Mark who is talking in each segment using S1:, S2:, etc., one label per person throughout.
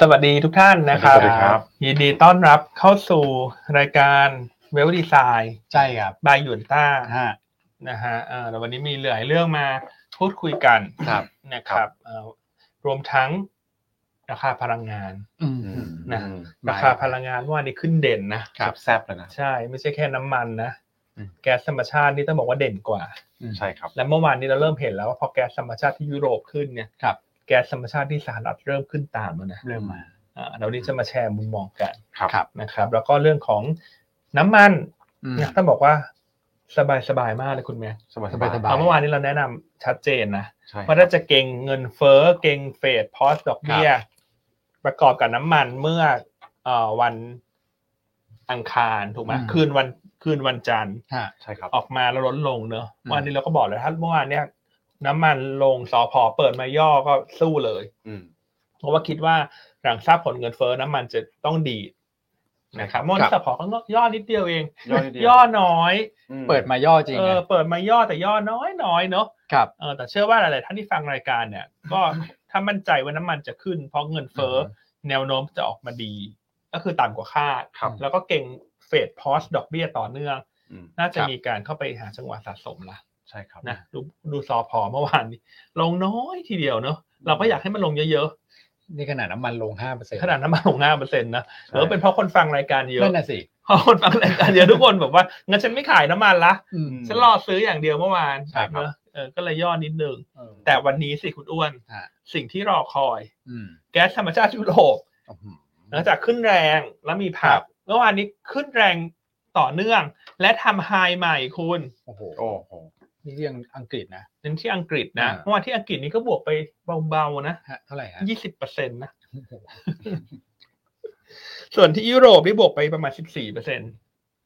S1: สวัสดีทุกท่านนะครับ
S2: สวัสดีครับ
S1: ยินดีต้อนรับเข้าสู่รายการเวลดีไซน์
S3: ใช่ครับ
S1: บายหยวนต้า
S3: ฮะ
S1: นะฮะเอ่อแล้ววันนี้มีหลายเรื่องมาพูดคุยกัน
S2: ครับ
S1: นะครับเอ่อรวมทั้งราคาพลังงาน
S3: อืม
S1: นะ
S2: อืม
S1: ราคาพลังงานเมื่อวานนี้ขึ้นเด่นนะครับ
S2: แซ่บๆเลยนะ
S1: ใช่ไม่ใช่แค่น้ำมันนะ
S2: อืม
S1: แก๊สธรรมชาตินี่ต้องบอกว่าเด่นกว่า
S2: ใช่ครับ
S1: และเมื่อวานนี้เราเริ่มเห็นแล้วว่าพอแก๊สธรรมชาติที่ยุโรปขึ้นเนี่ย
S3: ครับ
S1: แก๊สธรรมชาติที่สหรัฐเริ่มขึ้นตามแล้วนะ
S3: เริ่มมา
S1: อ่าเรานี้จะมาแชร์มุมมองกัน
S2: ครับ
S3: ครับ
S1: นะครับแล้วก็เรื่องของน้ำมัน
S3: อืม
S1: เนี่ยต้องบอกว่าสบายสบายๆมากเลยคุณแม่
S2: สบาย
S3: สบ
S1: เอา
S3: ย
S1: เมื่อวานนี้เราแนะนำชัดเจนนะ
S2: ใช่
S1: ว่าถ้าจะเก่งเงินเฟ้อเก่งเฟดพอสดอกเบี้ยประกอบกับน้ำมันเมื่อเอ่อวันอังคารถูกไหม
S3: อืม
S1: คืนวันคืนวันจันทร์
S3: ฮะ
S2: ใช่ครับ
S1: ออกมาแล้วลดลงเนอะ
S3: อืม
S1: วันนี้เราก็บอกเลยถ้าเมื่อวานเนี่ย น้ำมันลงสอพอเปิดมาย่อก็สู้เลย
S2: อืม
S1: เพราะว่าคิดว่าหลังทราบผลเงินเฟ้อน้ำมันจะต้องดีดนะครับ
S2: ครับ
S1: มอนสพอก็ย่อนิดเดียวเอง
S2: ย่อนิดเดียว
S1: ย่อน้อย
S2: อื
S3: เปิดมาย่อจริง
S1: เออ
S3: นะ
S1: เปิดมาย่อแต่ย่อน้อยน้อยเนาะ
S3: ครับ
S1: เออแต่เชื่อว่าหลาย ๆ ท่านที่ฟังรายการเนี่ย ก็ถ้ามั่นใจว่าน้ำมันจะขึ้น เพราะเงินเฟ้อแนวโน้มจะออกมาดี ก็คือต่ำกว่าคาด
S2: ครับ
S1: แล้วก็เก่งเฟดพอสดอกเบี้ยต่อเนื่อง
S2: อืม
S1: น่าจะมีการเข้าไปหาจังหวะสะสมละ
S2: ใช่ครับ
S1: นะดูดูซอพอเมื่อวานนี้ลงน้อยทีเดียวเนาะเราก็อยากให้มันลงเยอะ ๆ
S3: นี่ขนาดน้ำมันลงห้าเปอร์เซ็นต์
S1: ขนาดน้ำมันลงห้าเปอร์เซ็นต์นะ
S2: ใช่
S1: เออเป็นเพราะคนฟังรายการเยอะ
S3: นั่นน่ะสิ
S1: เพราะคนฟังรายการ เยอะทุกคนแบบว่างั้นฉันไม่ขายน้ำมันละ
S3: อืม
S1: ฉันรอซื้ออย่างเดียวเมื่อวาน
S3: ใช่ครับ
S1: เนอะเออก็เลยย่อนิดนึง
S3: เออ
S1: แต่วันนี้สิคุณอ้วน
S3: ฮะ
S1: สิ่งที่รอคอย
S3: อืม
S1: แก๊สธรรมชาติยุโรป
S3: อื้อหือ
S1: หลังจากขึ้นแรงแล้วมีผับเมื่อวานนี้ขึ้นแรงต่อเนื่อง และทำไฮใหม่คุณ
S3: โอ้โห
S2: โอ้โห
S3: นี่เรื่องอังกฤษนะ
S1: เน้นที่อังกฤษนะ
S3: อ่า
S1: เมื่อวานที่อังกฤษนี่ก็บวกไปเบาๆนะ
S3: ฮะเท่าไหร่ฮะ
S1: ยี่สิบเปอร์เซ็นต์นะ ส่วนที่ยุโรปนี่บวกไปประมาณสิบสี่เปอร์เซ็นต์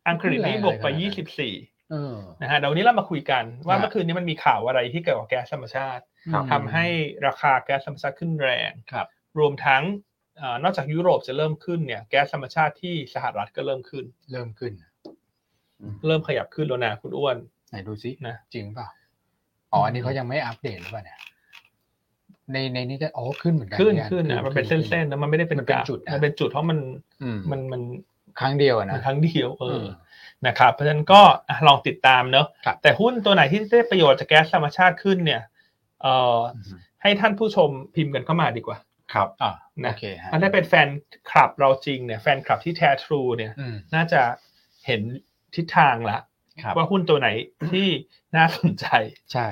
S1: อังกฤษนี่บวกไปยี่สิบสี่
S3: เออ
S1: นะฮะเดี๋ยววันนี้เรามาคุยกันว่า
S3: ฮะ
S1: เมื่อคืนนี้มันมีข่าวอะไรที่เกี่ยวกับแก๊สธรรมชาติ
S2: ครับ
S1: ทำให้ราคาแก๊สธรรมชาติขึ้นแรง
S3: ครับ
S1: รวมทั้งเอ่อนอกจากยุโรปจะเริ่มขึ้นเนี่ยแก๊สธรรมชาติที่สหรัฐก็เริ่มขึ้น
S3: เริ่มขึ้น
S1: เริ่มขยับขึ้นแล้วนะคุณอ้วน
S3: ไหนดูซิ
S1: นะ
S3: จริงเปล่าอ๋ออันนี้เขายังไม่อัปเดตหรือเปล่าเนี่ยในในนี้จะอ๋อขึ้นเหมือนกัน
S1: ขึ้น
S3: เย
S1: ขึ้นนะมันเป็นเส้นๆนะมันไม่ได้เป็น
S3: มัน
S1: ก
S3: เป็น
S1: ราฟ
S3: จุดะ
S1: มันเป็นจุดเพราะมัน
S3: อืม
S1: มันมัน
S3: ครั้งเดียวอะ
S1: มั
S3: นะ
S1: นครั้งเดียวเอออ
S3: ม
S1: นะครับเพราะฉะนั้นก็อ่ะลองติดตามเนอะ
S3: ครับ
S1: แต่หุ้นตัวไหนที่ได้ประโยชน์จากแก๊สธรรมชาติขึ้นเนี่ยเอ่อให้ท่านผู้ชมพิมพ์กันเข้ามาดีกว่า
S2: ครับ
S3: อ่า
S1: นะ
S3: โอเคฮะ
S1: ถ้าได้เป็นแฟนคลับเราจริงเนี่ยแฟนคลับที่แท้ทรูเนี่ย
S3: อืม
S1: น่าจะเห็นทิศทางละ
S3: ครับ
S1: ว่าหุ้นตัวไหนที่น่าสนใจ
S3: ใช่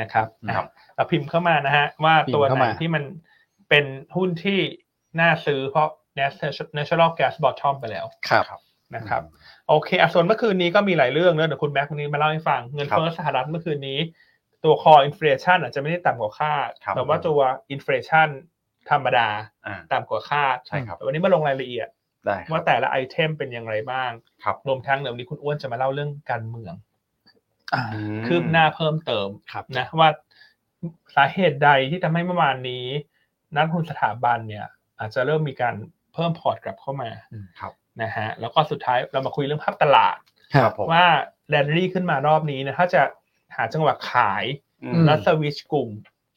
S1: นะครับอ่ะ
S2: ครับ
S1: เราพิมพ์เข้ามานะฮะว่า
S3: พิมพ์
S1: ตัว
S3: เข้า
S1: ไหน
S3: มา
S1: ที่มันเป็นหุ้นที่น่าซื้อเพราะ national gas bottom ไปแล้ว
S3: ครับ
S1: นะครับ โอเคอ่ะส่วนเมื่อคืนนี้ก็มีหลายเรื่องเนอะเดี๋ยวคุณแม็กซ์วันนี้มาเล่าให้ฟัง เงินเฟ้อสหรัฐเมื่อคืนนี้ ตัวคออินฟล t ชันอาจจะไม่ได้ต่ำกว่าคาด
S2: ครับ
S1: แต่ว่าตัวอินฟล t ชันธรรมดา
S2: อ่า
S1: ต่ำกว่าคาด
S2: ใช่ครับ
S1: แต่วันนี้มาลงรายละเอียด
S2: ได้ครับ
S1: ว่าแต่ละไอเทมเป็นอย่างไรบ้าง
S2: ครับ
S1: รวมทั้งเดี๋ยววันนี้คุณอ้วนจะมาเล่าเรื่องการเมือง
S3: อ่า
S2: ม
S1: คืบหน้าเพิ่มเติม
S3: ครับ
S1: นะว่าสาเหตุใดที่ทำให้เมื่อวานนี้ นักลงทุนสถาบันเนี่ย อาจจะเริ่มมีการเพิ่มพอร์ตกลับเข้ามา
S3: อืม
S2: ครับ
S1: นะฮะแล้วก็สุดท้ายเรามาคุยเรื่องภาพตลาด
S3: ครับผม
S1: ว่าแรนดี้ขึ้นมารอบนี้นะถ้าจะหาจังหวะขาย
S2: อืม
S3: ม
S1: และสวิตชกลุ่ม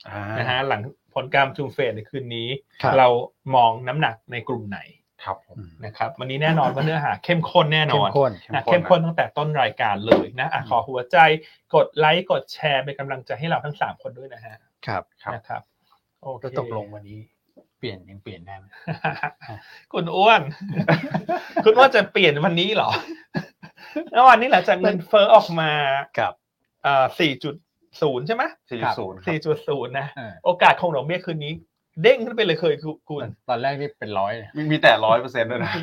S2: อ่า
S1: นะฮะหลังผลการประชุมเฟดในคืนนี้
S3: ครับ
S1: เรามองน้ำหนักในกลุ่มไหน
S2: ครับผม
S1: นะครับวันนี้แน่นอนว่าเนื้อหาเข้มข้นแน่น
S3: เข้
S1: อ
S3: ม
S1: น
S3: ข้น
S1: นะ
S2: เข้
S1: เข้
S2: มข้น
S1: มข้นตั้งแต่ต้นรายการเลยนะอ่ะ
S3: อืม
S1: ขอหัวใจกดไลค์กดแชร์เป็นกำลังใจให้เราทั้ง 3 คนด้วยนะฮะ
S3: ครับ
S2: ครับ
S1: นะครับโอเค
S3: แล้วตกลงวันนี้ เปลี่ยนยังเปลี่ยนได้ไหม
S1: คุณอ้วน คุณอ้วนจะเปลี่ยนวันนี้เห รอแล้ววันนี้หลังจากเงินเฟ้อออกมา
S3: ครับ
S1: เอ่อ4.0 ใช่ไหม
S2: สี่
S3: ครับ
S2: ศูนย์ครับ
S1: สี่จุดศูนย์นะ
S3: เออ
S1: โอกาสคงดอกเบี้ยคืนนี้ เด้งขึ้นไปเลยเคยคุณคุณ
S3: ตอนแรกนี่เป็นร้อยเลย
S2: มีมีแต่ร้อยเปอร์เซ็นต์ด้วยนะ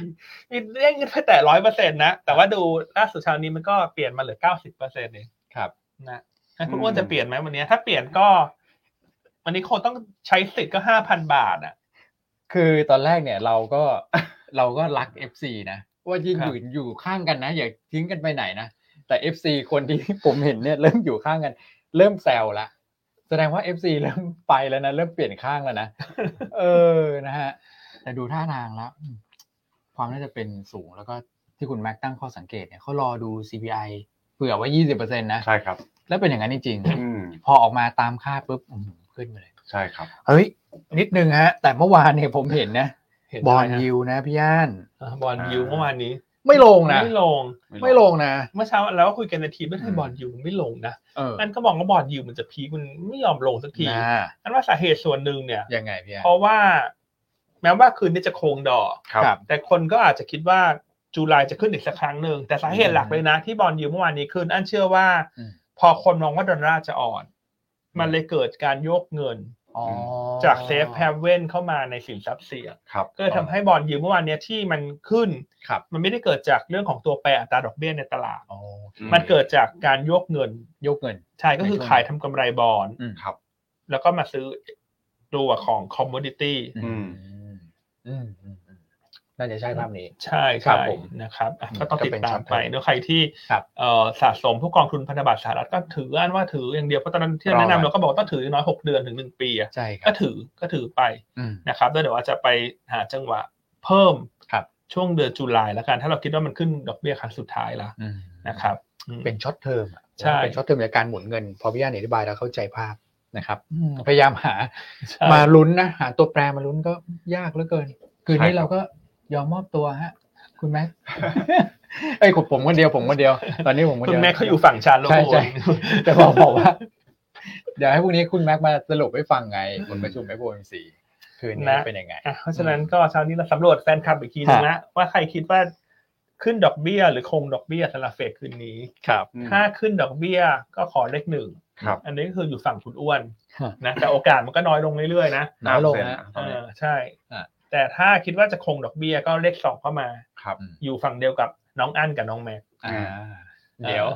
S1: มีเด้งขึ้นไปแต่ร้อยเปอร์เซ็นต์นะ แต่ว่าดูล่าสุดเช้านี้มันก็เปลี่ยนมาเหลือเก้าสิบเปอร์เซ็นต์เอง
S3: ครับ
S1: นะงั้นคุณ
S2: อืม
S1: อ้วนจะเปลี่ยนไหมวันนี้ ถ้าเปลี่ยนก็ วันนี้คงต้องใช้สิทธิ์ก็ห้าพันบาทอ่ะ
S3: คือตอนแรกเนี่ยเราก็ เราก็รัก FC นะ ว่ายืน
S1: ครับ
S3: อยู่อยู่ข้างกันนะ อย่าทิ้งกันไปไหนนะ แต่ FC คนที่ ผมเห็นเนี่ย เริ่มอยู่ข้างกัน เริ่มแซวละแสดงว่า FC เริ่มไปแล้วนะเริ่มเปลี่ยนข้าง แล้วนะ เออนะฮะ แต่ดูท่าทางแล้วอืมความน่าจะเป็นสูงแล้วก็ที่คุณแม็กตั้งข้อสังเกตเนี่ยเขารอดู CPI เผื่อไว้ยี่สิบเปอร์เซ็นต์นะ
S2: ใช่ครับ
S3: แล้วเป็นอย่างนั้นจริงๆ
S2: อืม
S3: พอออกมาตามคาดปุ๊บอื้อหือขึ้นมาเลย
S2: ใช่ครับ
S3: เฮ้ย นิดนึงฮะ แต่เมื่อวานเนี่ยผมเห็นนะ
S1: เห็น
S3: บอล
S1: ใช่ฮะ
S3: ยิวนะพี่ย่าน
S1: อ่าบอลยูเมื่อวานนี้
S3: ไม่ลงนะ
S1: ไม่ลง
S3: ไม่ลงนะ
S1: เมื่อเช้าเราก็คุยกันในทีมไม่ใช่
S3: อืม
S1: บอลยูมันไม่ลงนะ
S3: เออ
S1: นั่นก็มองว่าบอลยูมันจะพีคมันไม่ยอมลงสักที
S3: นะ
S1: นั่นว่าสาเหตุส่วนหนึ่งเนี่ย
S3: ยังไงพี่ย่าน
S1: เพราะว่า แม้ว่าคืนนี้จะโคงดอก
S2: ครับ
S3: ครับ
S1: แต่คนก็อาจจะคิดว่าจูลายจะขึ้นอีกสักครั้งหนึ่งแต่สาเหตุหลักเลยนะ ที่บอลยูเมื่อวานนี้ขึ้น อันเชื่อว่า
S3: อืม
S1: พอคนมองว่าดอลลาร์จะอ่อน มันเลยเกิดการโยกเงิน
S3: อ๋อ
S1: จากเซฟแฮเว่นเข้ามาในสินทรัพย์เสี่ยง
S2: ครับ
S1: ก็เลยทำให้บอลยูเมื่อวานเนี้ยที่มันขึ้น
S3: ครับ
S1: มันไม่ได้เกิดจากเรื่องของตัวแปรอัตราดอกเบี้ยในตลาด
S3: อ๋อ
S2: ม
S1: มันเกิดจากการโยกเงิน
S3: ยกเงิน
S1: ใช่ก็คือ
S3: ไม่ใช่
S1: ขายทำกำไรบอล
S3: อืม
S2: ครับ
S1: แล้วก็มาซื้อตัวของคอมม o ดิตี้
S2: อืม
S3: อืมอืมอืมน่าจะใช่ภาพนี้
S1: ใช่
S3: ครับ
S1: ใช่
S3: ผม
S1: นะครับอ่ะ
S3: อืม
S1: ก็ต้องติดตามไป
S3: ก็เป็น
S1: เนอะใครที่
S3: ครับ
S1: เอ่อสะสมผู้กองทุนพันธบัตรสหรัฐก็ถืออันว่าถืออย่างเดียวเพราะตอนนั้นที่เรา
S3: รอหน่อ
S1: แนะำ
S3: นย
S1: เราก็บอกว่าต้องถืออย่างน้อยหกเดือนถึงหนึ่งปีอะ
S3: ใช่ครั
S1: ก็
S3: บ
S1: ถือก็ถือไป
S3: อืม
S1: นะครับแล้วเดี๋ยวอาจจะไปหาจังหวะเพิ่ม
S3: ครับ
S1: ช่วงเดือนจุลายแล้วกัน ถ้าเราคิดว่ามันขึ้นดอกเบี้ยครั้งสุดท้ายละ
S3: อืม
S1: นะครับอืม
S3: เป็นช็อตเทอมอะ
S1: ใช่
S3: เป็นช็อตเทอมจากการหมุนเงิน พอพี่ย่านอธิบายแล้วเข้าใจภาพนะครับอืมพยายามหา
S1: ใช่
S3: มาลุ้นนะหาตัวแปรมาลุ้นก็ยากเหลือเกิน คืนนี้
S2: ใช่ครับ
S3: เราก็ยอมมอบตัวฮะ คุณแม็ก ไอ้ยผมผมคนเดียวผมคนเดียว ตอนนี้ผมคน
S1: คุ
S3: เดี
S1: ณ
S3: ยว
S1: แม่เขาอยู่ฝั่งชาญโลก
S3: ใช่ใช่
S1: โอน
S3: แต่บอกบอกว่า เดี๋ยวให้พรุ่งนี้คุณแม็กมาสรุปให้ฟังไงผลประชุมไอ้โบนสีคืนนี้
S1: นะ
S3: เป็นยังไง
S1: อ่ะเพราะฉะนั้นก็เช้านี้เราสำรวจแฟนคลับอีกทีนึงนะว่าใครคิดว่าขึ้นดอกเบี้ยหรือคงดอกเบี้ยสำหรับเฟดคืนนี้
S3: ครับ
S2: อืม
S1: ถ้าขึ้นดอกเบี้ยก็ขอเลขหนึ่ง
S2: ครับ
S1: อันนี้ก็คืออยู่ฝั่งคุณอ้วน
S3: ฮะ
S1: นะแต่โอกาสมันก็น้อยลงเรื่อยๆนะ
S3: น้อยลงนะ
S2: 5%ตอนนี้
S1: เออใช่
S3: อ่ะ
S1: แต่ถ้าคิดว่าจะคงดอกเบี้ยก็เลขสองเข้ามา
S2: ครับ
S1: อยู่ฝั่งเดียวกับน้องอั้นกับน้องแม็ก
S3: อ่า
S1: ออ
S3: เดี๋ยว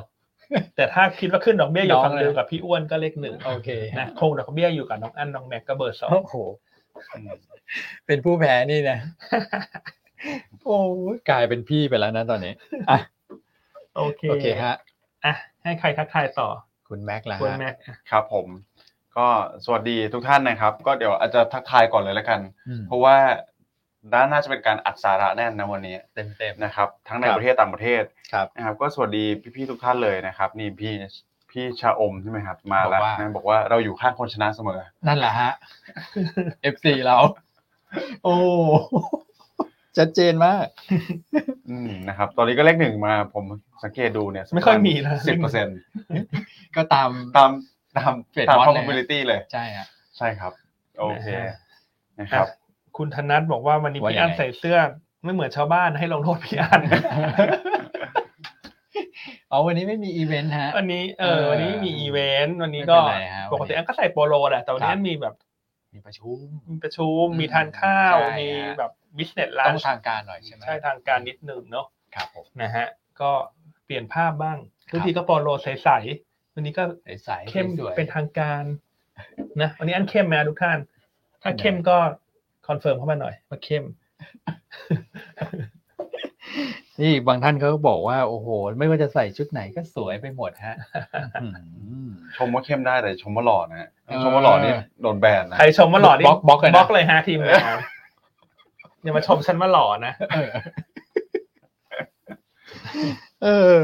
S1: แต่ถ้าคิดว่าขึ้นดอกเบี้ยอยู่
S3: น้อง
S1: ฝั่งเดียว
S3: เลย
S1: กับพี่อ้วนก็เลขหนึ่ง
S3: โอเค
S1: นะคงดอกเบี้ยอยู่กับน้องอั้นน้องแม็กก็เบอร์สอง
S3: โอ้โห เป็นผู้แพ้นี่นะ โอ้ยกลายเป็นพี่ไปแล้วนะตอนนี้อ่ะ
S1: โอเค
S3: โอเคฮะ
S1: อ่ะให้ใครทักทายต่อ
S3: คุณแม็กซ์ละ
S1: คุณ
S3: ฮะ
S1: แม็ก
S2: ครับผม ก็สวัสดีทุกท่านนะครับ ก็เดี๋ยวอาจจะทักทายก่อนเลยละกัน เพราะว่าด้านน่าจะเป็นการอัดสาระแน่นนะวันนี้
S3: เต็มเต็มนะ
S2: นะครับ ทั้งใน
S3: ครับ
S2: ประเทศต่างประเทศ
S3: ครับ
S2: นะครับ ก็สวัสดีพี่ๆทุกท่านเลยนะครับ นี่พี่พี่ชาอมใช่ไหมครับ มา
S3: บอก
S2: แล้ว
S3: ว่า
S2: นะบอกว่าเราอยู่ข้างคนชนะเสมอ
S3: นั่นแหละฮะ FC เรา โอ้ ชัดเจนมาก
S2: อืมนะครับ ตอนนี้ก็เลขหนึ่งมาผมสังเกตดูเนี่ย
S1: ไม่ค่อยมีนะ
S2: สิบเปอร์เซ็นต์
S3: ก็ตาม
S2: ตามตาม
S3: เฟด
S2: ตาม
S3: บอสเลย
S2: probability เลย
S3: ใช่ฮะ
S2: ใช่ครับ โอเค
S1: นะฮะ
S2: นะครับ
S1: อ่ะคุณธนัทบอกว่าวันนี้
S3: ว่า
S1: พี่
S3: ยังไง
S1: อันใส่เสื้อ ไม่เหมือนชาวบ้านให้ลงโทษพี่ อัน
S3: เอาวันนี้ไม่มีอีเวนต์ฮะ
S1: วันนี้เออ
S3: เออ
S1: วันนี้มีอีเวนต์วันนี้
S3: ไม่
S1: ก็
S3: เป็นไรฮะ
S1: ปกติอันก็ใส่โปโลแหละแต่วันนี้
S3: ครับ
S1: อันมีแบบ
S3: มีประชุม
S1: มีประชุม
S3: อืม
S1: มีทานข้าว
S3: ใช่ฮะ
S1: มีแบบบิสเนสลา
S3: ต้อน งทางการหน่อยใช่ไหม
S1: ใช่ทางการนิดนึงเนาะ
S3: ครับผม
S1: นะฮะก็เปลี่ยนภาพบ้างทุกทีก็โปโลใสๆวันนี้ก็
S3: ใสๆ
S1: เข้ม
S3: สวยๆ
S1: เป็นทางการนะวันนี้อันเข้มไหมทุกท่าน ถ้าเข้มก็คอนเฟิร์มเข้ามาหน่อยว่าเข้ม
S3: นี่บางท่านเขาก็บอกว่า โอ้โห ไม่ว่าจะใส่ชุดไหนก็สวยไปหมดฮะ
S2: ชมว่าเข้มได้แต่ชมว่าหล่อนะฮะชมว่าหล่อนี่โดนแบนนะ
S1: ใครชมว่าหล่อนี่
S3: บล็อกบล็อกเลยนะ
S1: บล็อกเลยฮะทีมงาน อย่ามาชมฉันว่าหล่อนะ
S3: เออ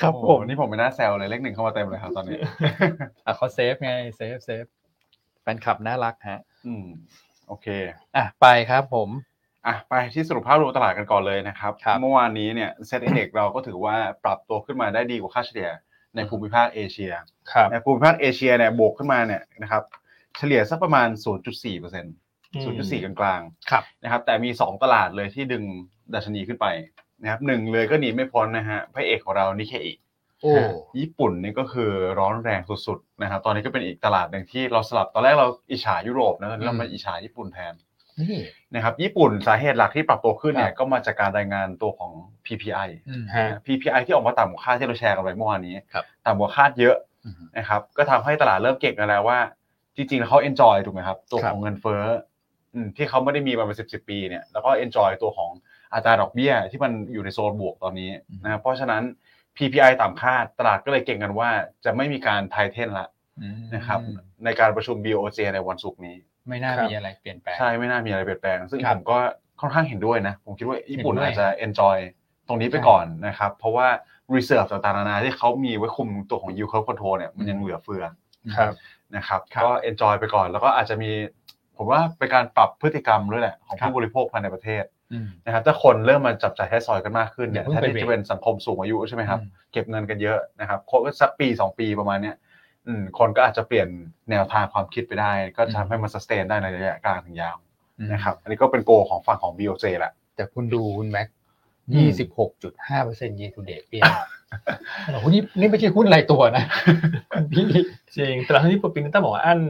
S3: ครับผ
S2: โอ้
S3: ม
S2: โหนี่ผมไม่น่าแซวเลยเลขหนึ่งเข้ามาเต็มเลยครับตอนนี้
S3: อ่ะเขาเซฟไงเซฟเซฟแฟนคลับน่ารักฮะ
S2: อืมโอเค
S3: อ่ะ ไปครับผม
S2: อ่ะไปที่สรุปภาพรวมตลาดกันก่อนเลยนะครับ
S3: ครับ
S2: เมื่อวานนี้เนี่ยเซ็ตอินเด็กเราก็ถือว่าปรับตัวขึ้นมาได้ดีกว่าค่าเฉลี่ยในภูมิภาคเอเชีย
S1: ครับ
S2: ในภูมิภาคเอเชียเนี่ยบวกขึ้นมาเนี่ยนะครับเฉลี่ยสักประมาณ 0.4เปอร์เซ็นต์0.4 กลาง
S3: ครับ
S2: ๆนะครับแต่มี 2 ตลาดเลยที่ดึงดัชนีขึ้นไปนะครับหนึ่งเลยก็หนีไม่พ้นนะฮะพระเอกของเรานิเคอิ
S3: โอ้
S2: ญี่ปุ่นนี่ก็คือร้อนแรงสุดๆนะครับตอนนี้ก็เป็นอีกตลาดหนึ่งที่เราสลับตอนแรกเราอิจฉายุโรปนะตอนนี้เรามา
S3: อืม
S2: อิจฉาญี่ปุ่นแทน
S3: นี่
S2: นะครับญี่ปุ่นสาเหตุหลักที่ปรับตัวขึ้นเนี่
S3: ครั
S2: ย
S3: บ
S2: ก็มาจากการรายงานตัวของ PPI
S3: อืม
S1: ฮะ
S2: PPI ที่ออกมาต่ำกว่าคาดที่เราแชร์กันไปเมื่อวานนี้
S3: ครับ
S2: ต่ำกว่าคาดเยอะ
S3: อืม
S2: นะครับก็ทำให้ตลาดเริ่มเก็งกันแล้วว่า จริงๆแล้วเขา enjoy ถูกไหมครับ ตัว
S3: ครับ
S2: ของเงินเฟ้ออืมที่เขาไม่ได้มีมาเป็นสิบสิบปีเนี่ยแล้วก็ enjoy ตัวของอัตราดอกเบี้ยที่มันอยู่ในโซนบวกตอนนี้นะครับเพราะฉะนั้น PPI ต่ำคาดตลาดก็เลยเก่งกันว่าจะไม่มีการไทเทนละนะครับ
S3: อืม
S2: ในการประชุม BOJ ในวันศุกร์นี้
S3: ไม่น่า
S1: ครับ
S3: มีอะไรเปลี่ยนแปลง
S2: ใช่ไม่น่ามีอะไรเปลี่ยนแปลง ซึ่ง
S3: ครั
S2: ผ
S3: บ
S2: มก็ค่อนข้างเห็นด้วยนะ ผมคิดว่าญี่ปุ่น
S3: เห็นด้วย
S2: อาจจะ enjoy ตรงนี้ไปก่อนนะครับ เพราะว่า reserve ต่างๆนานาที่เขามีไว้คุมตัวของ yield curve control เนี่ยมันยังเหลือเฟือ
S1: ครับ
S2: นะครับ
S3: ครับ
S2: ก็ enjoy ไปก่อน แล้วก็อาจจะมี ผมว่าเป็นการปรับพฤติกรรมด้วยแหละของ
S3: ครับ
S2: ผู้บริโภคภายในประเทศ
S3: อืม
S2: นะครับถ้าคนเริ่มมาจับจ่ายใช้สอยกันมากขึ้นเนี่ย
S3: อย่าเพิ่ง
S2: แทน
S3: ไปเบร
S2: ที่
S3: ก
S2: จะเป็นสังคมสูงอายุใช่ไหมครับ เก็บเงินกันเยอะนะครับครบสักปีสองปีประมาณเนี้ยอืมคนก็อาจจะเปลี่ยนแนวทางความคิดไปได้ ก็จะทำให้มันสแตนได้ในระยะกลางถึงยาว
S3: อืม
S2: นะครับ อันนี้ก็เป็นโกของฝั่งของ BOJ แหละ
S3: แต่คุณดูคุณแม็ก
S2: อืม
S3: ยี่สิบหกจุดห้าเปอร์เซ็นต์ยีทูเดทเปลี่ยนโอ้โหนี่นี่ไม่ใช่หุ้นรายตัวนะคุณพี่
S1: จริง แต่ทั้งที่ปินิต้าบอกว่าอัน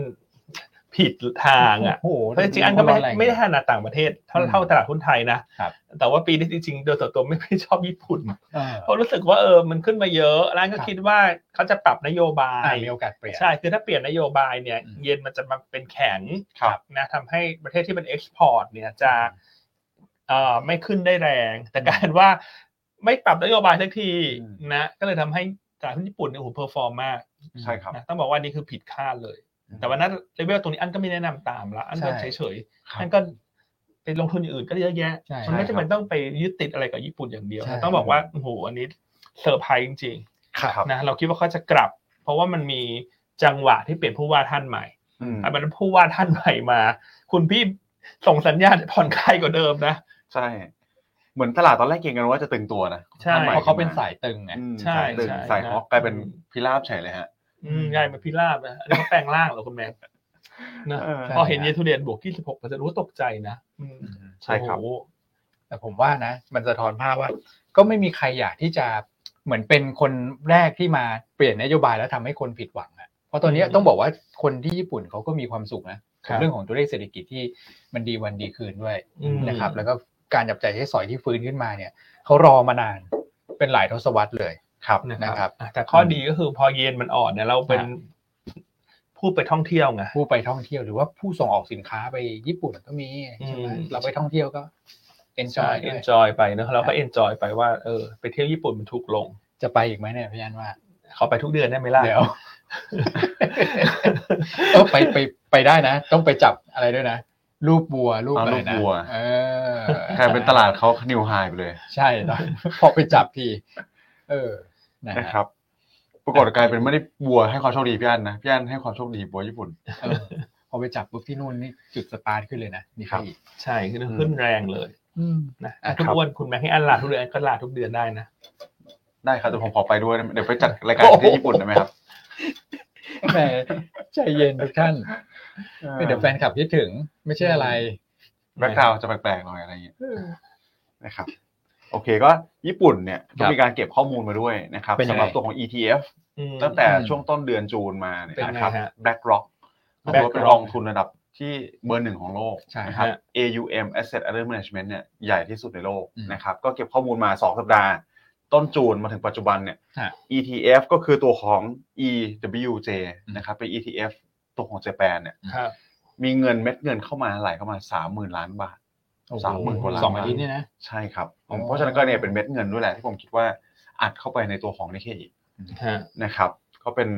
S1: ผิดทางอ่ะ
S3: โอ้โห
S1: เพราะจริงๆอันก็ไม่ไม่ได้ถนัดต่างประเทศเท่า
S3: อืม
S1: เท่าตลาดหุ้นไทยนะ
S3: ครับ
S1: แต่ว่าปีนี้จริงๆ โดยส่วนตัวไม่ไม่ชอบญี่ปุ่น
S3: เออ
S1: เพราะรู้สึกว่าเออมันขึ้นมาเยอะร้านก็
S3: ครับ
S1: คิดว่าเขาจะปรับนโยบา
S3: อ่าย มีโอกาสเปลี่ยน
S1: ใช่ คือถ้าเปลี่ยนนโยบายเนี่ย
S3: อืม
S1: เย็นมันจะมาเป็นแข็ง
S2: ครับ
S1: นะทำให้ประเทศที่เป็นเอ็กซ์พอร์ตเนี่ยจะเอ่อไม่ขึ้นได้แรง แต่กลารว่าไม่ปรับนโยบายสักที
S2: อืม
S1: นะ ก็เลยทำให้ตลาดหุ้นญี่ปุ่นเนี่ยโอ้โหเพอร์ฟอร์มมาก
S2: ใช่ครับ
S1: นะต้องบอกว่านี่คือผิดคาดเลย แต่ว่านั้นเลเวลตรงนี้อันก็ไม่แนะนำตามละอันก็
S3: ใช่
S1: เฉย
S2: ค
S1: ๆ
S2: รับ
S1: อันก็ไปลงทุนอย่างอื่นก็เยอะแยะ
S3: ใช่
S1: มันไม่
S2: ใช่
S1: จำ
S2: ครับ
S1: เป็นต้องไปยึดติดอะไรกับญี่ปุ่นอย่างเดียว
S3: ใช่
S1: นะต้องบอกว่าโอ้โหอันนี้เซอร์ไพรส์จริง
S2: ครับ
S1: ๆนะเราคิดว่าเขาจะกลับ เพราะว่ามันมีจังหวะที่เปลี่ยนผู้ว่าท่านใหม่
S2: อืม
S1: อันนั้นผู้ว่าท่านใหม่มา คุณพี่ส่งสัญญาณผ่อนคลายกว่าเดิมนะ
S2: ใช่ เหมือนตลาดตอนแรกเก่งกันว่าจะตึงตัวนะ
S1: ใช่
S2: ท่ใหม่
S3: เพราะเขาเป็นสายตึงไง
S2: อืม
S1: ใช่
S2: สายตึง
S1: ใช่
S2: สายฮอกกลายเป็น
S1: อืม
S2: พิราบเฉยเลยฮะ
S1: อืมง่ายมาพิราบนะอันนี้เขาแปลงร่างเหรอคุณแม่นะ
S2: เออ
S1: พอเห็นเยนทูเดียนบวกที่สิบหกเปอร์เซ็นต์รู้ตกใจนะอืม
S2: ใช่ครับ
S1: โอ้โห
S3: แต่ผมว่านะ มันสะท้อนภาพว่า ก็ไม่มีใครอยากที่จะเหมือนเป็นคนแรกที่มาเปลี่ยนนโยบายแล้วทำให้คนผิดหวังอะเพราะตอนเนี้ย
S1: อืม
S3: ต้องบอกว่าคนที่ญี่ปุ่นเขาก็มีความสุขนะ
S1: ครั
S3: กับบเรื่องของตัวเลขเศรษฐกิจที่มันดีวันดีคืนด้วย
S1: อืม
S3: นะครับ แล้วก็การจับจ่ายใช้สอยที่ฟื้นขึ้นมาเนี่ยเขารอมานานเป็นหลายทศวรรษเลย
S2: ครับ
S3: นะครับ
S1: อ่ะแต่ข้อดีก็คือพอเยนมันอ่อนเนี่ยเราเป็นผู้ไปท่องเที่ยวไง
S3: ผู้ไปท่องเที่ยวหรือว่าผู้ส่งออกสินค้าไปญี่ปุ่นก็มีใช่ไหม
S1: อืม
S3: เราไปท่องเที่ยวก็เอนจ
S1: ใช่
S3: อยด้วย
S1: enjoy ไปเนอะเรา
S3: ครั
S1: ก็
S3: บ
S1: enjoy ไปว่าเออไปเที่ยวญี่ปุ่นมันถูกลง
S3: จะไปอีกไหมเนี่ยพี่อันว่า
S1: เขาไปทุกเดือนได้ไหมล่ะ
S3: เดี๋ยว เออไปไปไปได้นะ ต้องไปจับอะไรด้วยนะ รูปบัวรูป
S2: เอา
S3: อะไร
S2: รูป
S3: นะ
S2: บัว
S3: เออก
S2: ลายเป็นตลาดเขานิวไฮไปเลย
S3: ใช่ ตอนพอไปจับทีเออนะ
S2: นะค
S3: ฮะ
S2: รับ ปรากฏกลายเป็นไม่ได้บัวให้ความโชคดีพี่อันนะพี่อันให้ความโชคดีบัวญี่ปุ่น
S3: เออพอไปจับปุ๊บที่นู่นนี่จุดสตาร์ทขึ้นเลยนะนี่
S2: ครับ
S3: พี่
S1: ใช่ขึ้นขึ้นแรงเลย
S3: อืม
S1: นะอ่ะ
S3: ครับ
S1: ทุกวันคุณแม่ให้อันลาทุกเดือนอันก็ลาทุกเดือนได้นะ
S2: ได้ครับแต่ผมขอไปด้วยนะเดี๋ยวไปจัดรายการที่ญี่ปุ่นได้ไหมครับ
S3: แหมใจเย็นทุกท่านเดี๋ยวแฟนคลับคิดถึง ไม่ใช่อะไร
S2: แบ็กกราวจะแปลกๆหน่อยอะไรอย่างเงี้ยนะครับ โอเคก็ญี่ปุ่นเนี่ยก็มีการเก็บข้อมูลมาด้วยนะครับ
S3: เป็นยัง
S2: สำ
S3: ไง
S2: หรับตัวของ ETF
S1: อืม
S2: ตั้งแต่
S3: อืม
S2: ช่วงต้นเดือนจูนมาเนี่ย
S1: เป็นไง
S2: นะครับ
S1: ฮะ
S2: BlackRock ก็ถือว่าเป็น
S1: BlackRock
S2: กองทุนระดับที่เบอร์หนึ่งของโลก
S3: ใช่
S2: นะครับ
S1: ฮะ
S2: AUM Asset Under Management เนี่ยใหญ่ที่สุดในโลก
S3: อืม
S2: นะครับ ก็เก็บข้อมูลมา 2 สัปดาห์ ต้นจูนมาถึงปัจจุบันเนี่ย
S3: ฮะ
S2: ETF ก็คือตัวของ EWJ
S3: อืม
S2: นะครับเป็น ETF ตัวของเจแปนเนี่ย
S1: ครับ
S2: มีเงินเม็ดเงินเข้ามาไหลเข้ามาสามหมื่นล้านบาท
S3: โอ้โ
S2: สามหมื่นกว่าล้าน
S3: สองอาทิตย์เนี่ยนะ
S2: ใช่ครับ
S3: อ๋อ
S2: เพราะฉะนั้นก็เนี่ยเป็นเม็ดเงินด้วยแหละที่ผมคิดว่าอัดเข้าไปในตัวของนิเคอี
S1: ฮะ
S2: นะครับก็เป็น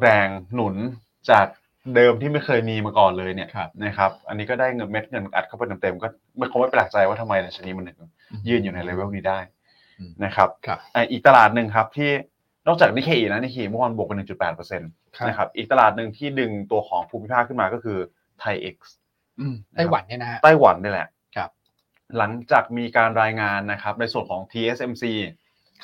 S2: แรงหนุนจากเดิมที่ไม่เคยมีมาก่อนเลยเนี่ย
S3: ครับ
S2: นะครับอันนี้ก็ได้เงินเม็ดเงินอัดเข้าไปเต็มๆก็ไม่คงไม่แปลกใจว่าทำไมดัชนีมันถึงยืนอยู่ในเลเวลนี้ได้
S3: อืม
S2: นะครับ
S3: ครับ
S2: อ่ะอีกตลาดหนึ่งครับที่นอกจากนิเคอีนะนิเคอีเมื่อวานบวกไป1.8%นะครับอีกตลาดหนึ่งที่ดึงตัวของภูมิภาคขึ้นมาก็คือไทยเอ็กซ์
S3: อืมไต้หวันเนี่ยนะฮะ
S2: ไต้หวันนี่แหละ
S3: ครับ
S2: หลังจากมีการรายงานนะครับในส่วนของ TSMC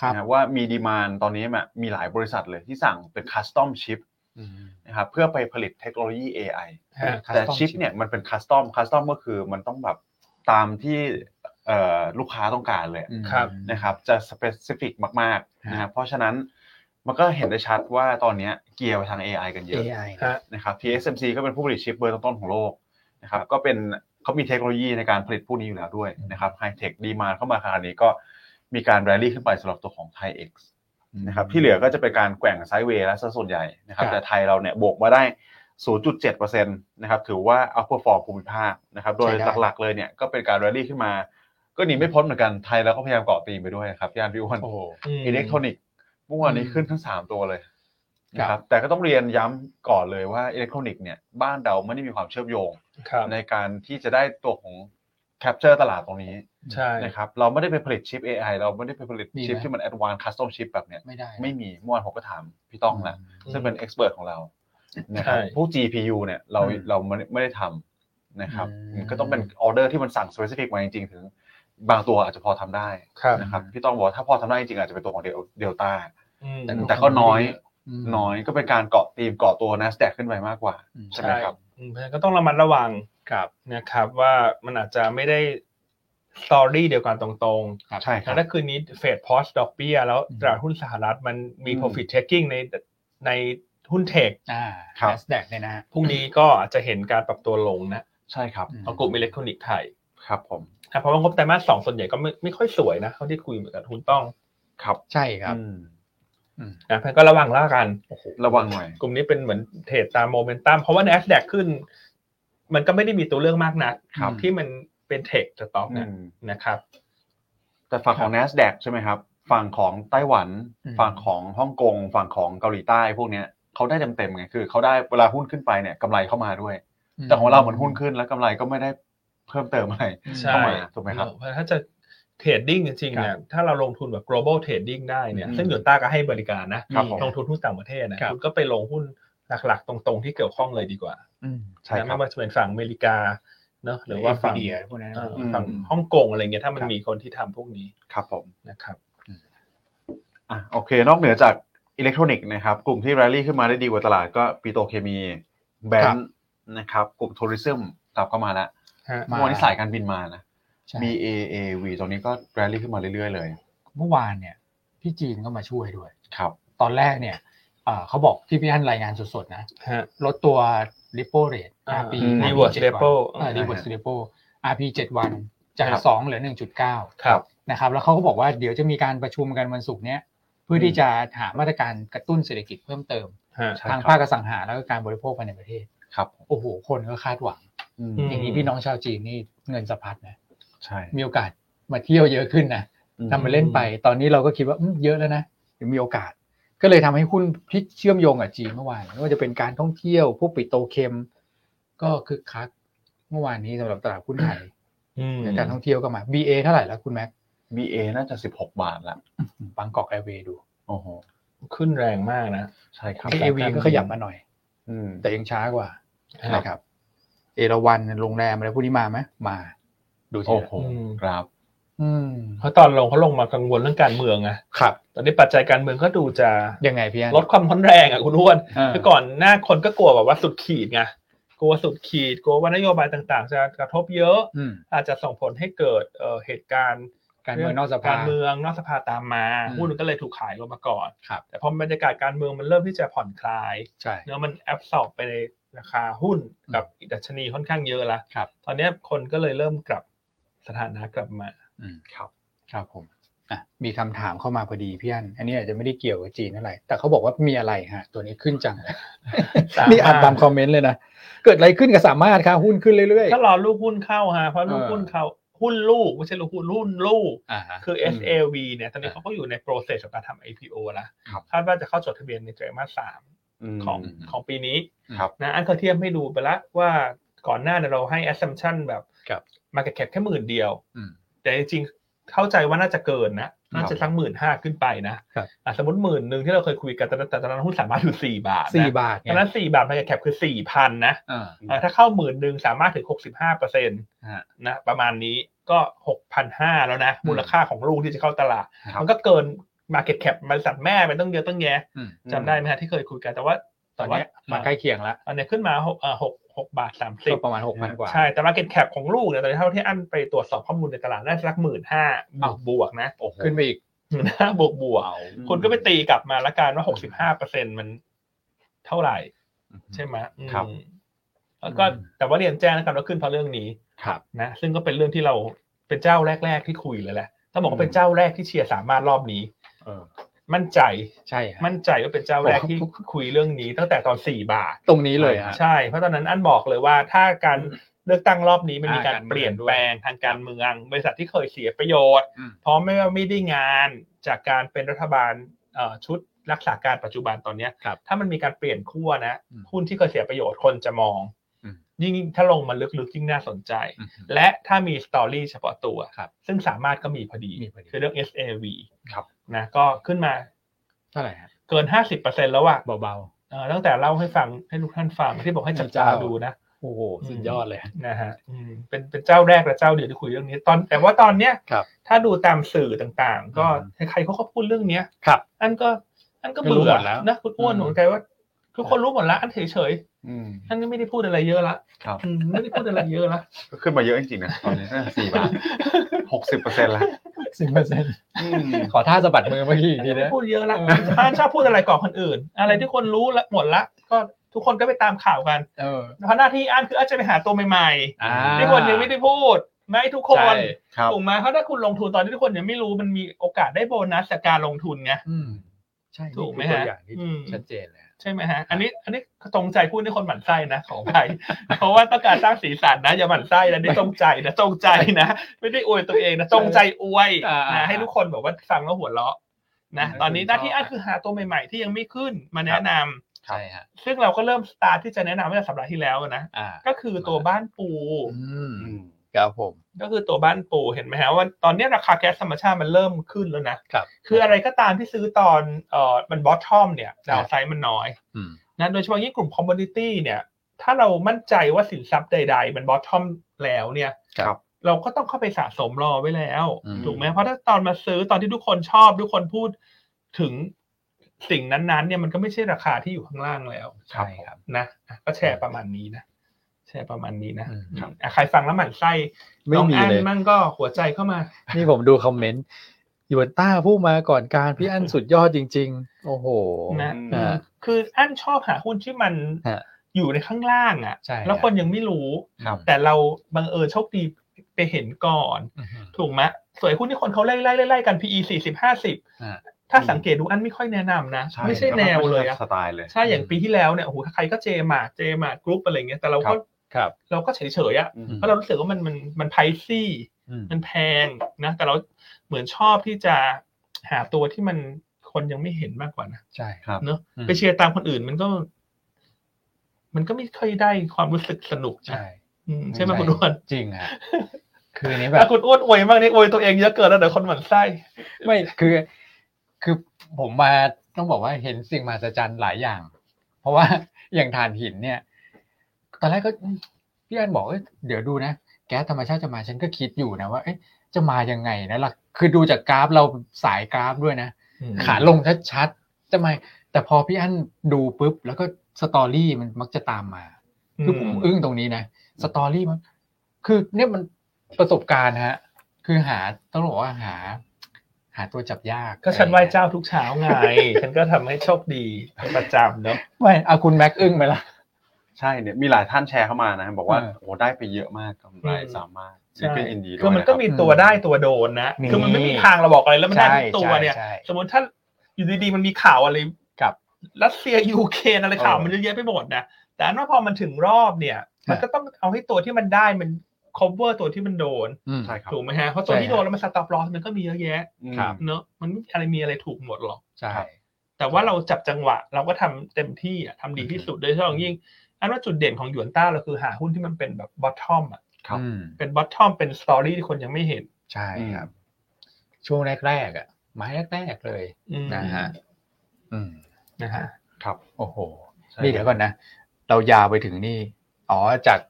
S3: ครับ
S2: นะว่ามีดีมานตอนนี้แบบมีหลายบริษัทเลยที่สั่งเป็นคัสตอมชิป
S3: อืม
S2: นะครับเพื่อไปผลิตเทคโนโลยี AI
S1: ฮะ
S2: แต่
S3: custom
S2: ชิป
S3: chip
S2: เนี่ยมันเป็นคัสตอมคัสตอมก็คือมันต้องแบบตามที่เอ่อลูกค้าต้องการเลย
S3: อืม
S1: ครับ
S2: นะครับจะสเปซิฟิกมากๆนะครับเพราะฉะนั้นมันก็เห็นได้ชัดว่าตอนเนี้ยเกียร์ไปทาง AI กันเยอะ
S3: AI
S1: ฮะ
S2: นะครับ TSMC ก็เป็นผู้ผลิตชิปเบอร์ต้นๆของโลกนะครับ ก็เป็นเขามีเทคโนโลยีในการผลิตพวกนี้อยู่แล้วด้วยนะครับไฮเทคดีมาเข้ามาขนาดนี้ก็มีการแรลลี่ขึ้นไปสำหรับตัวของไทยเอ็กซ์นะครับที่เหลือก็จะเป็นการแกว่งไซด์เวย์และซะส่วนใหญ่นะครับ
S3: ครับ
S2: แต่ไทยเราเนี่ยบวกมาได้ 0.7%นะครับถือว่าเอาเปอร์ฟอร์มภูมิภาคนะครับ โดยหลักๆเลยเนี่ยก็เป็นการแรลลี่ขึ้นมา ก็หนีไม่พ้นเหมือนกันไทยเราก็พยายามเกาะตีมไปด้วยนะครับย่านพิวัน
S3: โอ้โห
S2: อิเล็กทรอนิกส์เมื่อวานนี้ขึ้นทั้งสามตัวเลย
S3: ครั
S2: นะ
S3: บ
S2: ครับแต่ก็ต้องเรียนย้ำก่อนเลยว่าอิเล็กทรอนิกส์เนี่ยบ้านเราไม่ได้มีความเชื่อมโยง
S1: ครับ
S2: ในการที่จะได้ตัวของแคปเจอร์ตลาดตรงนี้
S1: ใช่
S2: นะครับเราไม่ได้ไปผลิตชิป AI เราไม่ได้ไปผลิต
S3: มีไหม
S2: ชิปที่มันแอดวานซ์คัสตอมชิปแบบเนี้ย
S3: ไม่ได้นะ
S2: ไม่มีเมื่อวานผมก็ถามพี่ต้องนะ
S3: อืม
S2: ซึ่งเป็นเอ็กซ์เพรสของเรานะครับพวก GPU เนี่ยเรา
S3: อืม
S2: เราไม่ได้ทำ นะครับ
S3: อืม
S2: ก็ต้องเป็นออเดอร์ที่มันสั่ง specific มาจริงๆ ถึง บางตัวอาจจะพอทำได้
S1: ครับ
S2: นะครับพี่ต้องบอกว่าถ้าพอทำได้จริงๆอาจจะเป็นตัวของเดลต้า
S1: อืม
S2: แต่ก็น้อย
S3: อืม
S2: น้อยก็เป็นการเกาะตีมเกาะตัว n a s d a q ขึ้นไปมากกว่า
S3: อืม
S2: ใช่ไหมครับ
S1: อืมเพราะฉะนั้นก็ต้องระมัดระวัง
S3: ครับ
S1: นะครับว่ามันอาจจะไม่ได้สตอรี่เดียวกันตรง
S3: ครับ
S2: ใช่
S1: ๆ
S2: ครั
S1: แต่
S2: บ
S1: ถ้าคืนนี้เฟดพอสดอกเบี้ยแล้ว
S3: อืม
S1: ตลาดหุ้นสหรัฐมันมี
S2: อืม
S1: profit taking ในในหุ้นเทค
S3: อ่า
S2: ครับ
S3: NASDAQ เนี่ยนะฮะ
S1: พรุ่งนี้ก็อาจจะเห็นการปรับตัวลงนะ
S2: ใช่ครับ
S1: ของกลุ่มอิเล็กทรอนิกส์ไทย
S2: ครับผม
S1: นะเพราะว่างบไตรมาสสองส่วนใหญ่ก็ไม่ไม่ค่อยสวยนะเท่าที่คุยเหมือนกับหุ้นต้อง
S2: ครับ
S3: ใช่ครับ
S2: อืม
S1: นะเพราะฉะนั้นก็ระวังแล้วกัน
S2: ระวังหน่อย
S1: กลุ่มนี้เป็นเหมือนเทรดตามโมเมนตัมเพราะว่า NASDAQ ขึ้น มันก็ไม่ได้มีตัวเลือกมากนัก
S2: ครับ
S1: ที่มันเป็นเทคสต็อกเนี่ย
S2: อืม
S1: นะครับ
S2: แต่ฝั่งของ NASDAQ ใช่ไหมครับ ฝั่งของไต้หวัน
S3: อืม
S2: ฝั่งของฮ่องกง ฝั่งของเกาหลีใต้พวกเนี้ยเขาได้เต็มๆไงคือเขาได้เวลาหุ้นขึ้นไปเนี่ยกำไรเข้ามาด้วย แต่ของเราเหมือนหุ้นขึ้นแล้วกำไรก็ไม่ได้เพิ่มเติมอะไร
S1: ใช่
S2: เข้ามาถูกไหมครับ
S1: เพราะถ้าจะเทรดดิ้งจริงๆเนี่ยถ้าเราลงทุนแบบ global trading ได้เนี่ย
S2: อืม
S1: ซึ่งโยต้าก็ให้บริการนะครับ
S2: ผม
S1: ลงทุนหุ้นต่างประเทศนะครับ คุณก็ไปลงหุ้นหลักๆ ตรงๆ ที่เกี่ยวข้องเลยดีกว่า
S3: อืม
S2: ใช่
S1: นะ
S2: ครั
S1: ไม่
S2: บ
S1: ว่าจะเป็นฝั่งอเมริกาเนอะหรือว่าฝั่ง
S3: เดียพวกนั้น
S1: เอ่ออ
S2: ม
S1: ฝั่งฮ่องกงอะไรเงี้ยถ้ามันมีคนที่ทำพวกนี้
S2: ครับผม
S1: นะครับ
S2: อ่ะโอเค นอกเหนือจากอิเล็กทรอนิกส์นะครับ กลุ่มที่ร a l ลี่ขึ้นมาได้ดีกว่าตลาดก็ปิโตรเคมีแบงค์นะครับ กลุ่มทัวริซึมกลับเข้ามาแล้ว
S1: ฮะ
S2: เมื่อวานนี้สายการบินมานะ
S3: ใช่
S2: BAAV ตรงนี้ก็ร a l ลี่ขึ้นมาเรื่อยๆเลย
S3: เมื่อวานเนี่ย พี่จีนก็มาช่วยด้วย
S2: ครับ
S3: ตอนแรกเนี่ยเอ่อเขาบอกที่พี่ท่านรายงานสดๆนะ
S1: ฮะ
S3: ลดตัวริปโปเรท RP
S1: reverse repo
S3: รีเวิร์สริปโป RP เจ็ดวันจาก
S1: ครับ
S3: สองเหลือหนึ่งจุดเก้า
S1: ครับ
S3: นะครับแล้วเขาก็บอกว่าเดี๋ยวจะมีการประชุมกันวันศุกร์เนี้ยเพื่อที่จะหามาตรการกระตุ้นเศรษฐกิจเพิ่มเติม
S1: ฮะ
S2: ใช่
S3: ทาง
S2: ค
S3: ภา
S2: รับ
S3: คอสังหาแล้วก็การบริโภคภายในประเทศ
S2: ครับ
S3: โอ้โห คนก็คาดหวัง
S2: อืม
S1: อืม
S3: อย่างนี้พี่น้องชาวจีนนี่เงินสะพัดนะ
S2: ใช่
S3: มีโอกาสมาเที่ยวเยอะขึ้นนะ
S2: อืม
S3: ทำมาเล่นไป ตอนนี้เราก็คิดว่าอืมเยอะแล้วนะเดี๋ยวมีโอกาส ก็เลยทำให้หุ้นพลิกเชื่อมโยงกับจีนเมื่อวานไม่ว่าจะเป็นการท่องเที่ยวพวกปิโตรเคม ก็คึกคักเมื่อวานนี้สำหรับตลาดหุ้นไทย
S1: อืม
S3: การท่องเที่ยวก็มา BA เท่าไหร่แล้วคุณแม็ก
S2: BA น่าจะ 16 บาทละ
S3: บางกอกแอร์เวย์ดู
S2: โอ้โห
S1: ขึ้นแรงมากนะ
S2: ใช่ครับ
S3: AAV ก็ขยับมาหน่อย
S2: อืม
S3: แต่ยังช้ากว่า
S1: ครับ
S3: นะครับ เอราวันโรงแรมอะไรพวกนี้มาไหมมา ดูที
S2: โอ้
S3: ละ
S2: โหครับ
S3: อืม
S1: เพราะตอนลงเขาลงมากังวลเรื่องการเมืองอะ
S3: ครับ
S1: ตอนนี้ปัจจัยการเมืองก็ดูจะ
S3: ยังไงพี่อัน
S1: ลดความร้อนแรงอะคุณอ้วน
S3: เออ
S1: คือก่อนหน้าคนก็กลัวแบบว่าสุดขีดไงกลัวสุดขีดกลัวว่านโยบายต่างๆ จะกระทบเยอะ
S3: อืม
S1: อาจจะส่งผลให้เกิดเอ่อเหตุการณ์
S3: การเมืองนอกสภา
S1: การเมืองนอกสภาตามมา
S3: อืม
S1: หุ้นมันก็เลยถูกขายลงมาก่อน
S3: ครับ
S1: แต่พอบรรยากาศการเมืองมันเริ่มที่จะผ่อนคลาย
S3: ใช่
S1: เนื้อะมันแอบสอบไปในราคาหุ้นกับดัชนีค่อนข้างเยอะละ
S3: ครับ
S1: ตอนเนี้ยคนก็เลยเริ่มกลับสถานะกลับมา
S3: อืม
S2: ครับ
S3: ครับผมอ่ะมีคำถามเข้ามาพอดีพี่อันอันนี้อาจจะไม่ได้เกี่ยวกับจีนเท่าไหร่แต่เขาบอกว่ามีอะไรฮะ ตัวนี้ขึ้น จังเลย
S1: สามารถ
S3: นี่อ่านตามคอมเมนต์เลยนะ เกิดอะไรขึ้นกับสามารถครับหุ้นขึ้นเรื่อย
S1: ก็รอลูกหุ้นเข้าฮะเพราะลูก
S3: เออ
S1: หุ้นเขาหุ้นลูกไม่ใช่ลูกหุ้นหุ้นลูก
S3: ๆอ่าฮะ
S1: คือ
S2: อืม
S1: SAV เนี่ย ตอนนี้
S3: อ่า
S1: เขาก็อยู่ในโปรเซสของการทำ IPO ละ
S2: ครับ
S1: คาดว่าจะเข้าจดทะเบียนในไตรมาสสาม
S2: ม
S1: ของของปีนี้
S2: ครับ
S1: นะ อันเคยเทียบให้ดูไปละว่าก่อนหน้าเนี่ยเราให้ assumption แบบ
S3: ครับ
S1: market cap แค่หมื่นเดียว
S3: อืม
S1: แต่จริงๆเข้าใจว่าน่าจะเกินนะ น่าจะทั้งหมื่นห้าขึ้นไปนะครับ อ่ะสมมติหมื่นหนึ่งที่เราเคยคุยกันตอนนั้นแต่ตอนนั้นหุ้นสามารถถึงสี่บาทนะ
S3: สี่บาท
S1: ตอนนั้นสี่บาท market cap คือสี่พันนะ
S3: อ่า
S1: อ่ะถ้าเข้าหมื่นหนึ่งสามารถถึงหกสิบห้าเปอร์เซ็นต์
S3: ฮะ
S1: นะประมาณนี้ก็หกพันห้าแล้วนะ มูลค่าของลูกที่จะเข้าตลาด
S2: ครับ
S1: มันก็เกิน Market Cap บริษัทแม่ไปตั้งเยอะตั้งแยะ
S3: อืม
S1: จำได้ไหมฮะที่เคยคุยกันแต่ว่า
S3: ตอนเนี้ยมาใกล้เคียงละ
S1: อันเนี้ยขึ้นมาหกเอ่อหกหกบาทสามสิ
S3: ก็
S1: บ
S3: ประมาณหกพันกว่า
S1: ใช่แต่ Market Cap ของลูกเนี่ยตอนนี้เท่าที่อันไปตรวจสอบข้อมูลในตลาดน่าจะสักหมื่นห้าบว
S3: อ้าว
S1: กบวกนะ
S2: โอ้โห
S3: ขึ้นไปอีก
S1: หมื่นห้าบวกบวกคุณก็ไปตีกลับมาละกันว่าหกสิบห้าเปอร์เซ็นมันเท่าไหร่ ใช่ไหมอืม
S2: ครับ
S1: แล้วก็แต่ว่าเรียนแจ้งนะครับแล้วขึ้นเพราะเรื่องนี้
S2: ครับ
S1: นะซึ่งก็เป็นเรื่องที่เราเป็นเจ้าแรก ๆ ที่คุยเลยแหละต้องบอกว่าเป็นเจ้าแรกที่เชียร์สามารถรอบนี้
S2: เออ
S1: มั่นใจ
S3: ใช่ฮะ
S1: มั่นใจว่าเป็นเจ้าแรกที่
S3: โอ้โห
S1: คุยเรื่องนี้ตั้งแต่ตอนสี่บาท
S3: ตรงนี้เลยฮะ
S1: ใช่ เพราะตอนนั้นอันบอกเลยว่าถ้าการเลือกตั้งรอบนี้มันมี
S3: อ่า
S1: การ
S3: การเมือง
S1: เปลี่ยนแปลงทางการเมือง บริษัทที่เคยเสียประโยชน์
S3: อืม
S1: เพราะไม่ว่าไม่ได้งานจากการเป็นรัฐบาลเอ่อชุดรักษาการปัจจุบันตอนเนี้ย
S3: ครับ
S1: ถ้ามันมีการเปลี่ยนขั้วนะ
S3: อืม
S1: หุ้นที่เคยเสียประโยชน์คนจะมอง
S3: อืม
S1: ยิ่งถ้าลงมาลึกๆยิ่งน่าสนใจ
S3: อืม
S1: และถ้ามีสตอรี่เฉพาะตัว
S3: ครับ
S1: ซึ่งสามารถก็มีพอดี
S3: มีพอดี
S1: คือเรื่อง SAV
S2: ครับ
S1: นะก็ขึ้นมา
S3: เท่าไหร่ฮะ
S1: เกินห้าสิบเปอร์เซ็นแล้วอะ
S3: เบา
S1: เอ่อตั้งแต่เล่าให้ฟังให้ทุกท่านฟังที่บอกให้จับตาดูนะ
S3: ๆ โหสุดยอดเลย
S1: นะฮะอืมเป็นเป็นเจ้าแรกและเจ้าเดียวที่คุยเรื่องนี้ ตอนแต่ว่าตอนเนี้ย
S3: ครับ
S1: ถ้าดูตามสื่อต่างๆ ก็
S2: อืม
S1: ใครๆเขาก็พูดเรื่องเนี้ย
S3: ครับ
S1: อันก็ อันก็
S3: ก็รู้
S1: เบื่อ
S3: หมดแล้ว
S1: นะคุณอ้วน
S3: อืม
S1: หนูใจว่า ทุกคนรู้หมดละอันเฉย
S2: อืม
S1: ๆอันก็ไม่ได้พูดอะไรเยอะละ
S2: ครับ
S1: อืมไม่ได้พูดอะไรเยอะละ
S2: ก็ขึ้นมาเยอะจริงๆนะตอนนี้สี่บาทหกสิบเปอร์เซ็นต์ละ
S3: สิบเปอร์เซ็นต์
S2: อืม
S3: ขอท่าสะบัดมือเมื่อกี้อีกที
S1: ไม่ได้
S3: นะ
S1: พูดเยอะละ
S3: เออ
S1: บ้านชอบพูดอะไรก่อนคนอื่น อะไรที่คนรู้ละหมดละก็ทุกคนก็ไปตามข่าวกัน
S3: เออ
S1: เพราะหน้าที่อันคืออาจจะไปหาตัวใหม่
S3: อ่า
S1: ๆที่คนยังไม่ได้พูดไม่ทุกคน
S3: ใช่
S2: ครับ
S1: ถูกไหมเพราะถ้าคุณลงทุนตอนที่ทุกคนยังไม่รู้มันมีโอกาสได้โบนัสจากการลงทุนไง
S3: อืมใช่
S1: ถูกไหม
S3: นี่คือตัว
S1: ฮะ
S3: อย่างที่
S1: อืม
S3: ชัดเจนเลย
S1: ใช่ไหมฮะอันนี้อันนี้ตรงใจพูดให้คนหมั่นไส้นะของไทย เพราะว่าต้องการสร้างสีสันนะอย่าหมั่นไส้นะนี่ตรงใจนะตรงใจนะไม่ได้อวยตัวเองนะตรงใจอวยนะให้ทุกคนแบบว่าฟังแล้วหัวเราะนะตอนนี้หน้าที่อันคือหาตัวใหม่ๆ ที่ยังไม่ขึ้นมาแนะนำ
S3: ใช่ฮะ
S1: ซึ่งเราก็เริ่มสตาร์ทที่จะแนะนำเมื่อสัปดาห์ที่แล้วนะ
S3: อ่า
S1: ก็คือตัวบ้านปู
S3: อืม
S2: อืม
S3: ครับผม
S1: ก็คือตัวบ้านปูเห็นไหมฮะว่าตอนนี้ราคาแก๊สธรรมชาติมันเริ่มขึ้นแล้วนะครับ คืออะไรก็ตามที่ซื้อตอนเอ่อมันบอททอมเนี่ย
S3: ครั
S1: ดา
S3: บ
S1: วไซด์มันน้อย
S3: อืม
S1: นะโดยเฉพาะยิ่งกลุ่มคอมม o นิตี้เนี่ย ถ้าเรามั่นใจว่าสินทรัพย์ใด ๆ มันบอททอมแล้วเนี่ย
S2: ครับ
S1: เราก็ต้องเข้าไปสะสมรอไว้แล้ว
S3: อืม
S1: ถูกไหมเพราะถ้าตอนมาซื้อตอนที่ทุกคนชอบทุกคนพูดถึงสิ่งนั้นๆเนี่ยมันก็ไม่ใช่ราคาที่อยู่ข้างล่างแล้ว
S3: ใช่ครับ
S1: นะอ่ะก็แชร์ประมาณนี้นะแชร์ประมาณนี้นะ
S3: อืม
S1: อืมอ่ะใครฟังแล้วหมั่นไส้
S3: ไม่
S1: น้อง
S3: มี
S1: อัน
S3: เลย
S1: มั่งก็หัวใจเข้ามา
S3: นี่ผมดูคอมเมนต์หยวนต้าผู้มาก่อนการพี่อันสุดยอดจริง ๆ โอ้โห
S1: นะ
S2: อืม
S1: อืมคืออันชอบหาหุ้นที่มัน
S3: ฮะ
S1: อยู่ในข้างล่างอ่ะ
S3: ใช่ฮะ
S1: แล้วคนยังไม่รู้
S2: ครับ
S1: แต่เราบังเอิญโชคดีไปเห็นก่อน
S3: อืม
S1: ถูกไหมสวยหุ้นที่คนเขาไล่ไล่ไล่ไล่กัน PE สี่สิบห้าสิบ
S3: ฮะ
S1: ถ้าสังเกตดูอันไม่ค่อยแนะนำนะ
S2: ใช่
S1: ไม่ใช่แนวเลย
S2: ไม่
S1: อะ
S2: ใช่สไตล์เลย
S1: ใช่อย่างปีที่แล้วเนี่ยโอ้โหใครก็เจมาเจมากรุ๊ปอะไรเงี้ยแต่เราก็
S3: ครับ
S1: เราก็เฉยเฉยๆอะ
S2: อืม
S1: เพราะเรารู้สึกว่ามันมันมันไพซี่
S3: อืม
S1: มันแพงนะ แต่เราเหมือนชอบที่จะหาตัวที่มันคนยังไม่เห็นมากกว่านะ
S3: ใช่
S2: ครับ
S1: เนอะ
S3: อืม
S1: ไปเชียร์ตามคนอื่นมันก็ มันก็ไม่ค่อยได้ความรู้สึกสนุก
S3: ใช่
S1: นะอืมใช่ไหม
S3: ใช่
S1: คุณอ้วน
S3: จริง ฮะคืออันนี้แบบ
S1: ถ้าคุณอ้วนอวยมากนี่อวยตัวเองเยอะเกินแล้วเดี๋ยวคนหมั่นไส้
S3: ไม่คือคือผมมาต้องบอกว่าเห็นสิ่งมหัศจรรย์หลายอย่าง เพราะว่า อย่างถ่านหินเนี่ย ตอนแรกก็อืมพี่อันบอกเอ้ยเดี๋ยวดูนะ แก๊สธรรมชาติจะมาฉันก็คิดอยู่นะว่าเอ๊ะจะมายังไงนะล่ะคือดูจากกราฟเราสายกราฟด้วยนะ ขาลงชัดๆจะมาแต่พอพี่อันดูปุ๊บ แล้วก็สตอรี่มันมักจะตามมา คือผมอึ้งตรงนี้นะสตอรี่มัน คือเนี่ยมันประสบการณ์ฮะ คือหาต้องบอกว่าหา หาตัวจับยาก
S1: ก็ฉันไหว้เจ้า
S3: อะไร
S1: ทุกเช้าไง ฉันก็ทำให้โชคดีเป็นประจำเนาะ
S3: เงี้ยไม่เอาคุณแม็กอึ้งไปละ
S2: ใช่เนี่ยมีหลายท่านแชร์เข้ามานะบอกว่า
S3: เออ
S2: โอ้ได้ไปเยอะมากกำไร
S1: อืม
S2: สามารถ
S1: ใช่
S2: เป็นอินดีด้วย
S1: คือมันก็มี
S2: ะรับ
S1: ตัวได้ตัวโดนนะ
S3: นี่
S1: คือมันไม่มีทางเราบอกอะไรแล้วมันได้ทุกตัวเนี่ย
S3: ใช่
S1: สมมติถ้าอยู่ดีๆมันมีข่าวอะไร
S3: กับ
S1: รัสเซียยูเครนอะไรข่าว
S2: เออ
S1: มันเยอะแยะไปหมดนะแต่อันว่าพอมันถึงรอบเนี่ย มัน
S3: ฮะ
S1: ก็ต้องเอาให้ตัวที่มันได้มัน cover ตัวที่มันโดน
S3: อืม
S2: ใช่ครับ
S1: ถูกไหมฮะเพราะตัวที่
S3: ใช่ฮะ
S1: โดนแล้วมัน stop loss มันก็มีเยอะแยะ
S2: อืม
S3: ครับ
S1: เนอะมันไม่มีอะไรมีอะไรถูกหมดหรอก
S3: ใช่
S2: ครับ
S1: แต่ว่าเราจับจังหวะเราก็ทำเต็มที่อะทำดีที่สุดโดยเฉพาะอย่างยิ่ง อันว่าจุดเด่นของหยวนต้าเราคือหาหุ้นที่มันเป็นแบบ bottom อะ
S2: ครับ
S3: อืม
S1: เป็น bottom เป็น story ที่คนยังไม่เห็น
S3: ใช่ครับ ช่วงแรกๆอ่ะไม้แรกๆเลย
S1: อืม
S3: นะฮะอืม
S1: นะฮะ
S2: ครับ
S3: โอ้โห
S2: ใช่
S3: นี่เดี๋ยวก่อนนะ เรายาวไปถึงนี่ อ๋อ จาก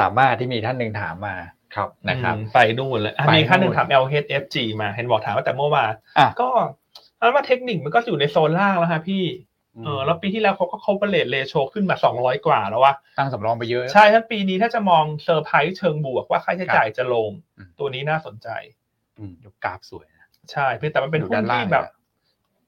S3: สามารถที่มีท่านหนึ่งถามมา
S2: ครับ
S3: นะครับ
S1: อืมไปนู่นเลยอ่ะ
S3: ไป
S1: มีขั้นหนึ่ง
S3: นู่น
S1: ถาม LHFG มาเห็นบอกถามว่าแต่เมื่อวาน
S3: อ่ะ
S1: ก็เอาว่าเทคนิคมันก็อยู่ในโซนล่างแล้วฮะพี่เออแล้วปีที่แล้วเขาก็ coverage ratio ขึ้นมา 200 กว่าแล้ววะ
S3: ตั้งสำรองไปเยอะ
S1: ใช่ท่านปีนี้ถ้าจะมองเซอร์ไพรส์เชิงบวกว่าค่าใช้จ่ายจะลง
S3: อืม
S1: ตัวนี้น่าสนใจ
S3: ดูกราฟสวยนะ
S1: ใช่เพียงแต่มันเป็น
S3: อยู่
S1: หุ้
S3: ด้าน นล่า
S1: ที่
S3: ง
S1: แบบ
S3: นะ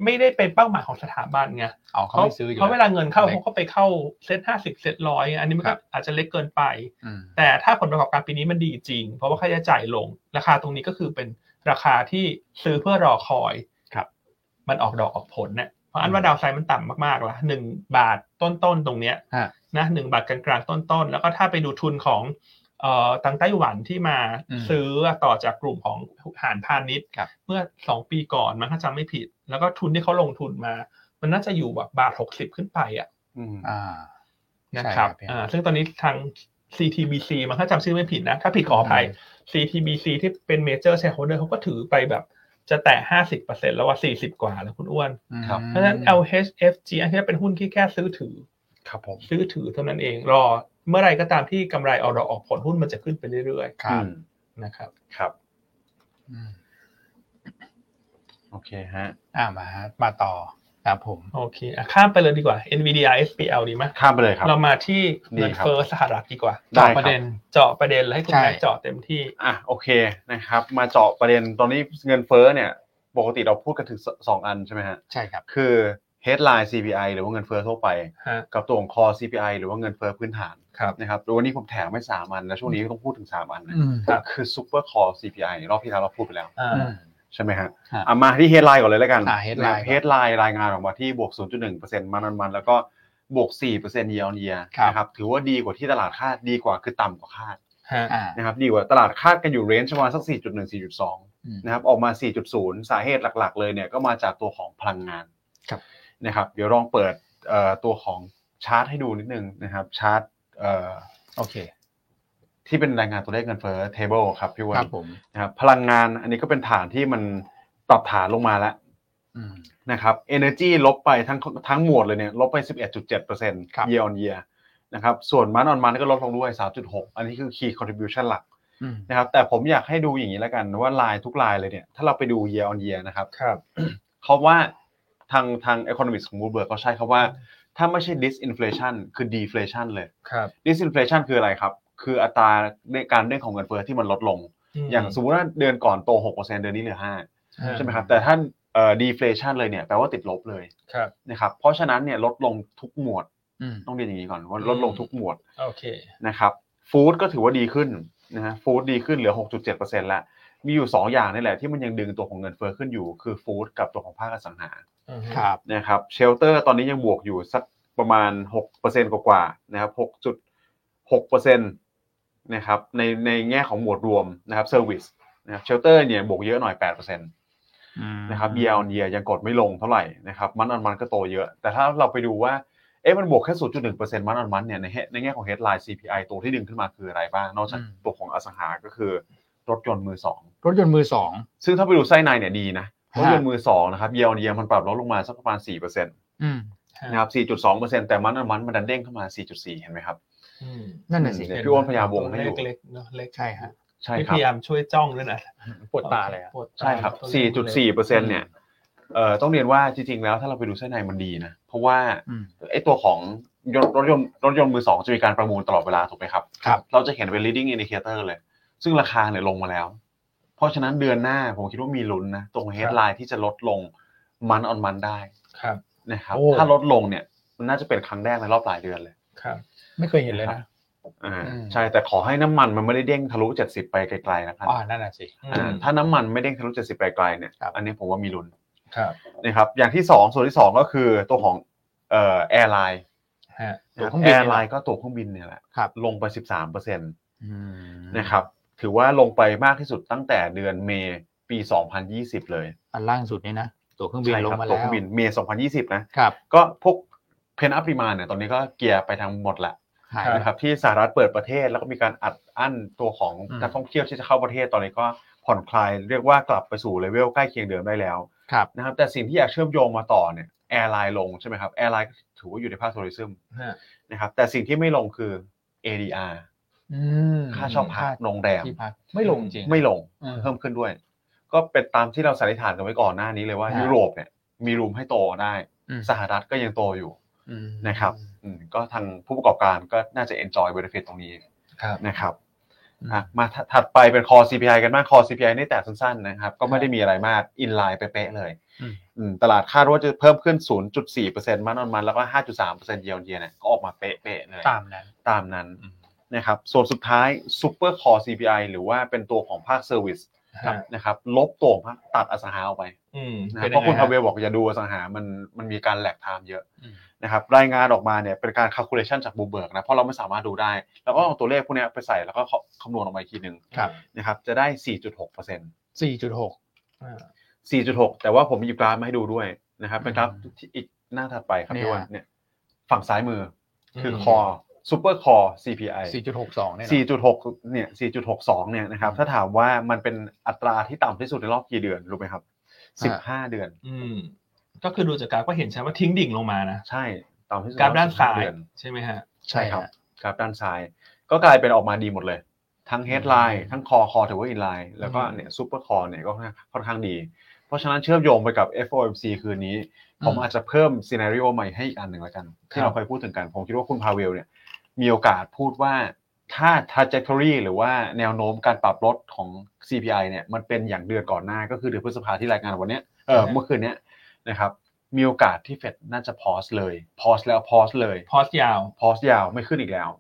S1: ไม่ได้เป็นเป้าหมายของสถาบันไง
S3: เอาเขาไม่ซื้ออยู่
S1: เพราะเวลาเงินเข้า
S3: ล็
S1: เขา
S3: ก
S1: ก็ไปเข้าเซ็ตห้าสิบเซ็ตร้อยอันนี้มัน
S3: ครั
S1: ก็
S3: บ
S1: อาจจะเล็กเกินไป
S3: อืม
S1: แต่ถ้าผลประกอบการปีนี้มันดีจริง เพราะว่าค่าใช้จ่ายลง ราคาตรงนี้ก็คือเป็นราคาที่ซื้อเพื่อรอคอย
S2: ครับ
S1: มันออกดอกออกผลเนี่ยเพราะอันว่าดาวไซด์มันต่ำมากๆละหนึ่งบาทต้นๆตรงเนี้ย
S3: ฮะ
S1: นะหนึ่งบาทกลางๆต้นๆแล้วก็ถ้าไปดูทุนของเอ่อทางไต้หวันที่มา
S3: อืม
S1: ซื้อต่อจากกลุ่มของหานพาณิชย์
S3: ครับ
S1: เมื่อสองปีก่อนมันถ้าจำไม่ผิด แล้วก็ทุนที่เขาลงทุนมา มันน่าจะอยู่แบบบาทหกสิบขึ้นไปอ่ะ
S2: อืม
S3: อ่า
S1: นะครับ
S3: ใช่ครับพี่
S1: อ่าซึ่งตอนนี้ทาง CTBC มันถ้าจำชื่อไม่ผิดนะ ถ้าผิดขออภัย CTBC ที่เป็นเมเจอร์ h a r e h o l เดอร์เขาก็ถือไปแบบจะแตะ 50%แล้วว่า40 กว่าแล้วคุณอ้วน
S2: ครับ
S1: เพราะฉะนั้น LHFG อันนี้เป็นหุ้นที่แค่ซื้อถือ
S2: ครับผม
S1: ซื้อถือเท่านั้นเอง รอ เมื่อไหรก็ตามที่กำไรเอาดอกออกผลหุ้นมันจะขึ้นไปเรื่อย
S3: ครับ
S2: อืม
S1: ๆนะครับ
S2: ครับ
S3: อืม
S2: โอเคฮะ
S3: อ่ามา มาต่อครับผม
S1: โอเคอ่ะข้ามไปเลยดีกว่า NVDA SPL ดีไหม
S2: ข้ามไปเลยครับ
S1: เรามาที่เงิน
S2: ดีครับ
S1: เฟ้อสหรัฐดีกว่า
S2: ได้ครับ
S3: ประเด็น
S1: เจาะประเด็นแล้วให้คุณ
S3: ใช่
S1: แม็กซ์เจาะเต็มที่
S2: อ่ะโอเคนะครับ มาเจาะประเด็นตอนนี้เงินเฟ้อเนี่ย ปกติเราพูดกันถึงสสองอันใช่ไหมฮะ
S3: ใช่ครับ
S2: คือ headline CPI หรือว่าเงินเฟ้อทั่วไป
S1: ฮะ
S2: กับตัวของ core CPI หรือว่าเงินเฟ้อพื้นฐาน
S1: ครับ
S2: นะครับวันนี้ผมแถมไม่สามอันนะช่วงนี้ก็ต้องพูดถึงสามอันนะ
S3: อืม
S1: ครับ
S2: คือ super core CPI รอบที่แล้วเราพูดไปแล้ว
S1: อ่า
S3: อืม
S2: ใช่ไหมฮะ
S3: ครับ
S2: อ่ะมาที่ headline ก่อนเลยแล้วกัน
S3: อ่ะ headline ก่อน
S2: เฮดไลน์รายงานออกมาที่บวก 0.1%มันมันๆแล้วก็บวก 4% year on year
S3: ครับ
S2: นะครับถือว่าดีกว่าที่ตลาดคาดดีกว่าคือต่ำกว่าคาด
S1: ฮะ
S3: อ่า
S2: นะครับดีกว่าตลาดคาดกันอยู่เรนจ์ประมาณสัก 4.1 4.2 นะครับออกมา 4.0 สาเหตุหลัก ๆ เลยเนี่ยก็มาจากตัวของพลังงาน
S3: ครับ
S2: นะครับเดี๋ยวลองเปิดเอ่อตัวของชาร์ตให้ดูนิดนึงนะครับชาร์ตเอ่อ
S3: โอเค
S2: ที่เป็นรายงานตัวเลขเงินเฟ้อ table ครับพี่เวั
S3: คน รับผม
S2: นะครับพลังงานอันนี้ก็เป็นฐานที่มันปรับฐานลงมาแล้ว
S3: อืม
S2: นะครับ energy ลบไปทั้งทั้งหมวดเลยเนี่ยลบไป
S3: ครับ
S2: 11.7% year on year นะครับส่วนมันออนมันก็ลดลงด้วย 3.6 อันนี้คือ key contribution หลัก
S3: อืม
S2: นะครับแต่ผมอยากให้ดูอย่างนี้แล้วกันว่าลายทุกลายเลยเนี่ยถ้าเราไปดู year on year นะครับ
S1: ครับ
S2: เขาว่าทางทาง economist ของบูเบิร์กเขาใช้คาว่า ถ้าไม่ใช่ disinflation คือ deflation เลย
S1: ครับ
S2: disinflation คืออะไรครับ คืออัตราในการเรื่องของเงินเฟ้อที่มันลดลง อย่างสมมติว่าเดือนก่อนโต 6%เดือนนี้เหลือ 5 ใช่ไหมครับ แต่ถ้าเอ่อ deflation เลยเนี่ยแปลว่าติดลบเลย
S1: ครับ
S2: นะครับเพราะฉะนั้นเนี่ยลดลงทุกหมวด
S3: อืม
S2: ต้องเรียนอย่างนี้ก่อนว่า
S1: อืม
S2: ลดลงทุกหมวด
S1: โอเค
S2: นะครับฟู้ดก็ถือว่าดีขึ้นนะฮะฟู้ดดีขึ้นเหลือ 6.7%แล้วมีอยู่ 2 อย่างนี่แหละที่มันยังดึงตัวของเงินเฟ้อขึ้นอยู่คือฟู้ดกับตัวของภาคอสังหา
S3: ครับ
S2: นะครับเชลเตอร์ตอนนี้ยังบวกอยู่สักประมาณ 6%กว่าๆนะครับ6.6%นะครับในในแง่ของหมวดรวมนะครับเซอร์วิสนะครับเชลเตอร์เนี่ยบวกเยอะหน่อย 8%นะครับเยียร์เยียยังกดไม่ลงเท่าไหร่นะครับมันออนมันก็โตเยอะ แต่ถ้าเราไปดูว่าเอ๊ะมันบวกแค่ 0.1%มันออนมันเนี่ยในแง่ในแง่ของ headline CPI ตัวที่ดึงขึ้นมาคืออะไรบ้าง นอกจาก
S3: อืม
S2: ตัวของอสังหาก็คือรถยนต์มือสอง
S3: รถยนต์มือสอง
S2: ซึ่งถ้าไปดูไส้ในเนี่ยดีนะร
S3: ฮะ
S2: ถยนต์มือสองนะครับเยียร์เยียมันปรับลดลงมาสักประมาณ 4%
S3: อืม
S2: นะครับ 4.2%แต่มันอันมันมันดันเด้งเข้ามา 4.4 เห็นไหมครับ
S1: อืม
S3: นั่นน่ะสิ
S2: เดี๋ พี่ ย อ้วนพยายามวงให้ดู
S1: ตัวเล็กๆเนอะเล็ก
S3: ใช่ฮะ
S2: ใช่
S1: พี่พ
S2: ครับ
S1: ยายามช่วยจ้องด้วยนะ
S3: ปวดตาเลยอะ
S1: ปวดตา
S2: ใช่ครับ
S1: ตัวเล็กๆ
S2: 4.4%เนี่ยเอ่อต้องเรียนว่าจริงๆ แล้วถ้าเราไปดูเส้นในมันดีนะ เพราะว่า
S3: อืม
S2: ไอ้ตัวของยนต์รถยนต์รถยนต์มือสองจะมีการประมูลตลอดเวลาถูกไหมครับ
S3: ครับ
S2: เราจะเห็นเป็น leading indicator เลย ซึ่งราคาเนี่ยลงมาแล้ว เพราะฉะนั้นเดือนหน้าผมคิดว่ามีลุ้นนะ ตรง headline ที่จะลดลงมันออนมันได้
S1: ครับ
S2: นะครับ
S3: โอ้
S2: ถ้าลดลงเนี่ยมันน่าจะเป็นครั้งแรกในรอบหลายเดือนเลย
S1: ครับ
S3: ไม่เคยเห็นเลยนะ
S2: อ่า
S3: อืม
S2: ใช่แต่ขอให้น้ำมันมันไม่ได้เด้งทะลุ 70 ไปไกลๆนะครับ
S3: อ่านั่นน่ะสิ
S2: อ่าถ้าน้ำมันไม่เด้งทะลุ 70 ไปไกลๆเนี่ย
S3: ครับ
S2: อันนี้ผมว่ามีลุ้น
S1: ครับ
S2: นะครับอย่างที่ 2 ส่วนที่ 2 ก็คือตัวของเอ่อแอร์ไลน์
S1: ฮะ
S3: ตัวเครื่องบิ
S2: แอน ร์ไลน์ก็ตัวเครื่องบินเนี่ยแหละ
S3: ครับ
S2: ลงไป 13%น
S3: อืม
S2: ะครับถือว่าลงไปมากที่สุดตั้งแต่เดือนเมษปี 2020 เลย
S3: อันล่างสุดนี่นะ ตัวเครื่องบิน
S2: ใช่
S3: ลง
S2: ครับ
S3: มาแล้ว
S2: ตัวเครื่องบินเมษ2020 นะครับ ก็พวกเพนอัพรีมาเนี่ยตอนนี้ก็เกียร์ไปทางหมดละ
S3: หาย
S1: ครับ
S3: ไป
S2: นะครับที่สหรัฐเปิดประเทศแล้วก็มีการอัดอั้นตัวของ
S3: อืม
S2: นักท่องเที่ยวที่จะเข้าประเทศตอนนี้ก็ผ่อนคลายเรียกว่ากลับไปสู่เลเวลใกล้เคียงเดิมได้แล้ว
S3: ครับ
S2: นะครับแต่สิ่งที่อยากเชื่อมโยงมาต่อเนี่ยแอร์ไลน์ลงใช่ไหมครับแอร์ไลน์ถือว่าอยู่ในภาคทัวริซึม
S1: ฮะ
S2: นะครับแต่สิ่งที่ไม่ลงคือ ADR
S3: อืม
S2: ค่าเช่าพักโรงแรม
S3: ที่พักไม่ลงจริง
S2: ไม่ลง
S3: อืม
S2: เพิ่มขึ้นด้วย ก็เป็นตามที่เราสันนิษฐานกันไว้ก่อนหน้านี้เลยว่า
S3: ฮะ
S2: ยุโรปเนี่ยมีรูมให้โตได้ สหรัฐก็ยังโตอยู่
S3: อืม
S2: นะครับอืมก็ทางผู้ประกอบการก็น่าจะ enjoy benefit ตรงนี้
S1: ครับ
S2: นะครับ
S3: อืม
S2: อ่ะมาถถัดไปเป็น core CPI กันบ้าง core CPI นี่แตกสั้นๆนะครับ ก็ไม่ได้มีอะไรมาก อินไลน์เป๊ะๆเลย
S3: อืม
S2: อืมตลาดคาดว่าจะเพิ่มขึ้น 0.4%มันออนมัน แล้วก็ 5.3%เยียร์เยียเนี่ยก็ออกมาเป๊ะๆเลย
S3: ตามนั้น
S2: ตามนั้น
S3: อืม
S2: นะครับ ส่วนสุดท้าย super core CPI หรือว่าเป็นตัวของภาคเซอร์วิส
S1: ครับ
S2: นะครับ ลบตัวของภาคตัดอสังหาออกไป
S1: อืม
S2: นะค
S1: ป็
S2: รับ
S1: น
S2: เพราะคุณ
S1: ยังไง
S2: พาเวลบอกอย่าดูอสังหา มันมันมีการแหลกไทม์เยอะ
S3: อืม
S2: นะครับรายงานออกมาเนี่ยเป็นการ calculation จากบูเบิร์กนะเพราะเราไม่สามารถดูได้ แล้วก็เอาตัวเลขพวกเนี้ยไปใส่แล้วก็คำนวณออกมาอีกทีหนึ่ง
S3: ครับ
S2: นะครับจะได้ 4.6%
S3: สี่จุดหก
S1: อ่า
S2: 4.6 แต่ว่าผมหยิบกราฟมาให้ดูด้วยนะครับเป็นกราฟที่อีกหน้าถัดไปครับ
S3: เนี่ย
S2: พี่วันเนี่ยฝั่งซ้ายมือคือ
S1: ม
S2: คอ super core CPI
S3: สี่จุดหกสองเนี่ยนะ
S2: 4.6เนี่ย4.62เนี่ยนะครับถ้าถามว่ามันเป็นอัตราที่ต่ำที่สุดในรอบกี่เดือนรู้ไหมครับ 15 เดือน
S1: อืม ก็คือดูจากกราฟก็เห็นใช่ว่าทิ้งดิ่งลงมานะ
S2: ใช่ต่ำที่สุด
S1: กราฟด้าน
S2: 15
S1: ซ้าย
S2: เอ
S1: ใช่ไหมฮะ
S2: ใช่ครับ กราฟด้านซ้าย ก็กลายเป็นออกมาดีหมดเลย ทั้ง headline ทั้งคอคอถือว่าอินไลน์แล้วก็เนี่ยซูเปอร์คอเนี่ยก็ค่อนข้างดี เพราะฉะนั้นเชื่อมโยงไปกับ FOMC คืนนี้ ผมอาจจะเพิ่มซีนารีโอใหม่ให้อีกอันหนึ่งแล้วกัน ที่เราเคยพูดถึงกัน ผมคิดว่าคุณพาเวลเนี่ยมีโอกาสพูดว่าถ้า trajectory หรือว่าแนวโน้มการปรับลดของ CPI เนี่ยมันเป็นอย่างเดือนก่อนหน้าก็คือเดือนพฤษภาที่รายงานวันเนี้ยเออ
S1: ครับ
S2: เมื่อคืนเนี้ยนะครับมีโอกาสที่เฟดน่าจะพอสเลยพอสแล้วพอสเลย
S1: พอสยาว
S2: พอสยาวไม่ขึ้นอีกแล้ว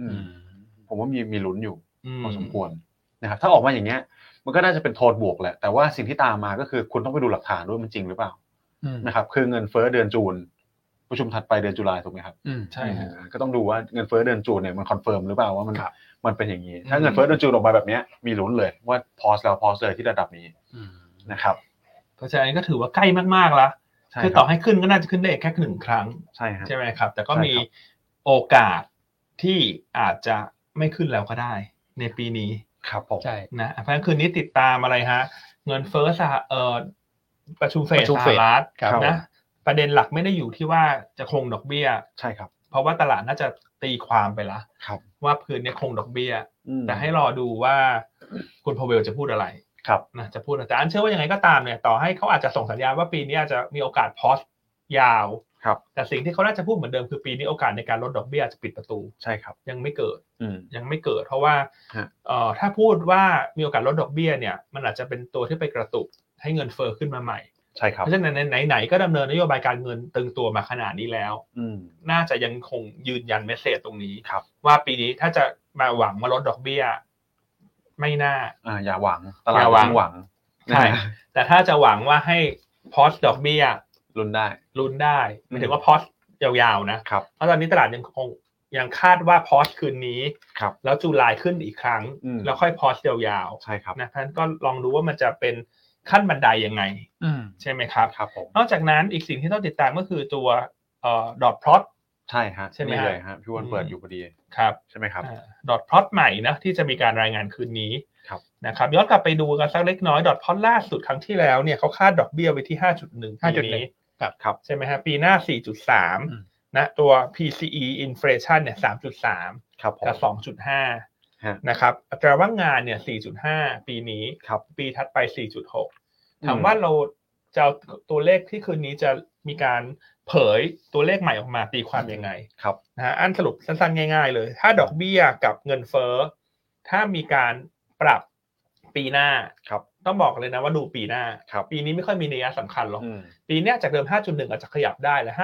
S2: อืมผมว่ามีมีลุ้นอยู่ พอสมควรนะครับถ้าออกมาอย่างเงี้ยมันก็น่าจะเป็นโทนบวกแหละแต่ว่าสิ่งที่ตามมาก็คือคุณต้องไปดูหลักฐานด้วยมันจริงหรือเปล่า
S3: อืม
S2: นะครับคือเงินเฟ้อเดือนจูน ประชุมถัดไปเดือนจุลายถูกไหมครับ
S3: อืม
S1: ใช่ฮะ
S2: อ่าก็ต้องดูว่าเงินเฟ้อเดือนจูนเนี่ยมันคอนเฟิร์มหรือเปล่าว่ามัน
S3: ครับ
S2: มันเป็นอย่างนี้
S1: อืม
S2: ถ้าเงินเฟ้อเดือนจูนออกมาแบบเนี้ยมีลุ้นเลยว่าพอสแล้วพอสเลยที่ระดับนี้นะครับ
S1: เพราะฉะนั้นก็ถือว่าใกล้มากๆละ
S2: ใช่
S1: คือ
S2: ค
S1: ต่
S2: รั
S1: อบ ให้ขึ้นก็น่าจะขึ้นได้แค่หนึ่งครั้ง
S2: ใช่ครับ
S1: ใช่ไหมครับ แต่ก็
S2: ใช่ครับ
S1: มีโอกาสที่อาจจะไม่ขึ้นแล้วก็ได้ ในปีนี้
S2: ครับผม
S3: ใช่
S1: นะเพราะฉะนั้นคืนนี้ติดตามอะไรฮะ เงินเฟ้อสหเอ่อประชุมเฟด
S3: ประชุม
S1: ส
S3: เฟ
S1: ห
S3: ด
S1: รัฐ
S3: ครับ
S1: นะประเด็นหลักไม่ได้อยู่ที่ว่าจะคงดอกเบี้ย
S2: ใช่ครับ
S1: เพราะว่าตลาดน่าจะตีความไปละ
S2: ครับ
S1: ว่าคืนนี้คงดอกเบี้ย
S2: อืม
S1: แต่ให้รอดูว่าคุณพาเวลจะพูดอะไร
S2: ครับ
S1: นะจะพูดอะไรแต่อันเชื่อว่ายังไงก็ตามเนี่ยต่อให้เขาอาจจะส่งสัญญาณว่าปีนี้อาจจะมีโอกาสพอสยาว
S2: ครับ
S1: แต่สิ่งที่เขาน่าจะพูดเหมือนเดิมคือปีนี้โอกาสในการลดดอกเบี้ยอาจจะปิดประตู
S2: ใช่ครับ
S1: ยังไม่เกิด
S2: อืม
S1: ยังไม่เกิด เพราะว่า
S2: ฮะ
S1: เอ่อถ้าพูดว่ามีโอกาสลดดอกเบี้ยเนี่ยมันอาจจะเป็นตัวที่ไปกระตุกให้เงินเฟอ้อขึ้นมาใหม่
S2: ใช่ค
S1: เพ
S2: รับ
S1: ราะฉะนั้นไหนไหนๆก็ดำเนินนโยบายการเงินตึงตัวมาขนาดนี้แล้ว
S2: อืม
S1: น่าจะยังคงยืนยันเมสเซจตรงนี้
S2: ครับ
S1: ว่าปีนี้ถ้าจะมาหวังมาลดดอกเบี้ย ไม่น่า
S2: อ่าอย่าหวังตลาด
S1: อย่าหวัง
S2: ต้องหวัง
S1: ใช่แต่ถ้าจะหวังว่าให้พอสดอกเบี้ย
S2: ลุ้นได้
S1: ลุ้นได้หมายถึงว่าพอสยาวๆนะ
S2: ครับ
S1: เพราะตอนนี้ตลาดยังคงยังคาดว่าพอสคืนนี้
S2: ครับ
S1: แล้วจูลายขึ้นอีกครั้ง
S2: อืม
S1: แล้วค่อยพอสยาว
S2: ใช่ครับ
S1: ๆนะท่านก็ลองดูว่ามันจะเป็นขั้นบันไดยังไง
S3: อืม
S1: ใช่ไหมครับ
S2: ครับผม
S1: นอกจากนั้นอีกสิ่งที่ต้องติดตามก็คือตัวเอ่อดอทพลอต
S2: ใช่ฮะ
S1: ใช่ไหม
S2: นี่
S1: ฮะ
S2: เลยฮะพี่อ้วัน
S1: อืม
S2: เปิดอยู่พอดี
S1: ครับ
S2: ใช่ไหมครับ
S1: ดอทพลอตใหม่นะที่จะมีการรายงานคืนนี้
S2: ครับ
S1: นะครับย้อนกลับไปดูกันสักเล็กน้อยดอทพลอตล่าสุดครั้งที่แล้วเนี่ยเขาคาดดอกเบี้ยไว้ที่ 5.1
S3: 5.1ครับ
S2: ครับ
S1: ใช่ไหมฮะปีหน้า
S3: อืม
S1: 4.3นะตัว PCE inflation เนี่ย 3.3
S2: ครับผม
S1: กับ
S2: ฮะ
S1: 2.5 นะครับ อัตราว่างงานเนี่ย 4.5 ปีนี้
S2: ครับ
S1: ปีถัดไป 4.6 ถาม
S2: อืม
S1: ว่าเราจะเอาตัวเลขที่คืนนี้จะมีการเผยตัวเลขใหม่ออกมาตีความยังไง
S2: ครับ
S1: นะฮะอันสรุปสั้นๆ ง่ายๆเลย ถ้าดอกเบี้ยกับเงินเฟ้อ ถ้ามีการปรับปีหน้า
S2: ครับ
S1: ต้องบอกเลยนะว่าดูปีหน้า
S2: ครับ
S1: ปีนี้ไม่ค่อยมีนัยสำคัญหรอก
S2: อืม
S1: ปีเนี้ยจากเดิม 5.1 อาจจะขยับได้และ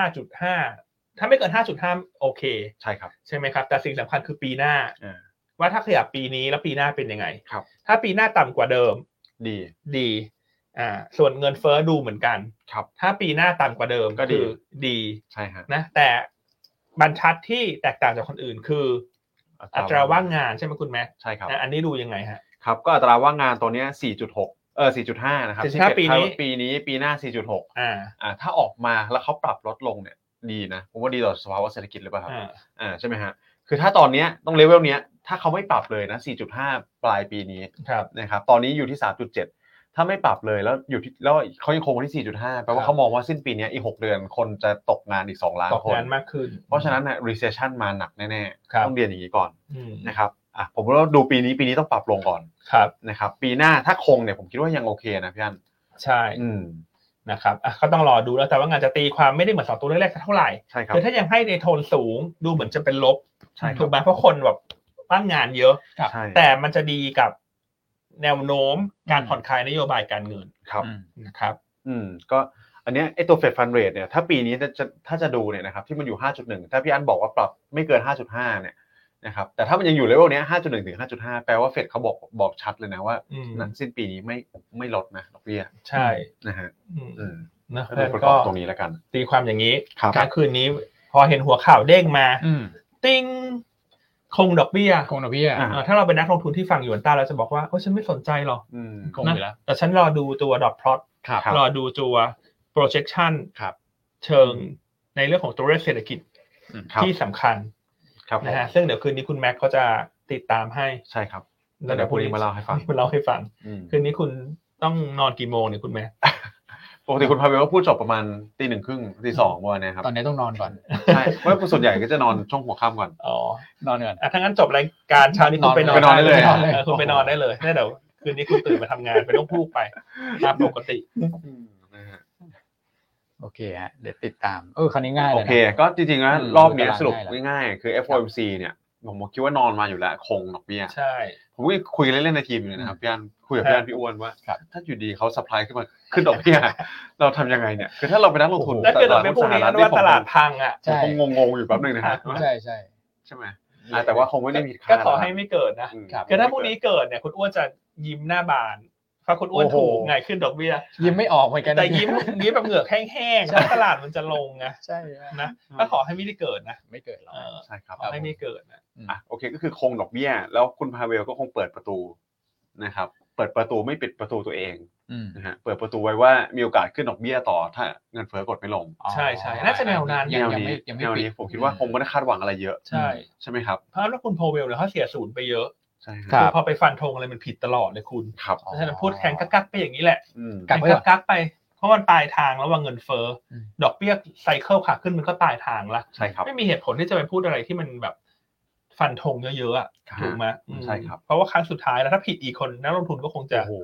S1: 5.5 ถ้าไม่เกิน 5.5 โอเค
S2: ใช่ครับ
S1: ใช่ไหมครับ แต่สิ่งสำคัญคือปีหน้า
S2: เออ
S1: ว่าถ้าขยับปีนี้แล้วปีหน้าเป็นยังไง
S2: ครับ
S1: ถ้าปีหน้าต่ำกว่าเดิม
S2: ดี
S1: ดีอ่าส่วนเงินเฟ้อดูเหมือนกัน
S2: ครับ
S1: ถ้าปีหน้าต่ำกว่าเดิม
S2: ก็ดี
S1: คือดี
S2: ใช่ฮะ
S1: นะแต่บรรทัดที่แตกต่างจากคนอื่นคือ อัตราว่างงานใช่ไหมคุณแม่
S2: ใช่ครับ
S1: อันนี้ดูยังไงฮะ
S2: ครับ ก็อัตราว่างงานตัวเนี้ย4.6เออ4.5นะครับ
S1: 4.5
S2: ที่เก็บ
S1: ปีนี้
S2: คาดว่าปีนี้ปีหน้า 4.6
S1: อ่า
S2: อ่าถ้าออกมาแล้วเขาปรับลดลงเนี่ยดีนะผมว่าดีต่อสภาวะเศรษฐกิจหรือเปล่าครับ
S1: อ่า
S2: อ่าใช่ไหมฮะคือถ้าตอนเนี้ยต้องเลเวลเนี้ยถ้าเขาไม่ปรับเลยนะ4.5 ปลายปีนี้
S1: ครับ
S2: นะครับตอนนี้อยู่ที่ 3.7 ถ้าไม่ปรับเลยแล้วอยู่ที่แล้วเขายังคงไว้ที่ 4.5 แปล
S1: ครั
S2: ว่า
S1: บ
S2: เขามองว่าสิ้นปีเนี้ยอีก 6 เดือนคนจะตกงานอีก 2 ล้าน
S1: ตก
S2: คน
S1: งานมากขึ้น
S2: เพราะฉะนั้นนะ recession มาหนักแน่
S1: ครับ
S2: ๆ ต้องเรียนอย่างนี้ก่อน
S1: อืม
S2: นะครับอ่ะผมว่าดูปีนี้ปีนี้ต้องปรับลงก่อน
S1: ครับ
S2: นะครับปีหน้าถ้าคงเนี่ยผมคิดว่ายังโอเคนะพี่อัน
S1: ใช่
S2: อืม
S1: นะครับอ่ะก็ต้องรอดูแล้วแต่ว่างานจะตีความไม่ได้เหมือนสองตัวแรกๆเท่าไหร่
S2: ใช่ครับ
S1: คือถ้ายังให้ในโทนสูงดูเหมือนจะเป็นลบ
S2: ใช่ครับ
S1: ถูกไหมเพราะคนแบบว่างงานเยอะ
S2: ใช่
S1: แต่มันจะดีกับแนวโน้มการผ่อนคลายนโยบายการเงิน
S2: ครับ
S3: อืม
S1: นะครับ
S2: อืมก็อันเนี้ยไอตัวเฟดฟันเรทเนี่ยถ้าปีนี้จะจะถ้าจะดูเนี่ยนะครับที่มันอยู่ 5.1 ถ้าพี่อันบอกว่าปรับไม่เกิน 5.5 เนี่ยนะครับแต่ถ้ามันยังอยู่เลเวลเนี้ย5.1ถึง5.5 แปลว่าเฟดเขาบอกบอกชัดเลยนะว่า
S1: อืม
S2: นั้นสิ้นปีนี้ไม่ไม่ลดนะดอกเบี้ย
S1: ใช่
S2: นะฮะ
S1: อืม
S2: อืม
S1: นะ
S2: ก็เลยประก
S1: ก็
S2: อบตรงนี้แล้วกัน
S1: ตีความอย่างนี้
S2: ครับ
S1: กลางคืนนี้ พอเห็นหัวข่าวเด้งมา
S3: อืม
S1: ติ้งคงดอกเบี้ย
S3: คงนะพี่อ่ะ
S2: อ่ะ
S1: เออถ้าเราเป็นนักลงทุนที่ฟังอยู่อันต้าเราจะบอกว่าโอ้ฉันไม่สนใจหรอก
S2: อืม
S3: คงอยู่แล้ว
S1: แต่ฉันรอดูตัวดอทพลอต
S3: ครับ
S2: บ
S1: รอดูตัว projection
S3: ครับ
S1: เชิงในเรื่องของตัวเลขเศรษฐกิจ
S2: ครับ
S1: ที่สำคัญ
S2: ครับผม
S1: นะฮะซึ่งเดี๋ยวคืนนี้คุณแม็กเขาจะติดตามให้
S2: ใช่ครับ
S1: แล้วเดี๋ยว
S2: เดี๋ยวพรุ่งนี้มาเล่าให้ฟัง
S1: มาเล่าให้ฟัง
S2: อืม
S1: คืนนี้คุณต้องนอนกี่โมงเนี่ยคุณแม็ก
S2: ปกติคุณพาเวลก็พูดจบประมาณตีหนึ่งครึ่งตีสองประมาณเนี้ยครับ
S3: ตอนนี้ต้องนอน ก่อน
S2: ใช่เพราะว่าส่วนใหญ่ก็จะนอนช่วงหัวค่ำก่อน
S1: อ๋อน
S3: อนก่อน
S1: อ่ะถ้างั้นจบรายการเช้านี้คุณไปนอน
S2: ไปนอนได้เลย
S1: ออคุณไปนอนได้เลยได้เดี๋ยวคืนนี้คุณตื่นมาทำงานไปต้องพูกไปตามปกติ
S2: นะฮะ
S3: โอเคฮะเดี๋ยวติดตาม เออคราวนี้ง่าย
S2: โอ
S3: เลย
S2: เค
S3: นะ
S2: ก็จริงๆแล้ว
S3: อืม
S2: รอบเนี้ย
S3: ดูตาราง
S2: สรุป
S3: ได้ละ
S2: ง่ายๆ คือ FOMC เนี่ยผมคิดว่านอนมาอยู่แล้วคงดอกเบี้ย
S1: ใช่
S2: ผมก็คุยเล่นๆในทีมอยู่นะครับพี่อันคุยกับ
S1: ครับ
S2: พี่อันพี่อ้วนว่า
S3: ครับ
S2: ถ้าอยู่ดีเขาสป라이ขึ้นมาขึ้นดอกเบี้ย เราทำยังไงเนี่ยคือถ้าเราเป็นนักลงทุน
S1: แล้วเกิดเราไม่พวกนี้ว่าตลาดพังอ่ะ
S2: ผมคงงงๆอยู่แป๊บหนึงนะครับ
S3: ใช่ใช่
S2: ใช่ไหมอ่ะแต่ว่าคงไม่ได้มีค่า
S1: ก็ขอให้ไม่เกิดนะ
S2: อืม
S3: ครับ
S1: คือถ้าพวกนี้เกิดเนี่ยคุณอ้วนจะยิ้มหน้าบานเพราะคุณอ้วน
S3: โอ้โห
S1: ถูกไงขึ้นดอกเบี้ย
S3: ยิ้มไม่ออกเหมือนกันนะ
S1: แต่ยิ้มยิ้มแบบเหงือกแห้งๆเพราะตลาดมันจะลงไง
S3: ใช่นะ
S1: นะก็ขอให้ไม่ได้เกิดนะ
S3: ไม่เกิดหรอก
S1: เออ
S2: ใช่ครับ
S1: ขอให้ไม่เกิดนะ
S2: อ่ะโอเคก็คือคงดอกเบี้ย แล้วคุณพาเวลก็คงเปิดประตูนะครับ เปิดประตูไม่ปิดประตูตัวเอง
S3: อืม
S2: นะฮะเปิดประตูไว้ว่ามีโอกาสขึ้นดอกเบี้ยต่อถ้าเงินเฟ้อกดไม่ลง
S1: ใช่ใช่น่าจะแนวนั้น
S3: ยัง
S2: แนว
S3: ยัง
S2: นี้
S3: ไม่ยังไม่
S2: แนว
S3: ปิด
S2: นี้ผมคิดว่าคงไม่ได้คาดหวังอะไรเยอะ
S1: ใช่
S2: ใช่ไหมครับ
S1: เพราะว่าคุณโพเวลเนี่ยเขาเสียศูนย์ไปเยอะ
S2: ใช่
S3: ค
S2: ครับ
S3: รับ
S1: พอไปฟันธงอะไรมันผิดตลอดเลยคุณ
S2: ครับ
S1: เพราะฉะนั้นพูดแข่งกักๆไปอย่างนี้แหละ
S2: อืม
S3: กลับ
S1: แข่ง
S3: ไว้ก่อน
S1: กักๆไป เพราะมันปลายทางแล้วว่าเงินเฟ้ออ
S3: ม
S1: ดอกเบี้ยไซเคิลขาขึ้นมันก็ปลายทางละ
S2: ใช่ครับ
S1: ไม่มีเหตุผลที่จะไปพูดอะไรที่มันแบบฟันธงเยอะๆอะ
S2: ครับ
S1: ถูกไหมอืม
S2: ใช่ครับ
S1: เพราะว่าครั้งสุดท้ายแล้วถ้าผิดอีกคนนักลงทุนก็คงจะ
S2: โอ้โห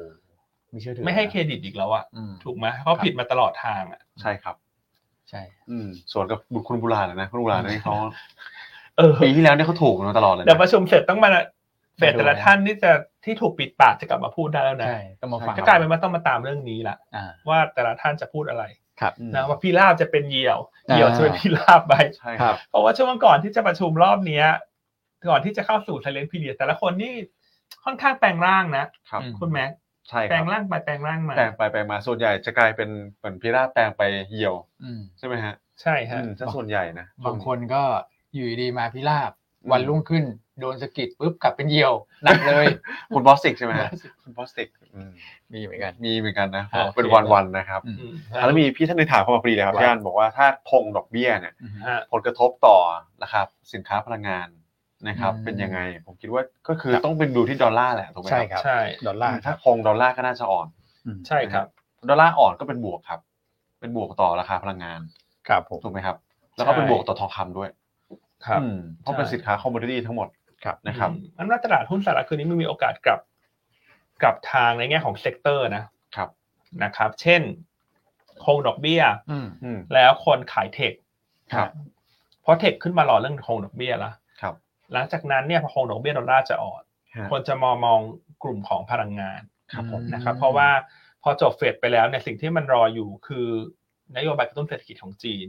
S3: ไม่เชื่อถือ
S1: ไม่ให้เครดิตอีกแล้วอะ
S3: อืม
S1: ถูกไหมเพราะผิดมาตลอดทางอะ
S2: ใช่ครับ
S3: ใช่
S2: อืมส่วนกับคุณบุราณนะคุณบุราณนี่เขา
S1: เออ
S2: ปีที่แล้วเนี่ยเขาถูกมาตลอดเลยนะ
S1: เดี๋ยวประชุมเสร็จต้องมาเฟดแต่ละท่านที่จะที่ถูกปิดปากจะกลับมาพูดได้แล้วนะ
S3: ใช่ต้องมาฟัง
S1: ก็กลายเป็นว่าต้องมาตามเรื่องนี้ละ
S3: อ่า
S1: ว่าแต่ละท่านจะพูดอะไร
S3: ครับ
S1: นะว่าพี่ลาบจะเป็นเหยี่ยว
S3: อ่า
S1: เหยี่ยวจะเป็นพี่ลาบไป
S2: ใช่ครับ
S1: เพราะว่าช่วงก่อนที่จะประชุมรอบเนี้ยก่อนที่จะเข้าสู่ไซเลนต์พีเดียแต่ละคนนี่ค่อนข้างแปลงร่างนะครับ
S3: อืม
S1: คุณแม็ก
S2: ใช่ค
S1: แปล
S2: รับ
S1: งร่างไปแปลงร่างมา
S2: แปลงไปแปลงมาส่วนใหญ่จะกลายเป็นเหมือนพิราบแปลงไปเหี่ยว
S3: อืม
S2: ใช่ไหมฮะ
S1: ใช่
S2: อื
S1: ฮะ
S2: มถ้าส่วนใหญ่นะ
S3: บางคนก็อยู่ดีๆมาพิราบวันรุ่งขึ้นโดนสะกิดปุ๊บกลับเป็นเหยี่ยวหนักเลย
S2: คุณบอสติกใช่ไหมฮะคุณบอสติกอืม
S3: มีเหมือนกัน
S2: มีเหมือนกันนะ
S3: อ่าโอเค
S2: เป็นวันวันๆนะครับ
S3: อืม
S1: อืม
S2: แล้วมีพี่ท่านหนึงถามเข้ามาพอดีเลยครับ
S3: ว่า
S2: พี่อันบอกว่าถ้าคงดอกเบี้ยเนี่ย
S3: อืม
S1: ฮะ
S2: ผลกระทบต่อราคาสินค้าพลังงานนะครับ
S3: อืม
S2: เป็นยังไง ผมคิดว่าก็คือ
S3: ครับ
S2: ต้องเป็นดูที่ดอลลาร์แหละถูกไหม
S3: ใช่ครับ
S1: ใช่
S3: ดอลลาร์
S2: ถ้าคงดอลลาร์ก็น่าจะอ่อน
S3: อืม
S1: ใช่ครับ
S2: ดอลลาร์อ่อนก็เป็นบวกครับ เป็นบวกต่อราคาพลังงาน
S3: ครับผม
S2: ถูกไหมครับ แล้วก็เป็นบวกต่อทองคำด้วย
S1: ครับ
S2: อืมเพราะเป็นสินค้าคอมมูนิตี้ทั้งหมด
S3: ครับ
S2: นะครับ
S1: อืมอันว่าตลาดหุ้นสหรัฐคืนนี้มันมีโอกาสกลับ กลับทางในแง่ของเซกเตอร์นะครับ นะครับ เช่น คงดอกเบี้ย
S3: อืม
S2: อืม
S1: แล้วคนขายเทค
S2: ครับ
S1: เพราะเทคขึ้นมารอเรื่องคงดอกเบี้ยละ
S2: ครับ
S1: หลังจากนั้นเนี่ยพอคงดอกเบี้ยดอลลาร์จะอ่อน
S2: ฮะ
S1: คนจะมองมองกลุ่มของพลังงาน
S2: ครับผม
S3: อืม
S1: นะครับ เพราะว่าพอจบเฟดไปแล้วเนี่ยสิ่งที่มันรออยู่คือนโยบายกระตุ้นเศรษฐกิจของจีน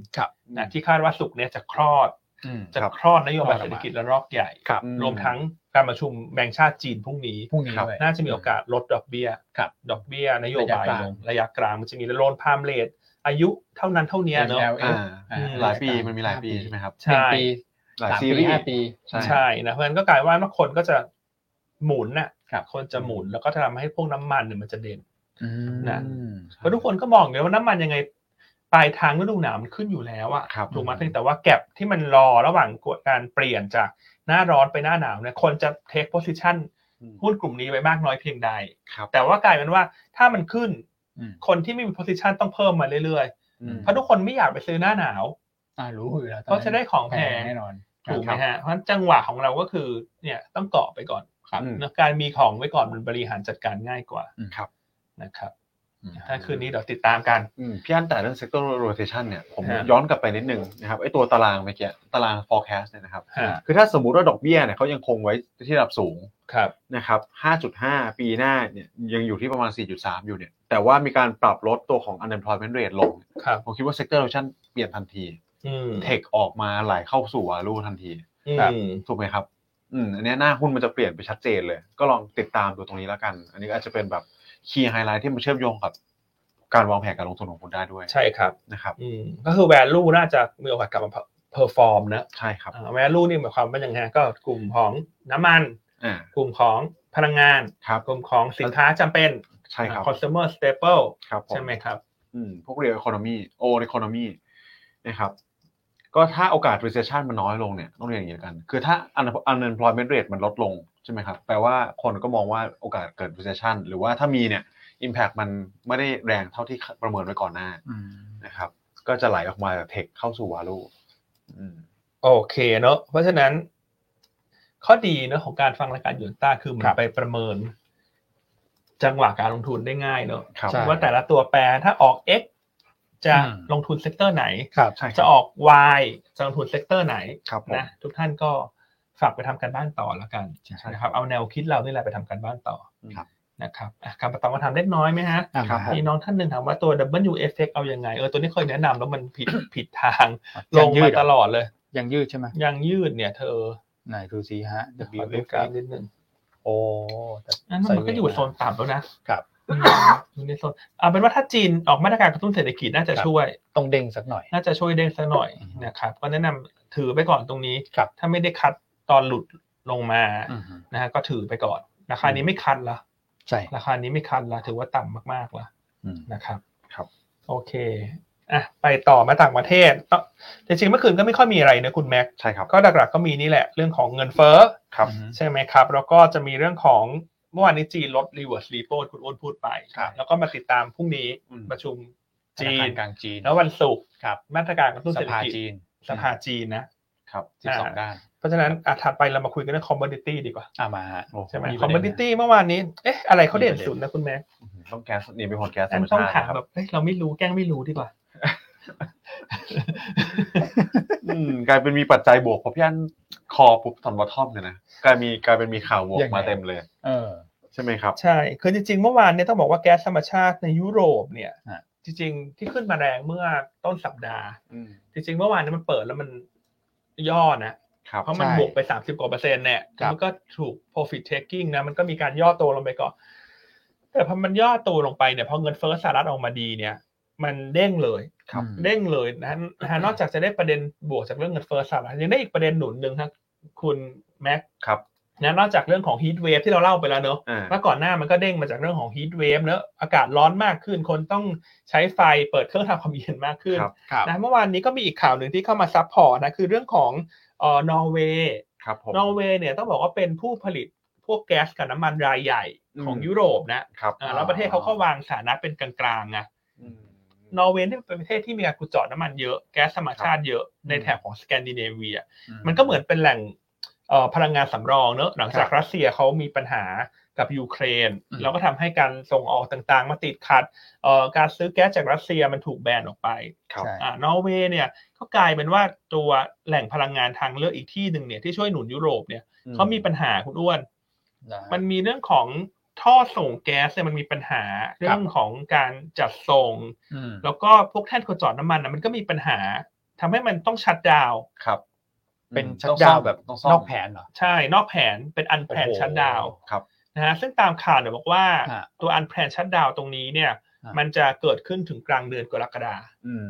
S1: นะที่คาดว่าสุกร์เนี่ยจะคลอด
S3: อืม
S1: จะ
S2: ครับ
S1: คลอดนโยบายเศรษฐกิจระลอกใหญ่
S3: ครับ
S2: อืม
S1: รวมทั้งการประชุมแบงก์ชาติจีนพรุ่งนี้
S3: พรุ่งนี้
S2: ครับ
S3: ด้วย
S1: น่าจะมีโอกาสลดดอกเบี้ย
S3: ครับ
S1: ดอกเบี้ยนโยบาย
S3: ระยะกลาง
S1: ลงระยะกลางมันจะมีโลนพามเลทอายุเท่านั้นเท่านี้เนอะ
S2: อ่า
S3: LF อ่
S2: หลายปีมันมีหลายปีใช่ไหมครับ
S1: ใช่
S3: หนึ่งปี
S2: หลาย
S3: สาม
S2: ซี
S3: ปี
S2: รีส์
S3: ห้าปี
S2: ใช่
S1: ใช่นะเพราะฉะนั้นก็กลายว่าคนก็จะหมุนน่ะ
S3: ครับ
S1: คนจะหมุนแล้วก็จะทำให้พวกน้ำมันเนี่ยมันจะเด่น
S3: อืม
S1: นะ เพราะทุกคนก็มองอยู่แล้วว่าน้ำมันยังไงปลายทางฤดูหนาวมันขึ้นอยู่แล้วอะ
S2: ครับ
S1: ถูกไหมเพียงแต่ว่าแกลบที่มันรอระหว่างการเปลี่ยนจากหน้าร้อนไปหน้าหนาวเนี่ยคนจะเทคโพสิชัน
S2: อืม
S1: หุ้นกลุ่มนี้ไปมากน้อยเพียงใด
S2: ครับ
S1: แต่ว่ากลายเป็นว่าถ้ามันขึ้น
S3: อืม
S1: คนที่ไม่มี position ต้องเพิ่มมาเรื่อย
S2: อืม
S1: ๆ เพราะทุกคนไม่อยากไปซื้อหน้าหนาว
S3: อ่ารู้อยู่แล้วต
S1: เพราะจะได้ของแพง
S3: แน่นอน
S1: ถูกไหม
S3: ครับ
S1: ฮะ เพราะฉะนั้นจังหวะของเราก็คือเนี่ยต้องเกาะไปก่อน
S3: ครับ
S2: อืม
S1: นะการมีของไว้ก่อนมันบริหารจัดการง่ายกว่า
S2: ครับ
S1: นะครับ
S3: อืม
S1: ถ้าคืนนี้เดี๋ยวติดตามกัน
S2: อืมพี่อันแต่เรื่อง sector rotation เนี่ยผม
S1: ฮะ
S2: ย้อนกลับไปนิดนึงนะครับไอตัวตารางเมื่อกี้ตาราง forecast เนี่ยนะครับ
S1: ฮะ
S2: คือถ้าสมมติว่าดอกเบี้ยเนี่ยเขายังคงไว้ที่ระดับสูง
S1: ครับ
S2: นะครับ 5.5 ปีหน้าเนี่ยยังอยู่ที่ประมาณ 4.3 อยู่เนี่ย แต่ว่ามีการปรับลดตัวของ unemployment rate ลง
S1: ครับ
S2: ผมคิดว่า sector rotation เปลี่ยนทันที
S1: อืม
S2: เทคออกมาไหลเข้าสู่ value ทันที
S1: อืม
S2: แบบ ถูกไหมครับ อืม อันเนี้ยหน้าหุ้นมันจะเปลี่ยนไปชัดเจนเลย ก็ลองติดตามดูตรงนี้แล้วกัน อันนี้ก็อาจจะเป็นแบบ key highlight ที่มันเชื่อมโยงกับ การวางแผนการลงทุนของคุณได้ด้วย
S1: ใช่ครับ
S2: นะครับ
S1: อืมก็คือ value น่าจะมีโอกาสกลับมา perform นะ
S2: ใช่ครับ
S1: อ่า value นี่หมายความว่าอย่างไงก็กลุ่มของน้ำมัน
S2: อ่าก
S1: ลุ่มของพลังงาน
S2: ครับ
S1: กลุ่มของสินค้าจำเป็น
S2: ใช่ครับ
S1: consumer staple
S2: ครับผ
S1: ใช่ไหมครับ
S2: อืมพวกเรียล economy โอ economy นะครับ ก็ถ้าโอกาส recession มันน้อยลงเนี่ยต้องเรียนอย่างนี้แล้วกัน คือถ้า un- unemployment rate มันลดลงใช่ไหมครับ แปลว่าคนก็มองว่าโอกาสเกิด recession หรือว่าถ้ามีเนี่ย Impact มันไม่ได้แรงเท่าที่ประเมินไว้ก่อนหน้า
S3: อืม
S2: นะครับ ก็จะไหลออกมาจากเทคเข้าสู่วาลูอืม
S1: โอเคเนอะเพราะฉะนั้น ข้อดีเนอะของการฟังรายการหยวนต้าคือมัน
S2: ครับ
S1: ไปประเมิน จังหวะการลงทุนได้ง่ายเนอะ
S2: ครับ
S3: ใช่
S1: ว่าแต่ละตัวแปรถ้าออก X จะ
S3: อืม
S1: ลงทุนเซกเตอร์ไหน
S3: ครับ
S2: ใช่ครับ
S1: จะออก Y จะลงทุนเซกเตอร์ไหน
S2: ครับผม
S1: นะทุกท่านก็ฝากไปทำการบ้านต่อแล้วกัน
S3: ใช่
S1: นะครับ เอาแนวคิดเรานี่แหละไปทำการบ้านต่อ
S2: ครับ
S1: นะครับอ่ะคำประตอบคำถามเล็กน้อยไหมฮะ
S3: อ่า
S2: ครับ
S1: มีน้องท่านหนึ่งถามว่าตัว W effect เอายังไง เออตัวนี้เคยแนะนำแล้วมันผิด ผิดทาง ลงมาตลอดเลย
S3: ยังยืดใช่ไหม
S1: ยังยืดเนี่ย เธอ
S3: ไหนดูซิฮะ
S1: ขอ
S3: W
S1: ดูกราฟนิดนึง
S3: โอ้
S1: อันนั้นมันก็อยู่โซนต่ำแล้วนะครับ อืมอยู่ในโซนเอาเป็นว่าถ้าจีนออกมาตรการกระตุ้นเศรษฐกิจน่าจะ
S3: ครับ
S1: ช่วย
S3: ต้องเด้งสักหน่อย
S1: น่าจะช่วยเด้งสักหน่อย
S3: อืม
S1: นะครับ ก็แนะนำถือไปก่อนตรงนี้
S3: ครับ
S1: ถ้าไม่ได้คัดตอนหลุดลงมา
S3: อืม
S1: นะฮะก็ถือไปก่อน ราคานี้ไม่คัดละ
S3: ใช่
S1: ราคานี้ไม่คัดละถือว่าต่ำมากๆละ
S2: อืม
S1: นะครับ
S2: ครับ
S1: โอเคอ่ะไปต่อมาต่างประเทศต่อจริงๆเมื่อคืนก็ไม่ค่อยมีอะไรนะคุณแม็ก
S2: ใช่ครับ
S1: ก็หลักๆก็มีนี่แหละ เรื่องของเงินเฟ้อ
S2: ครับ
S1: ใช่ไหมครับ แล้วก็จะมีเรื่องของเมื่อวานนี้จีนลด reverse repo คุณอ้วนพูดไป
S3: ครับ
S1: แล้วก็มาติดตามพรุ่งนี้
S2: อืม
S1: ประชุม
S3: ธนา
S1: จี
S3: คาร
S1: น
S3: กลางจีน
S1: แล้ววันศุกร์
S3: ครับ
S1: มาตรการกระตุ้น
S3: ส
S1: เศรษฐ
S3: ภา
S1: กิจ
S3: จีน
S1: สภาจีนนะ
S2: ครับ
S3: สิบสอง
S1: อ่า
S3: ด้าน
S1: เพราะฉะนั้นอ่ะถัดไปเรามาคุยกันเรื่อง commodity ดีกว่า
S3: อ่ามาฮะ
S2: โอ้โห
S1: ใช่ไหม
S3: มีประเด็นนะ
S1: commodity เมื่อวานนี้เอ๊ะอะไรเขาเด่น
S3: มีประเด็น
S1: สุดนะคุณแม็ก
S2: ต้องแก๊สหนี่เป็นคนแก๊สธ
S1: อั
S2: ร
S1: น
S2: รม
S1: ต้อ
S2: ชาง ติ
S1: ถาม
S2: นะค
S1: แบ
S2: รับบ
S1: เอ๊ะเราไม่รู้แกล้งไม่รู้ดีกว่า
S2: อืมกลายเป็นมีปัจจัยบวกเพราะพี่อันคอปุ๊บทำบอททอมเนี่ยนะกลายมีกลายเป็นมีข่าวบวก
S3: ยังไง
S2: มาเต็มเลย
S3: เออ
S2: ใช่ไหมครับ
S1: ใช่ คือจริงๆ เมื่อวานเนี่ยต้องบอกว่าแก๊สธรรมชาติในยุโรปเนี่ย
S3: ฮะ
S1: จริงๆ ที่ขึ้นมาแรงเมื่อต้นสัปดาห์
S2: อืม
S1: จริงๆ เมื่อวานเนี่ยมันเปิดแล้วมันย่อนะ
S2: ครับ
S1: เพราะมัน
S3: ใช่
S1: บวกไป 30 กว่าเปอร์เซ็นต์เนี่ย
S3: ครับ
S1: มันก็ถูก profit taking นะ มันก็มีการย่อตัวลงไปก่อน แต่พอมันย่อตัวลงไปเนี่ยพอเงินเฟ้อสหรัฐออกมาดีเนี่ย มันเด้งเลย
S2: ครับ
S3: อืม
S1: เด้งเลยนะนะฮะนอกจากจะได้ประเด็นบวกจากเรื่องเงินเฟ้อสหรัฐยังได้อีกประเด็นหนุนหนึ่งครับคุณแม็กซ์
S2: ครับ
S1: นะนอกจากเรื่องของ heat wave ที่เราเล่าไปแล้วเนอะ
S2: อ่า
S1: เมื่อก่อนหน้ามันก็เด้งมาจากเรื่องของ heat wave เนอะอากาศร้อนมากขึ้น คนต้องใช้ไฟเปิดเครื่องทำความเย็นมากขึ้น
S2: ครับ
S3: ครับ
S1: นะเมื่อวานนี้ก็มีอีกข่าวหนึ่งที่เข้ามาซับพอร์ตนะคือเรื่องของเอ่อนอร์เวย์
S2: ครับผม
S1: นอร์เวย์เนี่ยต้องบอกว่าเป็นผู้ผลิตพวกแก๊สกับน้ำมันรายใหญ่ของ
S2: อืม
S1: ยุโรปนะครับ อ่าแล้วประเทศเขาก็วางสถานะเป็นกลางๆไง
S2: อืม
S1: นอร์เวย์เนี่ยเป็นประเทศที่มีการขุดเจาะน้ำมันเยอะแก๊สธรรมชาติเยอะในแถบของสแกนดิเนเวีย มันก็เหมือนเป็นแหล่งเอ่อพลังงานสำรองเนอะหลังจากรัสเซียเขามีปัญหากับยูเครน
S3: อืม
S1: แล้วก็ทำให้การส่งออกต่างๆ มาติดขัดเอ่อการซื้อแก๊สจากรัสเซียมันถูกแบนออกไป
S2: ครับ
S3: ใช่
S1: อ่านอร์เวย์เนี่ยก็กลายเป็นว่าตัวแหล่งพลังงานทางเลือกอีกที่หนึ่งเนี่ยที่ช่วยหนุนยุโรปเนี่ยเขามีปัญหาคุณอ้วน
S3: นะฮะ
S1: มันมีเรื่องของท่อส่งแก๊สเนี่ยมันมีปัญหาเรื่องของการจัดส่ง
S3: อืม
S1: แล้วก็พวกแท่นขุดเจาะน้ำมันนะมันก็มีปัญหาทำให้มันต้องชัดดาวน์
S2: ครับ
S3: เป็นชัก
S2: ต้องซ่
S3: ดา
S2: อ
S3: ว
S2: ม
S3: แบบ
S2: ต้องซ่อม
S3: นอกแผนเหรอ
S1: ใช่ นอกแผนเป็นอันแผน
S3: โอ้โห
S1: ชัดดาวน์
S2: ครับ
S1: นะฮะซึ่งตามข่าวเนี่ยบอกว่า
S3: ฮะ
S1: ตัวอันแผนชัดดาวน์ตรงนี้เนี่ย
S3: ฮะ
S1: มันจะเกิดขึ้นถึงกลางเดือนกรกฎา
S2: อืม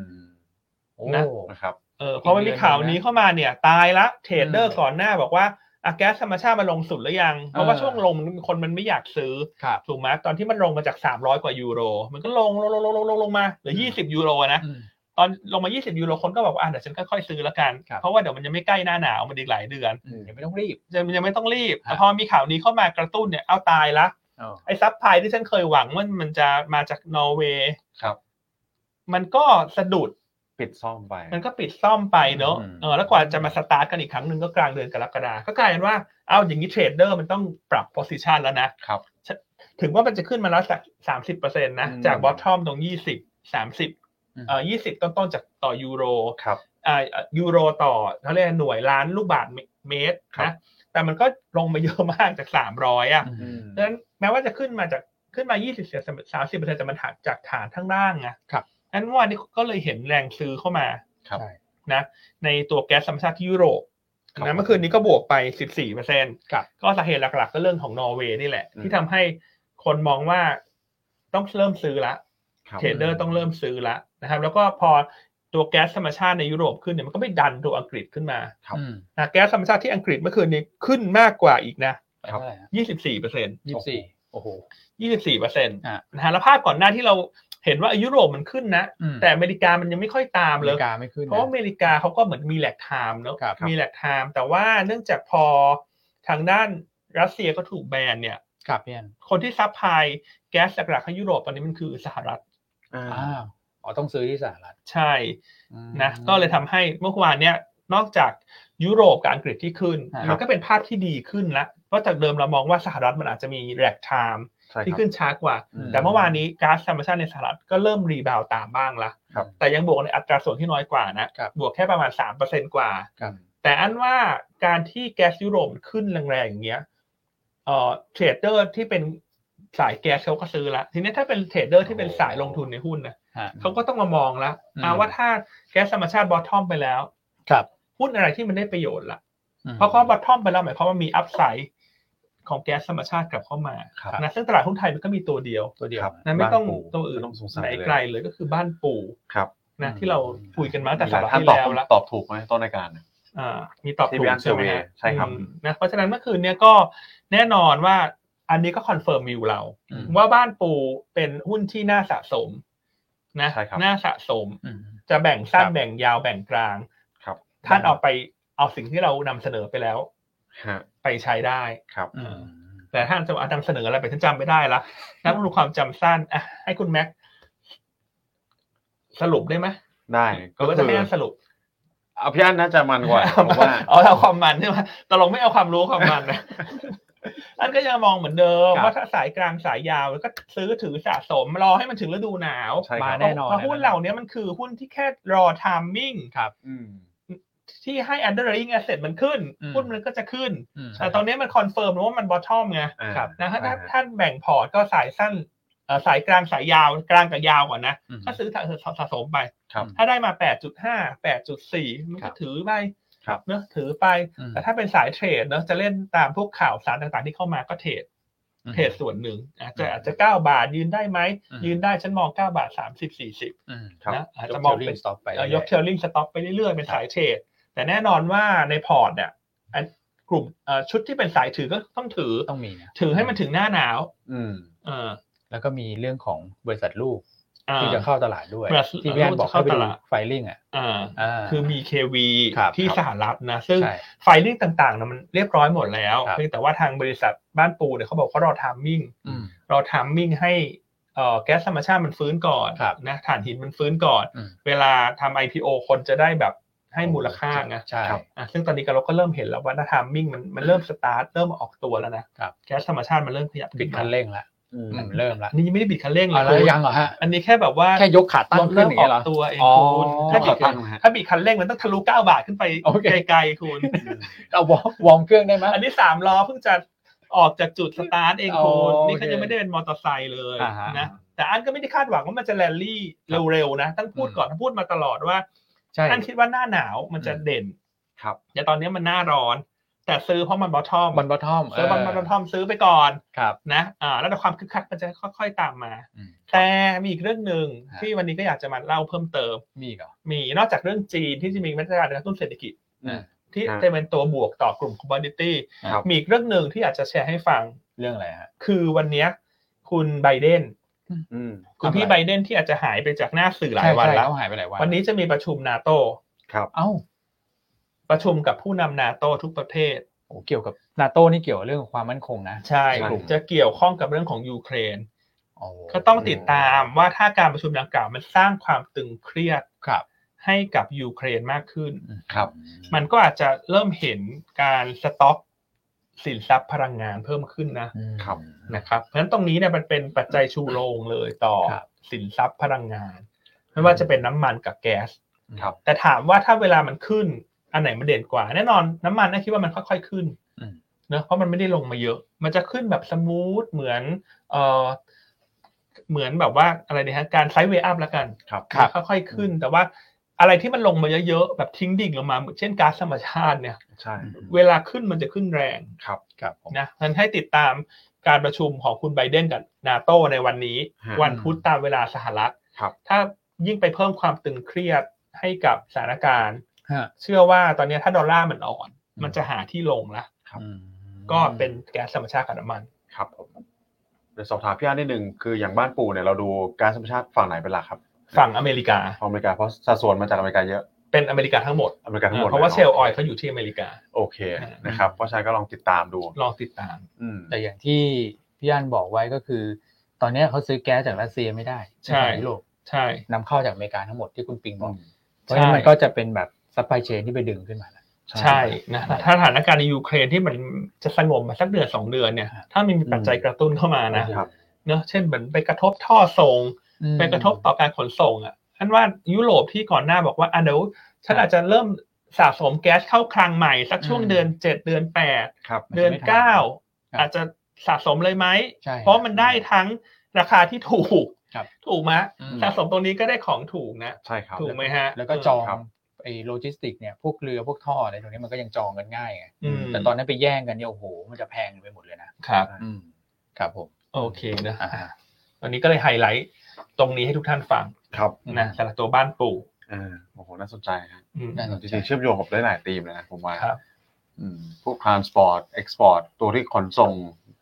S3: โอ้
S1: นะ
S2: นะครับ
S1: เออเพราะว่ามีข่าวนี้เข้ามาเนี่ย ตายละเทรดเดอ
S3: อื
S1: ร์
S3: ม
S1: ก่อนหน้าบอกว่าอะแก๊สธรรมชาติมันลงสุดหรือยัง เพราะว่าช่วงลงคนมันไม่อยากซื้อ
S3: ครับ
S1: ถูกไหมตอนที่มันลงมาจาก 300 กว่ายูโร มันก็ลงลงลงลงลงลงลงมาเหลือ
S3: อืม
S1: 20 ยูโรนะ
S3: อืม
S1: ตอนลงมา 20 ยูโรคนก็บอกว่าอ่ะเดี๋ยวฉันค่อยๆซื้อละกัน
S3: ครับ
S1: เพราะว่าเดี๋ยวมันยังไม่ใกล้หน้าหนาวมันอีกหลายเดือน
S3: อืมยังไม่ต้องรีบ
S1: ยังยังไม่ต้องรีบแต่
S3: ฮะ
S1: พอมีข่าวนี้เข้ามากระตุ้นเนี่ยเอาตายละ
S3: เออ
S1: ไอ้ซัพพลายที่ฉันเคยหวังว่ามันจะมาจากนอร์เวย์
S2: ครับ
S1: มันก็สะดุด
S2: ปิดซ่อมไป
S1: มันก็ปิดซ่อมไปเนอะ
S2: อืม
S1: เออแล้วกว่าจะมาสตาร์ทกันอีกครั้งหนึ่งก็กลางเดือนกรกฎาก็กลายเป็นว่าเอาอย่างนี้เทรดเดอร์มันต้องปรับโพซิชันแล้วนะ
S2: ครับ
S1: ถึงว่ามันจะขึ้นมาแล้วสักสามสิบเปอร์เซ็นต์นะ
S2: อืม
S1: จากบอททอมตรงยี่สิบสามสิบ
S3: อืม
S1: เอ่อยี่สิบต้นๆจากต่อยูโร
S2: ครับ
S1: อ่ายูโรต่อเขาเรียกหน่วยล้านลูกบาทเมตร
S2: ครับ
S1: นะแต่มันก็ลงมาเยอะมากจากสามร้อยอ่ะ
S3: อืม
S1: ดังนั้นแม้ว่าจะขึ้นมาจากขึ้นมา 20เสียสามสิบเปอร์เซ็นต์แต่มันหักจากฐานข้างล่างไง
S3: ครับ
S1: นั้นเมื่อวานนี้ก็เลยเห็นแรงซื้อเข้ามา
S2: ครับ
S3: ใช่
S1: นะในตัวแก๊สธรรมชาติที่ยุโรป
S2: ครับ
S1: นะเมื่อคืนนี้ก็บวกไป 14เปอร์เซ็นต์
S3: ครับ
S1: ก็สาเหตุหลักๆ ก็เรื่องของนอร์เวย์นี่แหละ
S2: อืม
S1: ที่ทำให้คนมองว่าต้องเริ่มซื้อละ
S2: ครับ
S1: เทรดเดอร์ต้องเริ่มซื้อละนะครับ แล้วก็พอตัวแก๊สธรรมชาติในยุโรปขึ้นเนี่ยมันก็ไปดันตัวอังกฤษขึ้นมา
S3: อืม
S1: นะแก๊สธรรมชาติที่อังกฤษเมื่อคืนนี้ขึ้นมากกว่าอีกนะ
S3: ไปเท่าไหร่ฮะ
S1: 24เปอร์เซ็นต์
S3: ยี่สิบสี่โอ้โห
S1: ยี่สิบสี่เปอร์เซ็นต์
S3: อ่ะ
S1: นะฮะแล้วภาพก่อนหน้าที่เราเห็นว่ายุโรปมันขึ้นนะ
S3: อืม
S1: แต่อเมริกามันยังไม่ค่อยตาม
S3: อ
S1: เล
S3: เม
S1: ย
S3: ริกาไม่ขึ้นน
S1: เพราะว่าอเมริกาเขาก็เหมือนมีแหลกไทม์เนอะ
S3: ครับ
S1: มีแหลกไทม์แต่ว่าเนื่องจากพอทางด้านรัสเซียก็ถูกแบนเนี่ย
S3: ครับพี่แอน
S1: คนที่ซัพพลายแก๊สหลักๆให้ยุโรปตอนนี้มันคือสหรัฐ
S2: อ่า
S3: อ้าวอ๋อต้องซื้อที่สหรัฐ
S1: ใช่
S3: อืม
S1: นะก็เลยทำให้เมื่อวานเนี้ยนอกจากยุโรปกับอังกฤษที่ขึ้น
S3: ครับ
S1: มันก็เป็นภาพที่ดีขึ้นละเพราะจากเดิมเรามองว่าสหรัฐมันอาจจะมีแรกไทม์
S2: ใช่ค
S1: ที่
S2: รับ
S1: ขึ้นช้ากว่า
S3: อืม
S1: แต่เมื่อวานนี้ก๊าซธรรมชาติในสหรัฐก็เริ่มรีบาวด์ตามบ้างละ
S2: ครับ
S1: แต่ยังบวกในอัตราส่วนที่น้อยกว่านะ
S3: ครับ
S1: บวกแค่ประมาณ 3%กว่า
S3: ครับ
S1: แต่อันว่าการที่แก๊สยุโรปขึ้นแรงๆอย่างเงี้ยเอ่อเทรดเดอร์ที่เป็นสายแก๊สเขาก็ซื้อละ ทีนี้ถ้าเป็นเทรดเดอร์ที่เป็นสายลงทุนในหุ้นนะ
S3: ฮะ
S1: เขาก็ต้องมามองละ
S3: อืม
S1: อ่ะว่าถ้าแก๊สธรรมชาติบอททอมไปแล้ว
S3: ครับ
S1: หุ้นอะไรที่มันได้ประโยชน์ละ
S3: อืม
S1: เพราะเขาบอททอมไปแล้วหมายความว่ามีอัพไซด์ของแก๊สธรรมชาติกลับเข้ามา
S2: ครับ
S1: นะซึ่งตลาดหุ้นไทยมันก็มีตัวเดียว
S3: ตัวเดียว
S2: ครับ
S1: นะไม่ต้อง
S2: บ้านปู่
S1: ตัวอื่น
S2: ไม่ต้องสงสัย
S1: ไหน
S2: เลย
S1: ไกลเลยก็คือบ้านปู่
S2: ครับ
S1: นะ
S3: อืม
S1: ที่เราคุยกันมาตั้งแต่
S2: ห
S1: สัป
S2: ลาย
S1: ดาห์
S2: ท่าน
S1: ที่
S2: ตอบ
S1: แล้วละ
S2: ตอบถูกไหมต้นรายการเนี่ย
S1: อ่ามีตอบ
S2: ที่
S1: ถู
S2: ไป
S1: ก
S2: อ่าน
S1: ใช่ไหม
S2: survey
S1: ฮะ
S2: ใช่ครับ
S1: อืมนะเพราะฉะนั้นเมื่อคืนเนี่ยก็แน่นอนว่าอันนี้ก็คอนเฟิร์มวิวเรา
S3: อืม
S1: ว่าบ้านปู่เป็นหุ้นที่น่าสะสมนะ
S2: ใช่ครับ
S1: น่าสะสม
S3: อืม
S1: จะแบ่งสั้น
S2: ครับ
S1: แบ่งยาวแบ่งกลาง
S2: ครับ
S1: ท่านเอาไปเอาสิ่งที่เรานำเสนอไปแล้ว
S2: ฮะ
S1: ไปใช้ได้
S2: ครับ
S3: อืม
S1: แต่ท่านจะเอานำเสนออะไรไปฉันจำไม่ได้ละนักลงทุนความจำสั้นอ่ะให้คุณแม็กซ์สรุปได้ไหม
S2: ได้
S1: ก็
S2: ก็
S1: จะ
S2: คือ
S1: ไม่นั่นสรุป
S2: เอาพี่อันน่าจะมันกว่า เพราะว่า
S1: เอาเอาความมันใช่ไหมตกลงไม่เอาความรู้ความมันนะ อันก็ยังมองเหมือนเดิม
S2: ครับ
S1: ว่าถ้าสายกลางสายยาวแล้วก็ซื้อถือสะสมรอให้มันถึงฤดูหนาว
S2: ใช่ค
S3: มา
S2: รับ
S3: แน่นอน
S1: เพราะหุ้นเหล่านี้มันคือหุ้นที่แค่รอ timing
S2: อืม
S1: ที่ให้ underlying asset มันขึ้น
S3: อืม
S1: หุ้นมันก็จะขึ้น
S3: อืม
S1: แต่ตอนนี้มันคอนเฟิร์มว่ามัน bottom ไง
S2: อ่า
S1: ครับนะถ้าถ้า
S2: อ่า
S1: ท่านแบ่งพอร์ตก็สายสั้นเอ่อสายกลางสายยาวกลางกับยาวก่อนนะ
S3: อืม
S1: ก็ซื้อสะสะสะสมไป
S2: ครับ
S1: ถ้าได้มา 8.5 8.4 มัน
S3: ครั
S1: ก็
S3: บ
S1: ถือไป
S2: ครับ
S1: เนอะถือไป
S3: อืม
S1: แต่ถ้าเป็นสายเทรดเนอะจะเล่นตามพวกข่าวสารต่างๆที่เข้ามาก็เทรด
S3: อืม
S1: เทรดส่วนหนึ่ง อาจจะ
S3: อืม
S1: อาจจะ 9 บาทยืนได้ไหม
S3: อืม
S1: ยืนได้ฉันมอง 9 บาท 30 40
S3: อืม
S2: ครับ
S1: นะอาจ
S3: ยก
S1: จะ
S3: เท
S1: มอง
S3: ลลิ่
S1: เป็
S3: ง
S1: น
S3: สต็อกไป
S1: เอ่อยกเท
S3: รื่
S1: ลลิ่งสต็อปไปเรื่อยๆ เป็นสายเทรด แต่แน่นอนว่าในพอร์ตเนี่ยอันกลุ่มเอ่อชุดที่เป็นสายถือก็ต้องถือ
S3: ๆต้องมีนะ
S1: ถือให้มันถึงหน้าหนาว
S2: อืม
S1: เออ
S3: แล้วก็มีเรื่องของบริษัทลูก
S1: เอ่อ
S3: ที่จะเข้าตลาดด้วย
S1: บริษัท
S3: ที่พี่แอนบอกให้ไป
S1: ลูกจะเข้าต
S3: ดู
S1: ลาด
S3: ไฟลิ่งอ่ะ
S1: เอ่อ
S3: อ่า
S1: คือ BKV
S3: ครับ
S1: ที่
S3: ครับ
S1: สหรัฐนะซึ่ง
S3: ใช่
S1: ไฟลิ่งต่างๆนะมันเรียบร้อยหมดแล้ว
S3: ครับ
S1: เพียงแต่ว่าทางบริษัทบ้านปูเนี่ยเขาบอกเขารอทามมิ่ง
S3: อืม
S1: รอทามมิ่งให้เอ่อแก๊สธรรมชาติมันฟื้นก่อน
S3: ครับ
S1: นะถ่านหินมันฟื้นก่อน
S3: อืม
S1: เวลาทำ IPO คนจะได้แบบให้มูลค่าไง
S3: ใช่
S2: ครับ
S1: อ่ะซึ่งตอนนี้ก็เราก็เริ่มเห็นแล้วว่าทามมิ่งมันมันเริ่มสตาร์ทเริ่มออกตัวแล้วนะครับ แก๊สธรรมชาติมันเริ่มขยับ
S3: บิดคันเร่งละ
S2: อืม
S3: อืมเริ่มละ
S1: นี่ยังไม่ได้บิดคันเร่งเล
S3: เอา
S1: ย
S3: แล้ว
S1: คุณ
S3: ยังเหรอฮะ
S1: อันนี้แค่แบบว่า
S3: แค่ยกขาตั้งขึ้
S1: เริ่
S3: น
S1: ม
S3: อย่าง
S1: ออก
S3: เงี้ยเหรอ
S1: ตัวเอง
S3: อ๋อ
S1: คุณถ้าบิด
S2: ตั้งนะฮะ
S1: ถ้าบิดคันเร่งมันต้องทะลุเก้าบาทขึ้นไป
S3: โอเค
S1: ไกลๆคุณ
S3: เอาวอร์มวอร์มเครื่องได้ไหม
S1: อันนี้สามล้อเพิ่งจะออกจากจุดสตาร์ทเอง
S3: อ๋อ
S1: คุณนี่
S3: โอเค
S1: ก็ยังไม่ได้เป็นมอเตอร์ไซค์เลย
S3: อ่าฮะ
S1: นะแต่อันก็ไม่ได้คาดหวังว่ามันจะแรลลี่เร็วๆนะตั้งพูด
S3: อืม
S1: ก่อนพูดมาตลอดว่า
S3: ใช่
S1: ท่านคิดว่าหน้าหนาวมันจะ
S3: อืม
S1: เด่น
S2: ครับ
S1: แต่ตอนนี้มันหน้าร้อน แต่ซื้อเพราะมันบอททอม
S3: บอลบอททอม
S1: ซื้อบอลบอททอมซื้อไปก่อน
S3: ครับ
S1: นะอ่าแล้วแต่ความคึกคักมันจะค่อยๆตามมา
S3: อืม
S1: แต่มีอีกเรื่องหนึ่ง
S3: ฮะ
S1: ที่วันนี้ก็อยากจะมาเล่าเพิ่มเติม
S3: มีอีกเหรอ
S1: มีนอกจากเรื่องจีนที่จะมีมาตรการกระตุ้นเศรษฐกิจ
S3: อืม
S1: ที่
S2: ฮะ
S1: จะเป็นตัวบวกต่อกลุ่มคอมมอดิตี้
S2: ครับ
S1: มีอีกเรื่องหนึ่งที่อยากจะแชร์ให้ฟัง
S3: เรื่องอะไรฮะ
S1: คือวันเนี้ยคุณไบเดน
S2: อืม
S1: คุณพี่
S3: ทำอะไร
S1: ไบเดนที่อาจจะหายไปจากหน้าสื่อหลาย
S3: ใช่
S1: วัน
S3: ใช่
S1: แล้ว
S3: เขาหายไปหลายวัน
S1: วันนี้จะมีประชุมนาโต
S2: ครับ
S3: เอ้า
S1: ประชุมกับผู้นำนาโตทุกประเทศ
S3: โอ้เกี่ยวกับนาโต้นี่เกี่ยวกับเรื่องของความมั่นคงนะ
S1: ใช่
S2: ใช่
S1: จะเกี่ยวข้องกับเรื่องของยูเครน
S3: โอ้
S1: ก็ต้องติดตามว่าถ้าการประชุมดังกล่าวมันสร้างความตึงเครียด
S3: ครับ
S1: ให้กับยูเครนมากขึ้น
S2: ครับ
S1: มันก็อาจจะเริ่มเห็นการสต็อกสินทรัพย์พลังงานเพิ่มขึ้นนะ
S3: อืม
S2: ครับ
S1: นะครับเพราะฉะนั้นตรงนี้เนี่ยมันเป็นปัจจัยชูโรงเลยต่อ
S3: ครับ
S1: สินทรัพย์พลังงาน ไม่ว่าจะเป็นน้ำมันกับแก๊ส
S2: ครับ
S1: แต่ถามว่าถ้าเวลามันขึ้น อันไหนมันเด่นกว่า แน่นอนน้ำมันน่าคิดว่ามันค่อยๆขึ้น
S3: อืม
S1: เนอะเพราะมันไม่ได้ลงมาเยอะ มันจะขึ้นแบบสมูทเหมือนเออเหมือนแบบว่าอะไรนะฮะการไซด์เวย์อัพแล้วกัน
S2: ครับ
S3: ครับ
S1: ค่อยๆขึ้น แต่ว่าอะไรที่มันลงมาเยอะๆแบบทิ้งดิ่งลงมาเหมือนเช่นก๊าซธรรมชาติเนี่ย
S2: ใช่
S1: เวลาขึ้นมันจะขึ้นแรง
S2: ครับ
S3: ครับผม
S1: นะงั้นให้ติดตามการประชุมของคุณไบเดนกับนาโตในวันนี้
S2: ฮะ
S1: วันพุธตามเวลาสหรัฐ
S2: ครับ
S1: ถ้ายิ่งไปเพิ่มความตึงเครียดให้กับสถานการณ์
S3: ฮะ
S1: เชื่อว่าตอนนี้ถ้าดอลลาร์มันอ่อน
S3: อืม
S1: มันจะหาที่ลงละ
S2: ครับ
S3: อืม
S1: ก็เป็นแก๊สธรรมชาติกับน้ำมัน
S2: ครับผมเดี๋ยวสอบถามพี่อันนิดหนึ่งคืออย่างบ้านปู่เนี่ยเราดูการธรรมชาติฝั่งไหนเป็นหลักครับ
S1: ฝั่งอเมริกา
S2: ฝั่งอเมริกาเพราะสัดส่วนมาจากอเมริกาเยอะ
S1: เป็นอเมริกาทั้งหมด
S2: อเมริกาทั้งหมด
S1: เพราะว่า
S2: ลย
S1: เชลล์ออยล์เขาอยู่ที่อเมริกา
S2: โอเคนะครับเพราะฉะนั้นก็ลองติดตามดู
S1: ลองติดตาม
S2: อืม
S3: แต่อย่างที่ พี่อันบอกไว้ก็คือ ตอนเนี้ยเขาซื้อแก๊สจากรัสเซียไม่ได้
S1: ใช่
S3: นยุโรป
S1: ใช่
S3: นำเข้าจากอเมริกาทั้งหมดที่คุณปิงบอกเพ
S1: ใช่
S3: ราะฉะนั้นมันก็จะเป็นแบบซัพพลายเชนที่ไปดึงขึ้นมาแล้ว
S1: ใช่นะถ้าสถานการณ์ในยูเครนที่มันจะสงบมาสักเดือนสองเดือนเนี่ย ถ้ามันมีปัจจัยกระตุ้นเข้ามานะ
S2: ครั บ
S1: เนอะเช่นเหมือนไปกระทบท่อส่ง ไปกระทบต่อการขนส่งอ่ะอันว่ายุโรปที่ก่อนหน้าบอกว่าอ่ะเดี๋ยวฉันอาจจะเริ่มสะสมแก๊สเข้าคลังใหม่ สักช่วง
S3: อืม
S1: เดือนเจ็ดเดือนแปด
S2: ครับ
S1: เดือน
S3: ไม่ทัน
S1: เก้า
S3: ครับ
S1: อาจจะสะสมเลยไหม
S3: ใช่
S1: เพราะมันได้ทั้งราคาที่ถูก
S3: ครับ
S1: ถูกไหม
S3: อืม
S1: สะสมตรงนี้ก็ได้ของถูกนะ
S2: ใช่ครับ
S1: ถูกไหมฮะ
S3: แล้วก็จอง
S2: ครับ
S3: ไอ้โลจิสติกเนี่ยพวกเรือพวกท่ออะไรตรงนี้มันก็ยังจองกันง่ายไง
S1: อืม
S3: แต่ตอนนั้นไปแย่งกันเนี่ยโอ้โหมันจะแพงไปหมดเลยนะครับ
S2: ใช่
S3: ครับผม
S1: โอเคนะ
S3: อ่าฮะ
S1: วันนี้ก็เลยไฮไลท์ตรงนี้ให้ทุกท่านฟัง
S2: ครับ
S1: นะสำหรับตัวบ้านปู่
S2: อ่าโอ้โหน่าสนใจครับ
S1: อืม
S3: น่าสน
S2: จ
S3: ใจ
S2: ริงๆเชื่อมโยงกับได้หลายธีมเลยนะผมว่า
S1: ครับ
S2: อืมพวก transport export ตัวที่ขนส่ง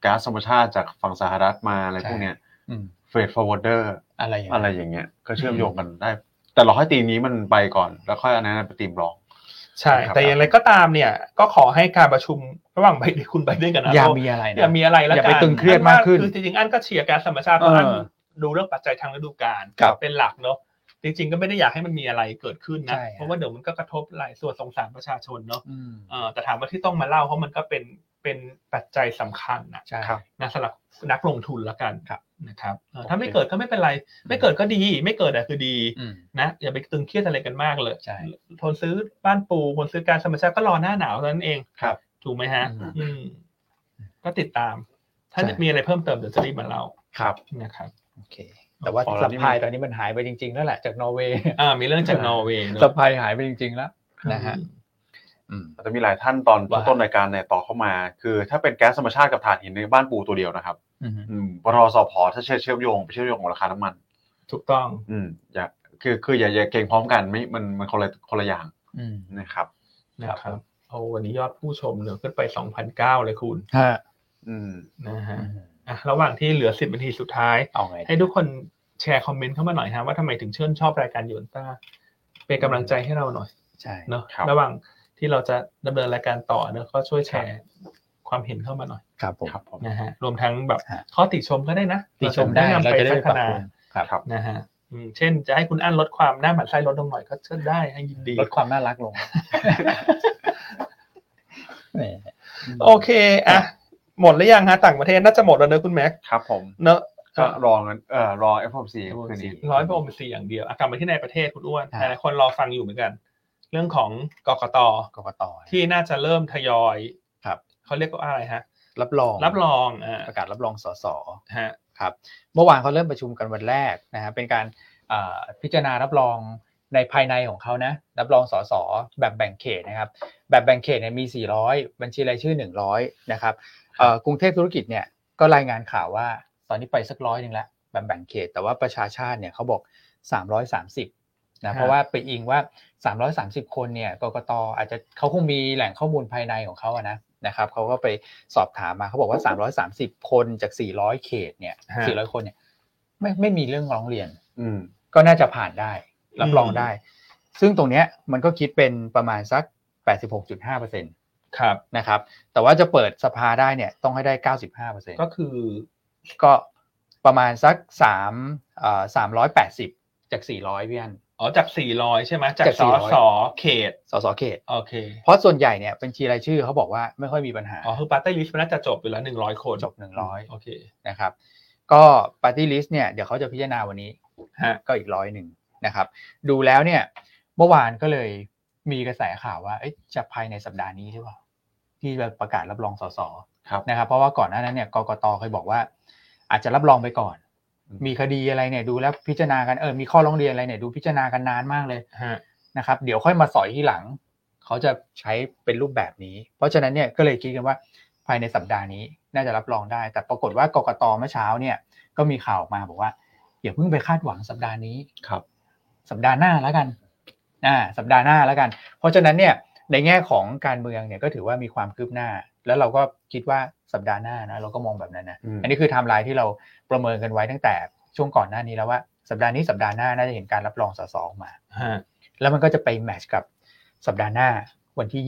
S2: ก๊าซธรรมชาติจากฝั่งสหรัฐมาอะไรพวกเนี้ย
S3: อืม
S2: freight forwarder
S3: อะไรอย่างเงี้ย
S2: อะไรอย่างเงี้ย ก็เชื่อมโยงกันได้ แต่เราให้ธีมนี้มันไปก่อน แล้วค่อยเอันนั้นไปธีมรอง
S1: ใช่
S2: ครับ
S1: แต่อย่างไรก็ตามเนี่ย ก็ขอให้การประชุมระหว่างไบเดนคุณไบเดนกับนา
S3: อย่า
S1: โต
S3: มีอะไรนะ
S1: อย่ามีอะไรแล้ว
S3: อย่า
S1: กั
S3: ไป
S1: น
S3: ตึงเครียดมากขึ้น
S1: คือจริงๆอันก็เชียร์แก๊สธรรมชาติเพราะ
S3: เอออั
S1: อันดูเรื่องปัจจัยทางฤดูกาล
S3: ครับ
S1: เป็นหลักเนาะจริงๆก็ไม่ได้อยากให้มันมีอะไรเกิดขึ้นนะ
S3: ใช่ฮะ
S1: เพราะว่าเดี๋ยวมันก็กระทบหลายส่วนสงสารประชาชนเนาะ
S3: อืม
S1: เออแต่ถามว่าที่ต้องมาเล่าเพราะมันก็เป็นเป็นปัจจัยสำคัญนะ
S3: ใช่
S2: ครับ
S1: นะสำหรับนักลงทุนละกัน
S3: ครับ
S1: นะครับเออ
S3: โอเค
S1: ถ้าไม่เกิดก็ไม่เป็นไร ไม่เกิดก็ดี ไม่เกิดอะคือดี
S3: อืม
S1: นะอย่าไปตึงเครียดอะไรกันมากเลย
S3: ใช่
S1: คนซื้อบ้านปูคนซื้อการธรรมชาติก็รอหน้าหนาวเท่านั้นเอง
S3: ครับ
S1: ถูกไหมฮะ
S3: อืม
S1: อืมก็ติดตาม ถ้า
S3: ใช่
S1: มีอะไรเพิ่มเติมเดี๋ยวจะรีบมาเล่า
S3: ครับ
S1: นะครับ
S3: โอเค แต่ว่า
S2: อ๋อแล้ว
S3: สัพ
S2: นี่มัน
S3: พลายตอนนี้มันหายไปจริง ๆ แล้วแหละจากนอร์เวย์
S1: อ่า มีเรื่องจากนอร์เวย์เนอะ
S3: สัพพลายหายไปจริง ๆ แล้วนะฮะอืม
S2: แต่มีหลายท่านตอน
S3: ว่า
S2: ต้นรายการเนี่ยต่อเข้ามา คือถ้าเป็นแก๊สธรรมชาติกับถ่านหินในบ้านปูตัวเดียวนะครับ
S3: อืม
S2: อืมปตทสพถ้าเชื่อเชื่อมโยงไปเชื่อมโยงกับราคาน้ำมัน
S1: ถูกต้อง
S2: อืมอย่าคือคืออย่าอย่าเก่งพร้อมกันไม่มันมันคนละคนละอย่าง
S3: อืม
S2: นะครับ
S1: นะครับ ครับ เอาวันนี้ยอดผู้ชมเหนือขึ้นไป 2,009เลยคุณ
S3: ฮะ
S2: อืม
S1: นะฮะอ่ะระหว่างที่เหลือ 10นาทีสุดท้าย
S3: เอาไงดี
S1: ให้ทุกคนแชร์คอมเมนต์เข้ามาหน่อยฮะว่าทำไมถึงเชื่นชอบรายการโยนต้า เป็นกำลังใจให้เราหน่อย
S3: ใช่
S1: เนอะ
S2: ครับ
S1: ระหว่างที่เราจะดำเนินรายการต่อเนอะก็ช่วยแชร์ความเห็นเข้ามาหน่อย
S3: ครับผม
S2: ครับผม
S1: นะฮะรวมทั้งแบบ
S3: ฮะ
S1: ข้อติชมก็ได้นะ
S3: ติชมได้
S1: เรา
S3: เรา
S1: จะ
S3: จะ
S1: ได้นำ
S3: ได้
S1: ไป
S3: ไป
S1: พั
S3: ป
S1: ฒ
S3: รับ
S1: นา
S3: ปรุงครับ
S2: ครับ
S1: นะฮะอืมเช่นจะให้คุณอั้นลดความหน้าหมันไส้ลดลงหน่อยก็เชิญได้ให้ยินดี
S3: ลดความน่ารักลงแหม
S1: โอเคอ่ะหมดหรือยังฮะต่างประเทศน่าจะหมดแล้วเนอะคุณแม็ก
S2: ครับผม
S1: เนอะ
S2: ก็รอกันเอ่อรอ FOMC คืนนี้
S1: ร้อยพระองค์สี่อย่างเดียวอ่ะกลับมาที่ในประเทศคุณอ้วน
S3: ครับ
S1: หลายๆคนรอฟังอยู่เหมือนกัน เรื่องของกกต
S3: กกต
S1: ที่น่าจะเริ่มทยอย
S3: ครับ
S1: เขาเรียกว่าอะไรฮะ
S3: รับรอง
S1: รับรองอ่า
S3: ประกาศรับรองสส
S1: ฮะ
S3: ครับเมื่อวานเขาเริ่มประชุมกันวันแรกนะฮะเป็นการเอ่อพิจารณารับรองในภายในของเขานะรับรองสสแบบแบ่งเขตนะครับแบบแบ่งเขตเนี่ยมี 400 บัญชีรายชื่อ 100นะครับเอ่อกรุงเทพธุรกิจเนี่ยก็รายงานข่าวว่าตอนนี้ไปสักร้อยหนึ่งแล้วแบบแบ่งเขต แต่ว่าประชาชาติเนี่ยเขาบอก 330
S1: ครั
S3: นะ
S1: บ
S3: เพราะว่าไปอิงว่า 330 คนเนี่ยกกตอาจจะเขาคงมีแหล่งข้อมูลภายในของเขาอะนะนะครับเขาก็ไปสอบถามมาเขาบอกว่า 330 คนจาก 400 เขตเนี่ย
S1: ฮะ
S3: 400 คนเนี่ยไม่ไม่มีเรื่องร้องเรียน
S2: อืม
S3: ก็น่าจะผ่านได้ รับรองได้ ซึ่งตรงเนี้ยมันก็คิดเป็นประมาณสัก 86.5%น
S1: ครับ
S3: ะครับแต่ว่าจะเปิดสภาได้เนี่ยต้องให้ได้ 95%
S1: ก็คือ
S3: ก็ประมาณสัก3เอ่อ380 จาก 400พี่อัน
S1: อ๋อจากสี่ร้อยใช่ไหมจาก
S3: จาก
S1: สอ
S3: 400
S1: สอเขต
S3: สสเขต
S1: โอเค
S3: เพราะส่วนใหญ่เนี่ยบัญชีรายชื่อเขาบอกว่าไม่ค่อยมีปัญหา
S1: อ๋อคือปาร์ตี้ลิสต์มันน่าจะจบอยู่แล้วหนึ่งร้อยคน
S3: จบ 100
S1: โอเค
S3: นะครับ ก็ปาร์ตี้ลิสต์เนี่ยเดี๋ยวเขาจะพิจารณาวันนี้
S1: ฮะ
S3: ก็อีกร้อยหนึ่งนะครับ ดูแล้วเนี่ย เมื่อวานก็เลยมีกระแสข่าวว่าเอ๊ะจะภายในสัปดาห์นี้หรือเปล่า ที่จะประกาศรับรองสส
S2: ครับ
S3: นะครับ เพราะว่าก่อนหน้านั้นเนี่ยกกตเคยบอกว่า อาจจะรับรองไปก่อน
S2: อืม
S3: มีคดีอะไรเนี่ย ดูแล้วพิจารณากันเออมีข้อร้องเรียนอะไรเนี่ยดูพิจารณากันนานมากเลย
S1: ฮะ
S3: นะครับ เดี๋ยวค่อยมาสอยทีหลัง เขาจะใช้เป็นรูปแบบนี้ เพราะฉะนั้นเนี่ยก็เลยคิดกันว่าภายในสัปดาห์นี้น่าจะรับรองได้ แต่ปรากฏว่ากกตเมื่อเช้าเนี่ย ก็มีข่าวมาบอกว่าอย่าเพิ่งไปคาดหวังสัปดาห์นี้
S2: ครับ
S3: สัปดาห์หน้าแล้วกันอ่าสัปดาห์หน้าแล้วกัน เพราะฉะนั้นเนี่ย ในแง่ของการเมืองเนี่ยก็ถือว่ามีความคืบหน้า แล้วเราก็คิดว่าสัปดาห์หน้านะเราก็มองแบบนั้นนะ
S2: อืม
S3: อันนี้คือไทม์ไลน์ที่เราประเมินกันไว้ตั้งแต่ช่วงก่อนหน้านี้แล้วว่าสัปดาห์นี้สัปดาห์หน้าน่าจะเห็นการรับรองสสออกมา
S1: ฮะ
S3: แล้วมันก็จะไปแมทช์กับสัปดาห์หน้าวันที่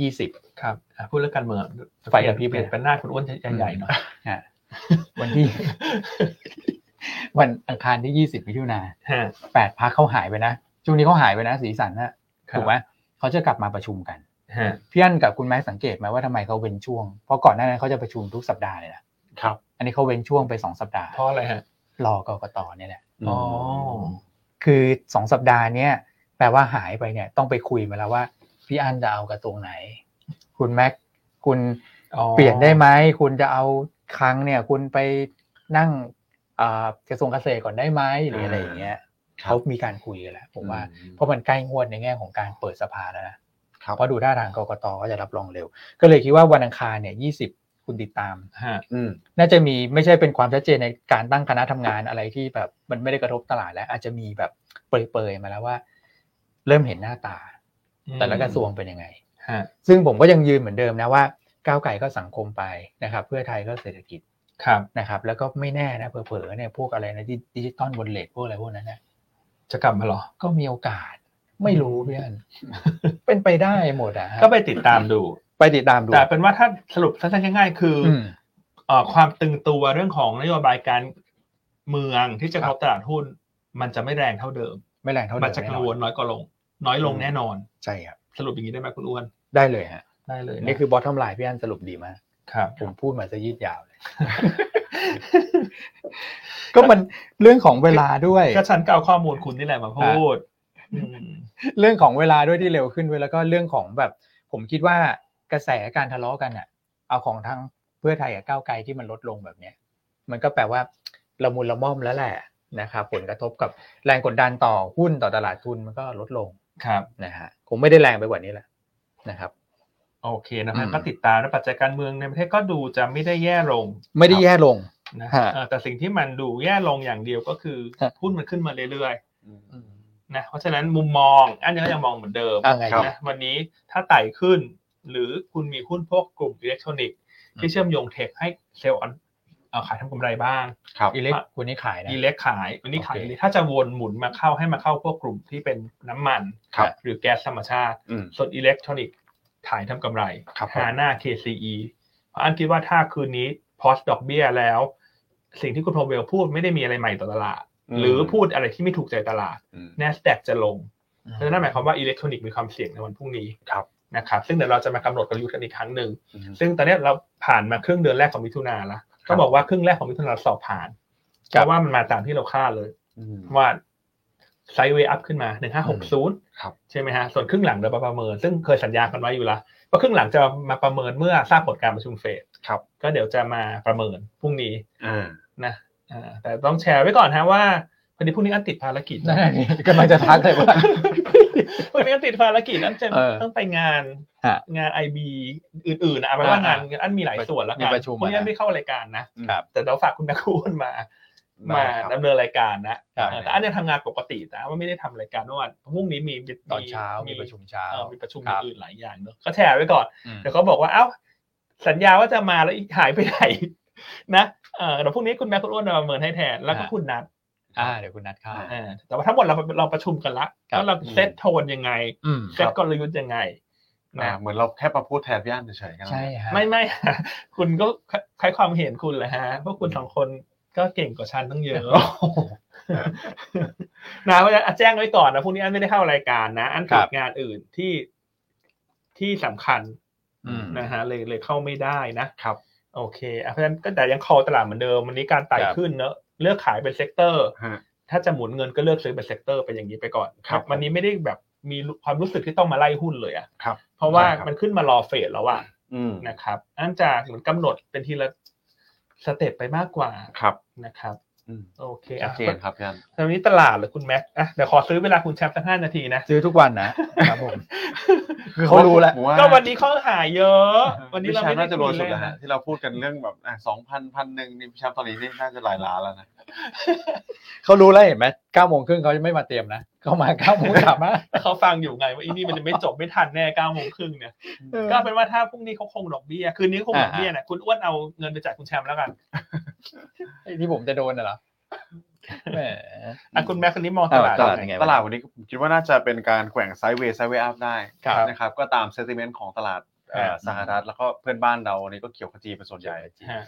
S1: ครับอ่ะพูดเรื่องการเมือง
S3: ไฟกระพริบ
S1: เปลี่ยน
S3: เลย
S1: เป็นหน้าคุณอ้วนใหญ่ๆหน่อย
S3: ฮะ วันที่ วันอังคารที่ยี่สิบมิถุนา
S1: ฮะ
S3: แปดพักเขาหายไปนะช่วงนี้เขาหายไปนะ สีสันนะครับ ถูกไหมเขาจะกลับมาประชุมกัน
S1: ฮะ
S3: พี่อั้นกับคุณแม่สังเกตไหมว่าทำไมเขาเว้นช่วงเพราะก่อนหน้านั้นเขาจะประชุมทุกสัปดาห์เลยนะครับ อันนี้เขาเว้นช่วงไปสองสัปดาห์
S1: เพราะอะไรฮะ
S3: รอกกตเนี่ยแหละ
S2: อ๋อ
S3: คือสองสัปดาห์เนี้ยแปลว่าหายไปเนี่ยต้องไปคุยมาแล้วว่า พี่อันจะเอากระทรวงไหน คุณแม็กคุณ
S1: อ๋อ
S3: เปลี่ยนได้ไหมคุณจะเอาครั้งเนี่ย คุณไปนั่งอ่ากระทรวงเกษตรก่อนได้ไหมหรืออะไรอย่างเงี้ย
S2: ครับ
S3: เขามีการคุยกันแล้วผมว่าเพราะมันใกล้งวดในแง่ของการเปิดสภาแล้วนะครับ เพราะดูท่าทางกกตก็จะรับรองเร็ว ก็เลยคิดว่าวันอังคารเนี่ยยี่สิบคุณติดตาม
S1: ฮะ
S2: อืม
S3: น่าจะมีไม่ใช่เป็นความชัดเจนในการตั้งคณะทำงานอะไรที่แบบมันไม่ได้กระทบตลาดแล้ว อาจจะมีแบบเปรยๆมาแล้วว่า เริ่มเห็นหน้าตา แต่ละกระทรวงเป็นยังไง
S1: ฮะ
S3: ซึ่งผมก็ยังยืนเหมือนเดิมนะว่าก้าวไกลก็สังคมไปนะครับ เพื่อไทยก็เศรษฐกิจ
S1: ครับ
S3: นะครับ แล้วก็ไม่แน่นะเผลอๆเนี่ยพวกอะไรนะที่ดิจิตอลบนเลทพวกอะไรพวกนั้นนะ
S1: จะกลับมาเหรอ
S3: ก็มีโอกาส ไม่รู้เพื่อน เป็นไปได้หมด อะฮะ
S1: ก็ไปติดตามดู
S3: ไปติดตามดู
S1: แต่เป็นว่าถ้าสรุปสั้นๆง่ายๆ คืออ
S3: อืม
S1: เอ่อความตึงตัวเรื่องของนโยบายการเมืองที่จะกระทบ
S3: ครับ
S1: ตลาดหุ้น มันจะไม่แรงเท่าเดิม
S3: ไม่แรงเท่าเดิม
S1: มันจะกังวลน้อยกว่าลง น้อยลงแน่นอน
S3: ใช่ครับ
S1: สรุปอย่างนี้ได้ไหมคุณอ้วน
S3: ได้เลยฮะ
S1: ได้เลยะ
S3: นี่คือบอททอมไลน์พี่อันสรุปดีมาก
S1: ครับ
S3: ผมพูดมาจะยืดยาว เลย ก็มันเรื่องของเวลาด้วย
S1: ก็ฉันก็เอาข้อมูลคุณนี่แหละมาพูดอืม
S3: เรื่องของเวลาด้วยที่เร็วขึ้นด้วยแล้วก็เรื่องของแบบ ผมคิดว่ากระแสการทะเลาะกันอ่ะ เอาของทั้งเพื่อไทยกับก้าวไกลที่มันลดลงแบบเนี้ย มันก็แปลว่าละมุนละม่อมแล้วแหละนะครับผลกระทบกับแรงกดดันต่อหุ้นต่อตลาดทุนมันก็ลดลง
S1: ครับ
S3: นะฮะคงไม่ได้แรงไปกว่านี้แหละนะครับ
S1: โอเคนะครับ
S3: อืม
S1: ก็ติดตามและปัจจัยการเมืองในประเทศก็ดูจะไม่ได้แย่ลง
S3: ไม่ได้แย่ลง
S1: นะ
S3: ฮะ
S1: เอ่อแต่สิ่งที่มันดูแย่ลงอย่างเดียวก็คือ
S3: ฮะ
S1: หุ้นมันขึ้นมาเรื่อย
S3: อืม
S1: ๆนะเพราะฉะนั้นมุมมองอันนี้ก็ยังมองเหมือนเดิม
S3: อ่ะไงครับ
S1: นะวันนี้ถ้าไต่ขึ้น หรือคุณมีหุ้นพวกกลุ่มอิเล็กทรอนิกส์
S3: อืม
S1: ที่เชื่อมโยงเทคให้เซลล์อันเอาขายทำกำไรบ้าง
S2: ครับ
S3: อิเล็กควรนี้ขายนะ
S1: อิเล็กขายวันนี้ขาย
S3: โอเค
S1: ถ้าจะวนหมุนมาเข้าให้มาเข้าพวกกลุ่มที่เป็นน้ำมัน
S2: ครับ
S1: หรือแก๊สธรรมชาติ
S2: อืม
S1: ส่วนอิเล็กทรอนิกส์ขายทำกำไร
S2: ครับผม
S1: ฮาน่า KCE เพราะอันคิดว่าถ้าคืนนี้พอสดอกเบี้ยแล้ว สิ่งที่คุณโทเวลพูดไม่ได้มีอะไรใหม่ต่อตลาด หรือพูดอะไรที่ไม่ถูกใจตลาด
S2: อืม
S1: n a s d a q จะลงนั่นหมายความว่าอิเล็กทรอนิกส์มีความเสี่ยงในวันพรุ่งนี้
S2: ครับ
S1: นะครับซึ่งเดี๋ยวเราจะมากำหนดกลยุทธ์กันอีกครั้งหนึ่ง
S2: อืม
S1: ซึ่งตอนเนี้ยเราผ่านมาครึ่งเดือนแรกของมิถุนาแล้ว
S2: ครับ
S1: ก็บอกว่าครึ่งแรกของมิถุนาเราสอบผ่าน
S3: ครั
S1: เพ
S3: บ
S1: ราะว่ามันมาตามที่เราคาดเลย
S2: อืม
S1: ว่าไซด์เวย์อัพขึ้นมาหนึ่งห้าหกศูนย์
S2: ครับ
S1: ใช่ไหมฮะ ส่วนครึ่งหลังเรามาประเมิน ซึ่งเคยสัญญากันไว้อยู่และว่าครึ่งหลังจะมาประเมินเมื่อทราบผลการประชุมเฟด
S2: ครับ
S1: ก็เดี๋ยวจะมาประเมินพรุ่งนี้
S2: อ่า
S1: นะอ่าแต่ต้องแชร์ไว้ก่อนฮะว่าพอดีพรุ่งนี้อันติดภารกิจ
S3: นั่นน่ะดิกำลังจะทักเลย ว่า
S1: พรุ่งนี้อันติดภารกิจอันจะ
S3: เออ
S1: ต้องไปงาน
S3: ฮะ
S1: งานไอบีอื่นๆนะเอาเป็นว่างานอันมีหลายส่วนแล้วกั
S3: มี
S1: น
S3: ประชุม
S1: พรุ่งนี้
S3: อะ
S1: อั
S3: นะ
S1: นไม่เข้ารายการนะ
S2: ครับ
S1: แต่เราฝากคุณแม่คุณมา มา
S2: ได้ครับ
S1: ดำเนินรายการนะครับ เออแต่อันยังทำงานปกติแต่ว่าไม่ได้ทำรายการเมื่อวานพรุ่งนี้มีมี
S3: ตอนเช้ามีประชุมเช้า
S1: เออมีประชุม
S3: ครับ
S1: อื่นๆหลายอย่างเนอะก็แชร์ไว้ก่อน
S3: อืม
S1: เดี๋ยวเขาบอกว่าเอ้าสัญญาว่าจะมาแล้วอีกหายไปไหน นะเออเดี๋ยวพรุ่งนี้คุณแม่คุณอ้วนมาประเมินให้แทนแล้วก็
S3: ฮะ
S1: คุณนัด
S3: อ่าเดี๋ยวคุณนัดเข้า
S1: เออแต่ว่าทั้งหมดเราเราประชุมกันละ
S3: ครับ
S1: ว่าเราเซตโทนยังไง
S3: อืม
S1: เซตกลยุทธ์ยังไง
S2: อ่า
S1: นะ
S2: เหมือนเราแค่มาพูดแทนพี่อั้นเฉยๆกันนะ
S3: ใช่ฮะ
S1: ไม่ ไม่ คุณก็คล้ายความเห็นคุณแหละฮะพวกคุณสองคนก็เก่งกว่าฉันตั้งเยอะ
S3: โอ้โห
S1: นะเพราะฉะนั้นอ่ะแจ้งไว้ก่อนนะพรุ่งนี้อันไม่ได้เข้ารายการนะ อันติ
S3: ครั
S1: ด
S3: บ
S1: งานอื่นที่ที่สำคัญ
S3: อืม
S1: นะฮะเลยเลยเข้าไม่ได้นะ
S2: ครับ
S1: โอเคอ่ะเพราะฉะนั้นก็แต่ยังคอตลาดเหมือนเดิม วันนี้การไต่
S3: ครับ
S1: ขึ้นเนอะเลือกขายเป็นเซกเตอร์
S2: ฮะ
S1: ถ้าจะหมุนเงินก็เลือกซื้อเป็นเซกเตอร์ไปอย่างนี้ไปก่อน
S2: ครับ
S1: วันนี้ไม่ได้แบบมีความรู้สึกที่ต้องมาไล่หุ้นเลยอะ
S2: ครับ
S1: เพราะว่า
S2: ใช่ครับ
S1: มันขึ้นมารอเฟดแล้วอะ
S2: อืม
S1: นะครับอันจะเหมือนกำหนดเป็นทีละสเต็ปไปมากกว่า
S2: ครับ
S1: นะครับ
S2: อืม
S1: โอเค
S2: ชั
S1: อ่ะ
S2: ดเจนครับพี่อั้น
S1: ตอนนี้ตลาดเหรือคุณแม็กซ์อ่ะเดี๋ยวขอซื้อเวลาคุณแชมป์สักห้านาที นะ
S3: ซื้อทุกวันนะ ครับผม คือเขารู้แล้ว
S1: ก็วันนี้ข้อหาเยอะ วันนี้
S2: พี่
S1: เรา
S2: แชม
S1: ไม่ได้
S2: ป์น่าจะรวยสุดแล้ว
S1: คุ
S2: ฮะที่เราพูดกันเรื่องแบบสองพันพันหนึ่งนี่พี่แชมป์ตอนนี้นี่น่าจะหลายล้านแล้วนะ
S3: เขารู้แล้วเห็นไหมเก้าโมงครึ่งเขาไม่มาเตรียมนะเขามาเก้าโมงสามห้า
S1: แล้วเขาฟังอยู่ไงว่าอีนี่มันจะไม่จบไม่ทันแน่เก้าโมงครึ่งเนี่ย ก็เป็นว่าถ้าพรุ่งนี้เขาคงดอกเบี้ย คืนนี้เขาคงดอกเบี้ยนะคุณอ้วนเอาเงินไปจ่ายคุณแชมป์แล้วกัน
S3: ไอ้ที่ผมจะโดนน่ะเหรอแหม
S1: อ่ะคุณแม็กซ์คนนี้มองตลาด
S3: เออตลาด
S1: ยั
S3: ไง
S1: ไง
S3: วะ
S2: ตลาดวันนี้ผมคิดว่าน่าจะเป็นการแกว่งไซด์เวย์ไซด์เวย์อัพได้
S3: ครับ
S2: นะครับ ก็ตามเซติเมนต์ของตลาดเอ่
S1: ค
S2: อ
S1: รับ
S2: สหรัฐแล้วก็เพื่อนบ้านเราวันนี้ก็เกี่ยวกับจีนเป็นส่วนใหญ่
S1: ฮะ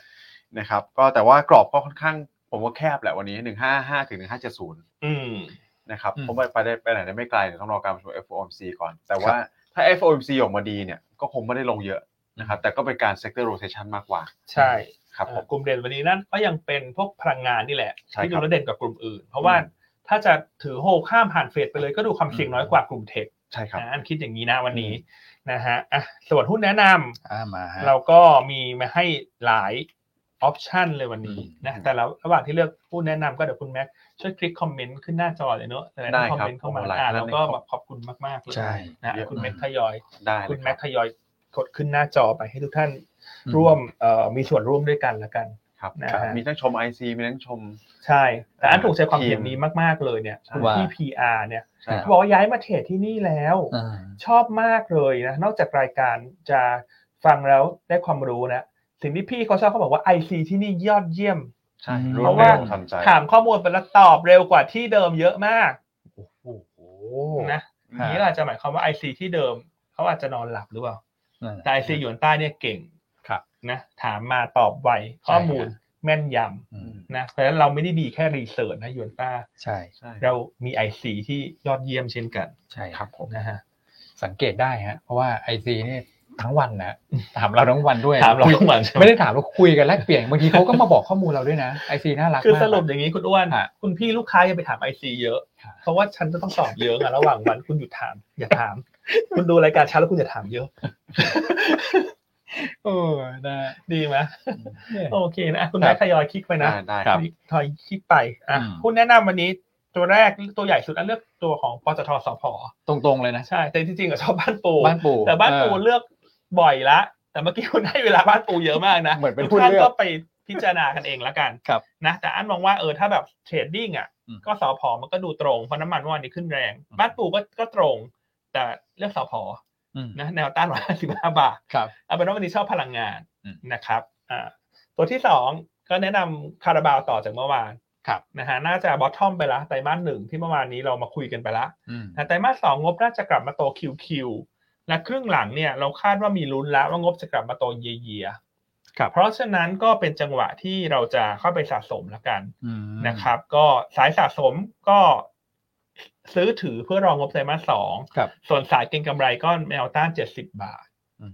S2: นะครับก็แต่ว่ากรอบก็ค่อนข้าง ผมว่าแคบแหละวันนี้ 155ถึง1570
S1: อืม
S2: นะครับ
S3: อืม
S2: ผมว่าไปได้ไปไหนได้ไม่ไกลเดี๋ยวต้องรอการประชุม FOMC ก่อน แต่ว่าถ้า FOMC ออกมาดีเนี่ยก็คงไม่ได้ลงเยอะนะครับแต่ก็เป็นการ sector rotation มากกว่า
S1: ใช่
S2: ครับผม
S1: เอ่อกลุ่มเด่นวันนี้นั่นก็ยังเป็นพวกพลังงานนี่แหละ
S2: ใช่
S1: ที่
S2: ค
S1: ดู
S2: รับ
S1: แล้วเด่นกว่ากลุ่มอื่น เพราะว่า
S2: อืม
S1: ถ้าจะถือโฮกข้ามผ่านเฟดไปเลยก็ดูความเสี่ยงน้อยกว่ากลุ่มเทค
S2: ใช่ครับ
S1: นะอันคิดอย่างนี้นะวันนี้นะฮะอ่ะส่วนหุ้นแนะนำ
S3: อ่ามาฮะ
S1: เราก็มีมาให้หลายออปชันเลยวันนี้นะ
S2: อืม
S1: แต่แล้วระหว่างที่เลือกหุ้นแนะนำก็เดี๋ยวคุณแม็กช่วยคลิกคอมเมนต์ขึ้นหน้าจอเลยเนอะหลายๆท่านคอมเมนต์เข้ามาอ่านแล้วก็แบบขอบคุณมากๆเลย
S3: ใช่
S1: นะคุณแม็กทยอย
S2: ได้เล
S1: คุ
S2: ย
S1: ณ
S2: ค
S1: แม็
S2: รับ
S1: กทยอยกดขึ้นหน้าจอไปให้ทุกท่าน
S3: อืม
S1: ร่วมเอ่อมีส่วนร่วมด้วยกันละกัน
S2: ครับ
S1: นะฮะ
S2: มีทั้งชม IC มีทั้งชม
S1: ใช่ แต่อันถูกใจความ
S2: ทีม
S1: เห็นนี้มาก ๆ เลยเนี่ย
S2: ใช่
S1: ที่ PR เนี่ย
S2: ใช่ค
S1: เขา
S2: รับ
S1: บอกว่าย้ายมาเทรดที่นี่แล้ว
S3: อ่า
S1: ชอบมากเลยนะ นอกจากรายการจะฟังแล้วได้ความรู้นะ สิ่งที่พี่เขาชอบเขาบอกว่า IC ที่นี่ยอดเยี่ยม
S2: ใช่
S3: เพ
S2: รู้
S3: ราะ
S2: เร็
S3: ว่า
S2: วทันใจ
S1: ถามข้อมูลไปแล้วตอบเร็วกว่าที่เดิมเยอะมาก
S3: โอ้โห
S1: นะ
S3: ฮะ
S1: นี้ก็อาจจะหมายความว่า IC ที่เดิมเขาอาจจะนอนหลับหรือเปล่า
S3: นั่นแหละ
S1: แต่ IC หยวนต้าเนี่ยเก่ง
S3: ครับ
S1: นะถามมาตอบไวข้อมูล
S3: ใช่ครับ
S1: แม่นย
S3: อืม
S1: ำนะเพราะฉะนั้นเราไม่ได้ดีแค่รีเสิร์ชนะหยวนต้า
S3: ใช่
S2: ใช่
S1: เรามี IC ที่ยอดเยี่ยมเช่นกัน
S3: ใช่
S2: ครับผม
S1: นะฮะ
S3: สังเกตได้ฮะ เพราะว่าไอซีนี่ทั้งวันนะ ถามเราทั้งวันด้วย
S1: ถามเราทั้งวันใช่ไหม
S3: ไม่ได้ถามเราคุยกันแลกเปลี่ยนบางทีเขาก็มาบอกข้อมูลเราด้วยนะไอซีน่ารักมาก
S1: คือสรุปอย่างนี้คุณอ้วน
S3: ฮะ
S1: คุณพี่ลูกค้าอย่าไปถาม IC เยอะ
S3: ครับ
S1: เพราะว่าฉันจะต้องสอบเยอะอะระหว่างวันคุณหยุดถาม อย่าถาม คุณดูรายการช้าแล้วคุณอย่าถามเยอะ
S3: เออนะฮะ
S1: ดีไหม
S3: เนี่ย
S1: โอเคนะอ่ะคุณแม่ทยอยคลิกไปนะ
S2: ได้ได้
S3: ครับ
S1: ทอยคลิกไปอ่ะ
S3: อืม
S1: หุ้นแนะนำวันนี้ตัวแรกตัวใหญ่สุดอันเลือกตัวของปตทสพ
S3: ตรงๆเลยนะ
S1: ใช่แต่จริงๆก็ชอบบ้านปู
S3: บ้านปู่
S1: แต่บ้านปู
S3: เออ
S1: เลือกบ่อยละ แต่เมื่อกี้คุณให้เวลาบ้านปูเยอะมากนะ
S3: เหมือนเป็น
S1: ทุกท่าน
S3: ผู้เลือก
S1: ก็ไปพิจารณากันเองละกัน
S3: ครับ
S1: นะแต่อันมองว่าเออถ้าแบบเทรดดิ้งอ่ะ
S3: อืม
S1: ก็สอพอมันก็ดูตรงเพราะน้ำมันเมื่อวานนี้ขึ้นแรง
S3: อืม
S1: บ้านปูก็ก็ตรง แต่เลือกสอพอ
S3: อืม
S1: นะแนวต้านร้อยสิบห้าบาท
S3: ครับ
S1: เอาเป็นว่าวันนี้ชอบพลังงาน
S3: อืม
S1: นะครับอ่าตัวที่สองก็แนะนำคาราบาวต่อจากเมื่อวาน
S3: ครับ
S1: นะฮะน่าจะบอททอมไปละไตรมาสหนึ่งที่เมื่อวานนี้เรามาคุยกันไปละ
S3: อืม
S1: นะไตรมาสสองงบน่าจะกลับมาโต QQ และครึ่งหลังเนี่ยเราคาดว่ามีลุ้นแล้วว่างบจะกลับมาโตเยีย
S3: ครับ
S1: ๆเพราะฉะนั้นก็เป็นจังหวะที่เราจะเข้าไปสะสมแล้วกัน
S3: อืม
S1: นะครับ ก็สายสะสมก็ซื้อถือเพื่อรองงบไตรมาสสอง
S3: ครับ
S1: ส่วนสายเก็งกำไรก็แมวต้าน70 บาท
S3: อืม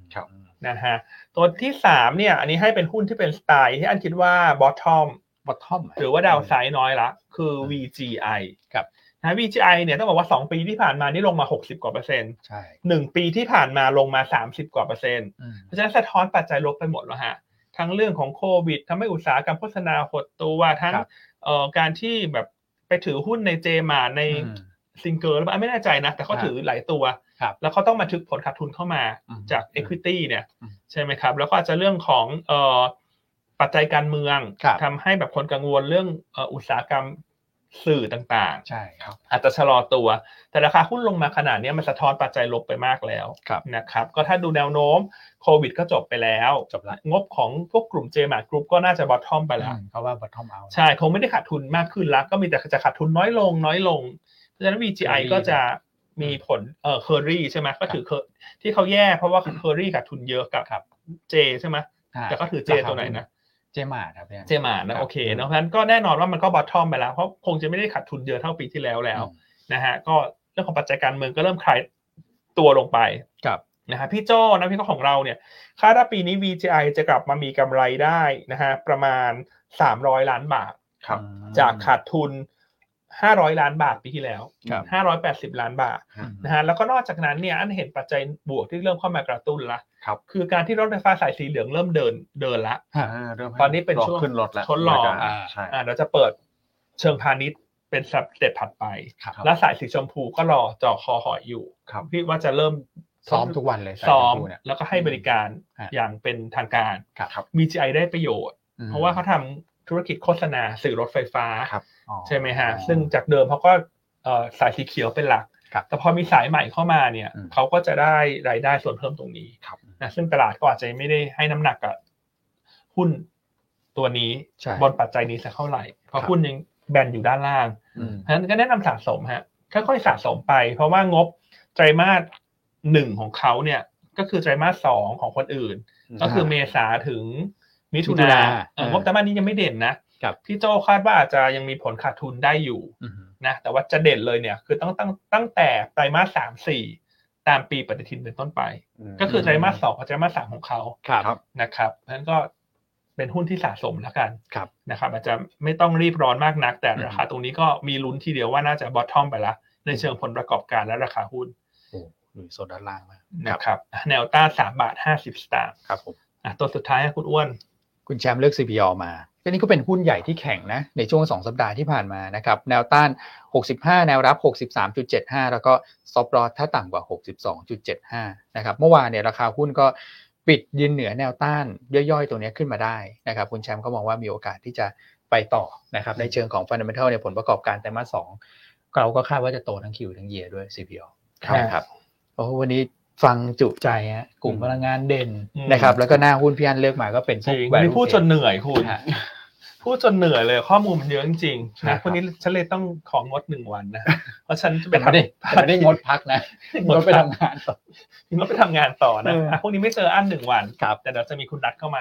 S1: นะฮะตัวที่สามเนี่ยอันนี้ให้เป็นหุ้นที่เป็นสไตล์ที่อันคิดว่าบอททอม
S3: บอททอม
S1: หรือว่าดาวไซด์น้อยละคือ VGI
S3: ครับ
S1: นะ VGI เนี่ยต้องบอกว่า 2 ปีที่ผ่านมานี่ลงมา 60 กว่าเปอร์เซ็นต์
S3: ใช่
S1: หนึ่งปีที่ผ่านมาลงมา 30 กว่าเปอร์เซ็นต์
S3: อืม
S1: เพราะฉะนั้นสะท้อนปัจจัยลบไปหมดแล้วฮะ ทั้งเรื่องของโควิดทำให้อุตสาหกรรมโฆษณาหดตัวทั้ง
S3: ครับ
S1: เอ่อการที่แบบไปถือหุ้นในเจมาใน
S3: อืม
S1: ซิงเกิลหรือเปล่าไม่แน่ใจนะ แต่เขา
S3: ครับ
S1: ถือหลายตัว
S3: ครับ
S1: แล้วเขาต้องมาทึกผลขาดทุนเข้ามา
S3: อืม
S1: จาก Equity เนี่ย
S3: อืม
S1: ใช่ไหมครับ แล้วก็อาจจะเรื่องของเอ่อปัจจัยการเมือง
S3: ครับ
S1: ทำให้แบบคนกังวลเรื่องเอ่ออุตสาหกรรมสื่อต่าง
S3: ใช่ครับ
S1: ๆ อาจจะชะลอตัว แต่ราคาหุ้นลงมาขนาดเนี้ยมันสะท้อนปัจจัยลบไปมากแล้ว
S3: ครับ
S1: นะครับ ก็ถ้าดูแนวโน้มโควิดก็จบไปแล้ว
S3: จบละ
S1: งบของพวกกลุ่ม j m a r t Group ก็น่าจะบอททอมไปแล้ว
S3: อืมเขาว่าบอททอมเอา
S1: ใช่คงไม่ได้ขาดทุนมากขึ้นแล้ว ก็มีแต่จะขาดทุนน้อยลงน้อยลง เพราะฉะนั้น VGI
S3: Curry
S1: ก็จะมีผลเอ่อเคอรี่ใช่ไหมก็ถือ Cur- ที่เขาแย่เพราะว่าเคอรี่ขาดทุนเยอะกับ
S3: ครับ
S1: เจใช่ไหมแต่ก็ถือเจตัวไหนนะ
S3: เจมาร์ทครับเนี่ย
S1: เจมานะโอเค
S3: ครับ
S1: เนอะเพราะฉะนั้นก็แน่นอนว่ามันก็บอททอมไปแล้ว เพราะคงจะไม่ได้ขาดทุนเยอะเท่าปีที่แล้วแล้วนะฮะก็เรื่องของปัจจัยการเมืองก็เริ่มคลายตัวลงไป
S3: กับ
S1: นะฮะพี่โจ้นะพี่ก็ของเราเนี่ยคาดว่าปีนี้ VGI จะกลับมามีกำไรได้นะฮะประมาณ 300 ล้านบาท
S2: ครับ
S3: อืม
S1: จากขาดทุน 500 ล้านบาทปีที่แล้ว
S3: ครับ
S1: 580 ล้านบาท
S2: อืม
S1: นะฮะ แล้วก็นอกจากนั้นเนี่ย อันเห็นปัจจัยบวกที่เริ่มเข้ามากระตุ้นละ
S2: ครับ
S1: คือการที่รถไฟฟ้าสายสีเหลืองเริ่มเดินเดินละ
S3: ฮะ
S2: อ่าเริ่มให้
S1: ตอนนี้เป็น
S2: ลง
S1: ช่วง
S2: ขึ้นรถแล้ว
S1: ทดลอง
S2: บริการ
S3: อ่า
S2: ใช่
S1: อ่าเราจะเปิดเชิงพาณิชย์เป็นสเต็ปถัดไป
S3: ครับ
S1: และสายสีชมพูก็รอเจ่อคอหอยอยู่
S2: ครับ
S1: พี่ว่าจะเริ่ม
S3: ซ้อมทุกวันเลย
S1: ซ้อม
S3: สายชมพูเนี่ย
S1: แล้วก็ให้บริการ
S3: ฮะ
S1: อย่างเป็นทางการ
S3: ครับ
S1: VGI ได้ประโยชน์
S3: อืม
S1: เพราะว่าเขาทำธุรกิจโฆษณาสื่อรถไฟฟ้า
S2: ครับ
S3: อ๋อ
S1: ใช่ไหมฮะ ซึ่งจากเดิมเขาก็เอ่อสายสีเขียวเป็นหลัก
S3: ครับ
S1: แต่พอมีสายใหม่เข้ามาเนี่ย
S3: อืม
S1: เขาก็จะได้รายได้ส่วนเพิ่มตรงนี้
S2: ครับ
S1: นะซึ่งตลาดก็อาจจะไม่ได้ให้น้ำหนักกับหุ้นตัวนี้
S3: ใช่
S1: บนปัจจัยนี้สักเท่าไหร่ เพราะ
S3: ครับ
S1: หุ้นยังแบนอยู่ด้านล่าง
S3: อืม
S1: เพราะฉะนั้นก็แนะนำสะสมฮะค่อยๆสะสมไป เพราะว่างบไตรมาสหนึ่งของเขาเนี่ยก็คือไตรมาสสองของคนอื่น ก็คือเมษาถึง มิถุนา
S3: มิถุนา
S1: เอองบไตรมาสนี้ยังไม่เด่นนะครับ พี่โจคาดว่าอาจจะยังมีผลขาดทุนได้อยู่
S3: อืม
S1: นะแต่ว่าจะเด่นเลยเนี่ย คือต้องตั้งตั้งแต่ไตรมาสสามสี่ตามปีปฏิทินเป็นต้นไป
S2: ม
S1: ก็คือไตรมาสสองกับไตรมาสสามของเขา
S3: ครับ
S2: ครับ
S1: นะครับเพราะฉะนั้นก็เป็นหุ้นที่สะสมแล้วกัน
S3: ครับ
S1: นะครับ อาจจะไม่ต้องรีบร้อนมากนัก แต่
S3: อืม
S1: ราคาตรงนี้ก็มีลุ้นทีเดียวว่าน่าจะบอททอมไปละ ในเชิงผลประกอบการและราคาหุ้น
S3: หรือโซนด้านล่างมาก
S1: นะครับแนวต้าสามบาทห้าสิบสตางค์
S3: ครับผม
S1: อ่ะตัวสุดท้ายคุณอ้วน
S3: คุณแชมป์เลือก CPO มาก็นี่ก็เป็นหุ้นใหญ่ที่แข่งนะ ในช่วง 2 สัปดาห์ที่ผ่านมานะครับ แนวต้าน 65 แนวรับ 63.75 แล้วก็ซอปรอถ้าต่ำกว่า 62.75 นะครับ เมื่อวานเนี่ยราคาหุ้นก็ปิดยืนเหนือแนวต้านย่อยๆ ตัวเนี้ยขึ้นมาได้นะครับ คุณแชมป์ก็มองว่ามีโอกาสที่จะไปต่อนะครับ ในเชิงของ Fundamental ในยผลประกอบการไตรมาส2เราก็คาดว่าจะโตทั้งคิวทั้งเยียด้วย CPO
S1: ครับ
S3: นะครับ โอ้โหวันนี้ฟังจุใจฮะกลุ่มพลังงานเด่น
S1: อืม
S3: นะครับ แล้วก็หน้าหุ้นพี่อันเลือกมาก็เป็นพ
S1: จ
S3: ว
S1: ริ
S3: ก
S1: ง
S3: value
S1: นี่พูดจนเหนื่อยคุณ
S3: ฮะ
S1: พูดจนเหนื่อยเลยข้อมูลมันเยอะจริง
S3: ใช่
S1: ๆนะครับ วันนี้ฉันเลยต้องของงดหนึ่งวันนะ เพราะฉันจะไป
S3: แต่ไม่
S1: ทำ
S3: ได้แต่ไม่ได้งดพักนะงดไปทำงานต่อ
S1: งดไปทำงานต่อนะ
S3: เอออ่
S1: ะพวกนี้ไม่เจออันหนึ่งวัน
S3: ครับ
S1: แต่เดี๋ยวจะมีคุณนัทเข้ามา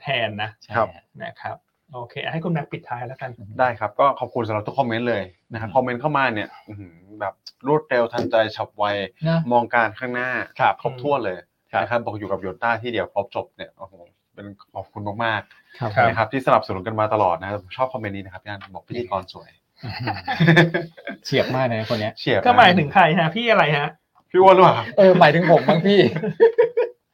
S1: แทนนะ
S2: ครับ
S3: ใช่ฮะ
S1: นะครับโอเค ให้คุณนักปิดท้ายแล้วกัน
S2: ได้ครับ ก็ขอบคุณสำหรับทุกคอมเมนต์เลยนะครับ
S3: อืม
S2: คอมเมนต์เข้ามาเนี่ยอื้อหือแบบรวดเร็วทันใจฉับไว
S3: นะ
S2: มองการข้างหน้า
S3: ครับ
S2: ครบถ้วนเลย
S3: ครับ
S2: นะครับบอกอยู่กับโยต้าที่เดียวครบจบเนี่ยโอ้โหเป็นขอบคุณมาก
S3: ครับ
S1: ครั
S2: ๆนะครับที่สนับสนุนกันมาตลอดนะครับผมชอบคอมเมนต์นี้นะครับพี่อันบอกพิธีกรสวย
S3: เฉียบมากเลยนะคนเนี้ย
S2: เฉียบนะ
S1: ก็หมายถึงใครฮะ พี่อะไรฮะ
S2: พี่อ้วนหรือเปล่าครับ
S3: เออหมายถึงผมบ้างพี่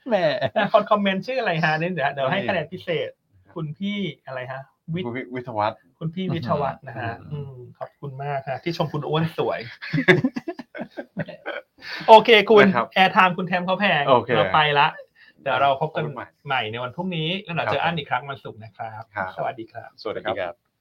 S3: แหม่
S1: นะคนคอมเมนต์ชื่ออะไรฮะนี่เดี๋ยวเดี๋ยวให้คะแนนพิเศษ คุณพี่อะไรฮะ วิทย์
S2: คุณวิทยาวัฒน์
S1: คุณพี่วิทยวัฒน์นะฮะอืมขอบคุณมากฮะที่ชมคุณอ้วนสวย โอเคคุณ
S2: นะครับ
S1: แอร์ไทม์คุณแทมเขาแพง
S2: โอเค
S1: เราไปละ เดี๋ยวเราพบกัน
S2: พบกันใหม่
S1: ใหม่ในวันพรุ่งนี้ แล้วเราเจออันอีกครั้งวันศุกร์นะครับ
S2: ครับ
S1: สวัสดีครับ
S2: สวัสดีครับ